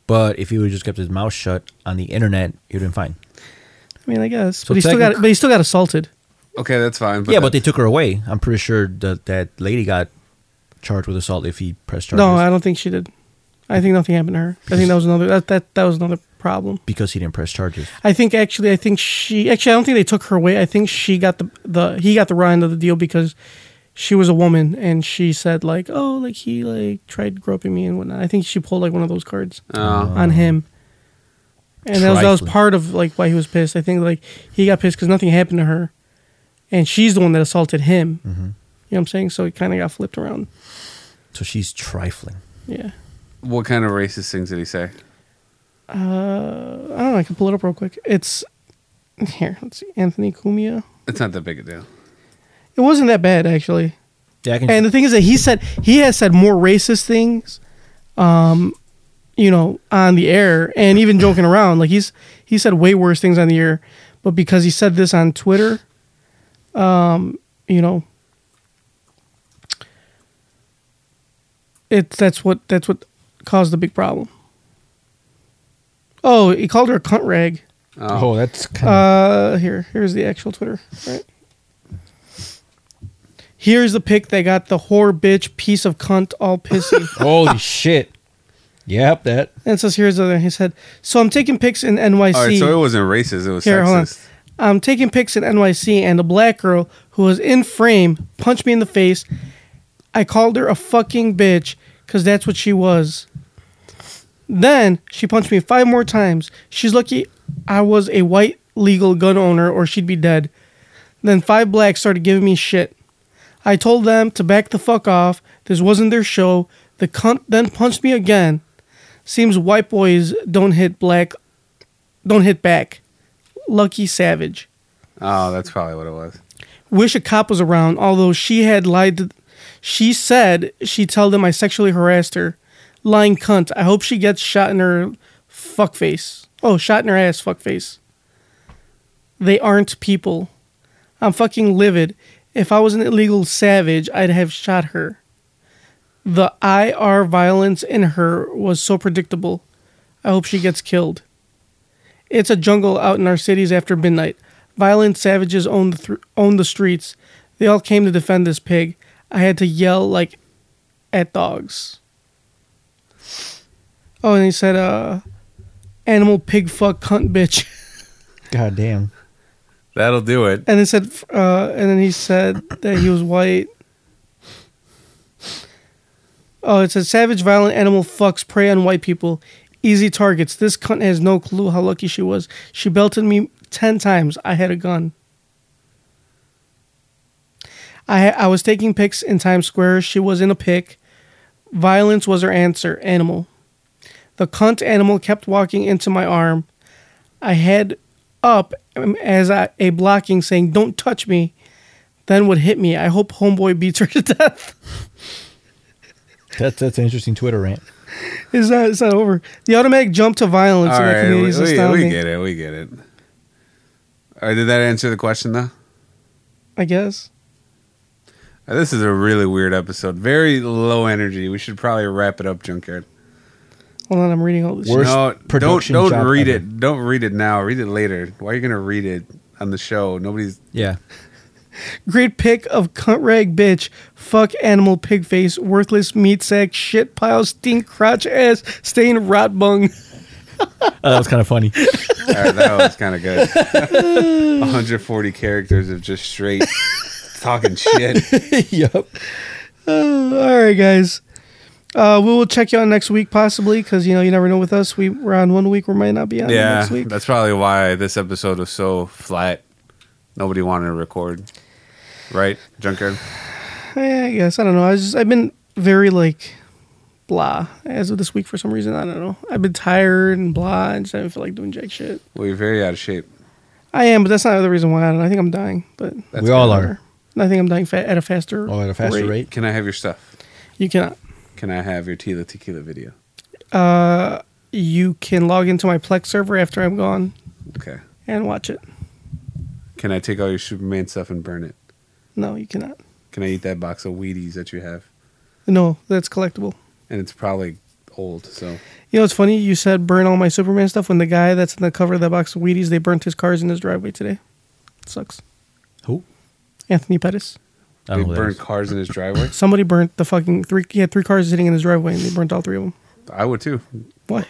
But if he would have just kept his mouth shut on the internet, he would have been fine.
I mean, I guess,
So
but he still got
technic-
but he still got assaulted.
okay, that's fine.
yeah,
that-
but they took her away. I'm pretty sure that that lady got charged with assault if he pressed charges.
No, I don't think she did. I think nothing happened to her. I think that was another that that, that was another problem.
because he didn't press charges.
I think actually, I think she actually, I don't think they took her away. I think she got the the he got the raw end of the deal because she was a woman and she said like, oh, like he like tried groping me and whatnot. I think she pulled like one of those cards on him, and that was, that was
Trifling.
part of like why he was pissed. I think like he got pissed because nothing happened to her, and she's the one that assaulted him. You know what I'm saying? So it kind of got flipped around.
So she's trifling.
Yeah,
what kind of racist things did he say?
I don't know. I can pull it up real quick. It's here. Let's see, Anthony Cumia.
It's not that big a deal.
It wasn't that bad actually.
Yeah, I can.
And the thing is that he said he has said more racist things, um, you know, on the air and even joking around. Like he's he said way worse things on the air. but because he said this on Twitter, um, you know, it that's what that's what caused the big problem. Oh, he called her a cunt rag.
Oh, that's kind of
Uh, here, here's the actual Twitter. Right. Here's the pic that got the whore, bitch, piece of cunt, all
<laughs>
pissy.
<laughs> holy shit. Yep, that.
and it says here's the other. He said, "So I'm taking pics in NYC.
All right, so it wasn't racist. It was
Here, hold on.
sexist.
I'm taking pics in NYC, and a black girl who was in frame punched me in the face. I called her a fucking bitch because that's what she was. Then she punched me five more times. She's lucky I was a white legal gun owner, or she'd be dead. Then five blacks started giving me shit. I told them to back the fuck off. This wasn't their show. The cunt then punched me again. Seems white boys don't hit black, don't hit back. Lucky Savage.
Oh, that's probably what it was.
Wish a cop was around, although she had lied to. She said she tell them I sexually harassed her. Lying cunt. I hope she gets shot in her fuck face. Oh, shot in her ass, fuck face. They aren't people. I'm fucking livid. If I was an illegal savage, I'd have shot her. The IR violence in her was so predictable. I hope she gets killed. It's a jungle out in our cities after midnight. Violent savages own the thr own the streets. They all came to defend this pig. I had to yell like at dogs. Oh, and he said, uh, "Animal, pig, fuck, cunt, bitch." <laughs>
God damn.
That'll do it.
And it said, uh, and then he said that he was white. Oh, it said savage, violent animal fucks prey on white people, easy targets. This cunt has no clue how lucky she was. She belted me ten times. I had a gun. I I was taking pics in Times Square. She was in a pic. Violence was her answer. Animal. The cunt animal kept walking into my arm. I had up um, as a, a blocking saying, Don't touch me, then would hit me. I hope Homeboy beats her <laughs> to death.
That's that's an interesting Twitter rant.
it's, not, it's not over. The automatic jump to violence
All
in that
right, we,
community is
we,
astounding.
we get it. We get it. All right, did that answer the question though?
I guess.
Uh, This is a really weird episode. Very low energy. We should probably wrap it up, Junkyard.
Hold on, I'm reading all this.
Worst
don't
production
don't
job
read
ever.
it. Don't read it now. Read it later. Why are you gonna read it on the show? Nobody's.
Yeah.
Great pick of cunt rag bitch, fuck animal pig face, worthless meat sack, shit pile, stink crotch ass, stain rot bung. <laughs>
Oh, that was kind of <laughs> funny.
All right, that was kind of good.
<laughs>
140 characters of just straight talking
<laughs>
shit.
yep.
Uh, all right, guys. Uh, we will check you out next week, possibly, because you know you never know with us. We, we're on one week, we might not be on
Yeah,
next week.
that's probably why this episode was so flat. Nobody wanted to record, right, Junkyard?
Oh, Yeah, I guess I don't know. I was just, I've been very like blah as of this week for some reason. I don't know. I've been tired and blah, and just I don't feel like doing jack shit.
Well, you're very out of shape.
I am, but that's not the reason why. I don't. know. I think I'm dying, but
we all are.
whatever. I think I'm dying fa- at a faster.
Oh, at a faster rate.
Can I have your stuff?
You cannot.
Can I have your Tila Tequila video?
You can log into my Plex server after I'm gone
Okay.
and watch it.
Can I take all your Superman stuff and burn it?
No, you cannot.
Can I eat that box of Wheaties that you have?
No, that's collectible.
And it's probably old, so
You know, it's funny. You said burn all my Superman stuff when the guy that's in the cover of that box of Wheaties, they burnt his cars in his driveway today. sucks.
Who?
Anthony Pettis.
I
they
don't know. who that
burn
is.
cars
<laughs>
in his driveway.
Somebody burnt the fucking three. He had three cars sitting in his driveway, and they burnt all three of them.
I would too.
Why?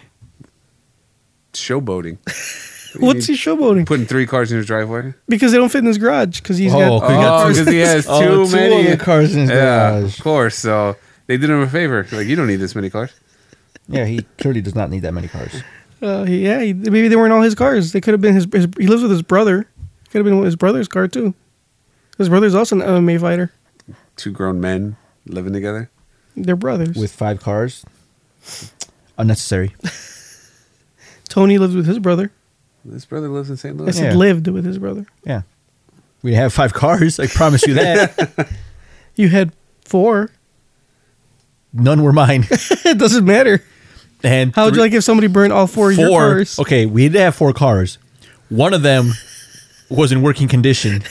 Showboating.
What's he showboating?
Putting three cars in his driveway.
Because they don't fit in his garage. Because he's
Oh,
got.
okay. got
Oh,
three-
because he has too
<laughs> Oh, two
many
other cars in his garage.
Of course. So they did him a favor. Like you don't need this many cars.
Yeah, he clearly does not need that many cars.
Uh, he- yeah, he, maybe they weren't all his cars. They could have been his, his. He lives with his brother. Could have been his brother's car too. His brother's also an MMA fighter.
Two grown men living together.
They're brothers.
With five cars, <laughs> unnecessary.
Tony lives with his brother.
This brother lives in St.
I
Louis.
said
Yeah.
lived with his brother.
Yeah, we have five cars. I promise you that. <laughs>
You had four. <laughs>
None were mine.
it doesn't matter.
And
How would you
three-
like if somebody burned all four of your cars?
Okay, we did have four cars. One of them was in working condition.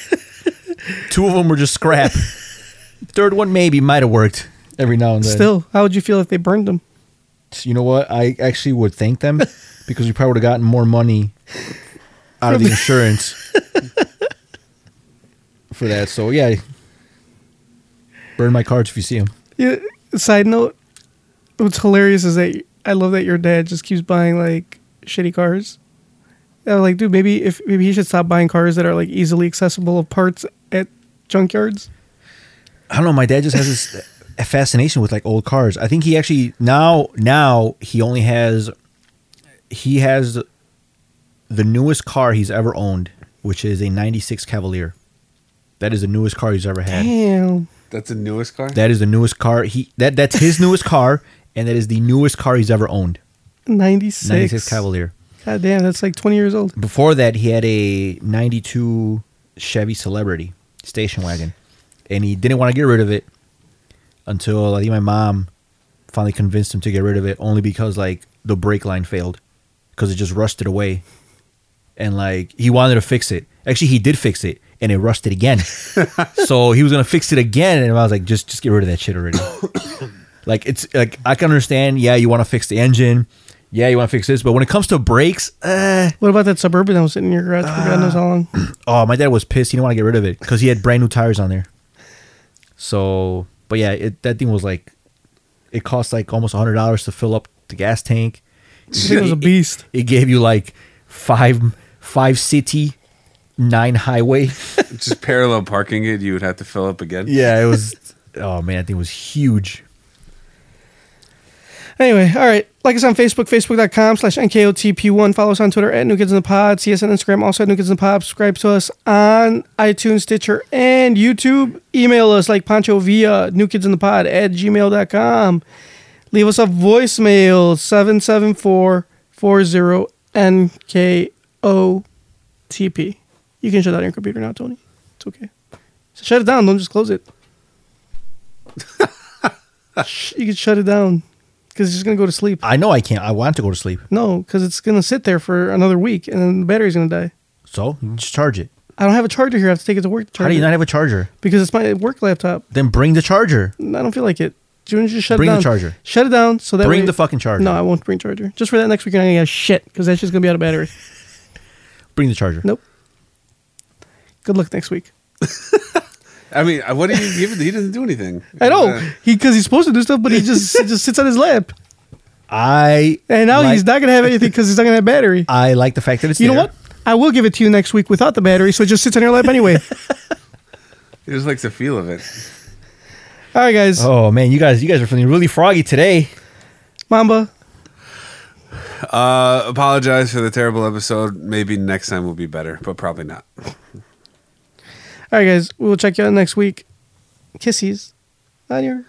Two of them were just scrap. Third one maybe might have worked every now and then.
Still, how would you feel if they burned them?
you know what? I actually would thank them because we probably would have gotten more money out of the insurance for that. So yeah, burn my cards if you see them.
Yeah. Side note, what's hilarious is that I love that your dad just keeps buying like shitty cars. I was like, dude, maybe if maybe he should stop buying cars that are like easily accessible of parts at junkyards.
I don't know. My dad just has this a fascination with like old cars. I think he actually now now he only has he has the newest car he's ever owned, which is a '96 Cavalier. That is the newest car he's ever had.
Damn.
That's the newest car.
That is the newest car he that that's his newest car, and that is the newest car he's ever owned.
96.
'96 Cavalier.
God damn, that's like 20 years old.
Before that, he had a '92 Chevy Celebrity station wagon, and he didn't want to get rid of it until I think my mom finally convinced him to get rid of it, only because like the brake line failed because it just rusted away, and like he wanted to fix it. Actually, he did fix it, and it rusted again. so he was gonna fix it again, and I was like, just just get rid of that shit already. <coughs> like it's like I can understand. Yeah, you want to fix the engine. Yeah, you want to fix this, but when it comes to brakes, uh,
What about that Suburban that was sitting in your garage for God knows how long?
oh, my dad was pissed. He didn't want to get rid of it because he had brand new tires on there. So, but yeah, it, that thing was like, it cost like almost hundred dollars to fill up the gas tank.
It was a beast.
It gave you like five, five city,
<laughs>
nine highway.
Just parallel parking it, you would have to fill up again.
Yeah, it was. oh man, that thing was huge.
Anyway, all right. Like us on Facebook, facebook.com slash NKOTP1. Follow us on Twitter at New Kids in the Pod. See us on Instagram, also at New Kids in the Pod. Subscribe to us on iTunes, Stitcher, and YouTube. Email us like Pancho via New Kids in the Pod at gmail.com. Leave us a voicemail 774 40 NKOTP. You can shut down your computer now, Tony. It's okay. So shut it down. Don't just close it. Sh- you can shut it down because it's just going to go to sleep.
I know I can't. I want to go to sleep,
No, because it's gonna sit there for another week, and then the battery's gonna die.
so just charge it.
I don't have a charger here. I have to take it to work. To charge
How do you
it.
not have a charger?
because it's my work laptop.
Then bring the charger.
I don't feel like it. Do you wanna just shut
Bring
it
the
down?
charger.
Shut it down so that
Bring
way-
the fucking charger.
No, I won't bring charger. Just for that next weekend, I ain't got shit because that's just gonna be out of battery. <laughs>
Bring the charger.
Nope. Good luck next week.
I mean, uh, what do you give? He doesn't do
<laughs>
anything.
I know he because he's supposed to do stuff, but he just he just sits on his lap,
I
and now
like,
he's not gonna have anything because he's not gonna have battery.
I like the fact that it's.
you know
there.
what? I will give it to you next week without the battery, so it just sits on your lap
<laughs>
anyway.
He just likes the feel of it.
All right, guys.
Oh man, you guys, you guys are feeling really froggy today.
Mamba.
Uh, apologize for the terrible episode. Maybe next time will be better, but probably not.
All right, guys. We will check you out next week. Kissies on your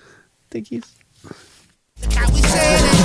thinkies.
How we saying it?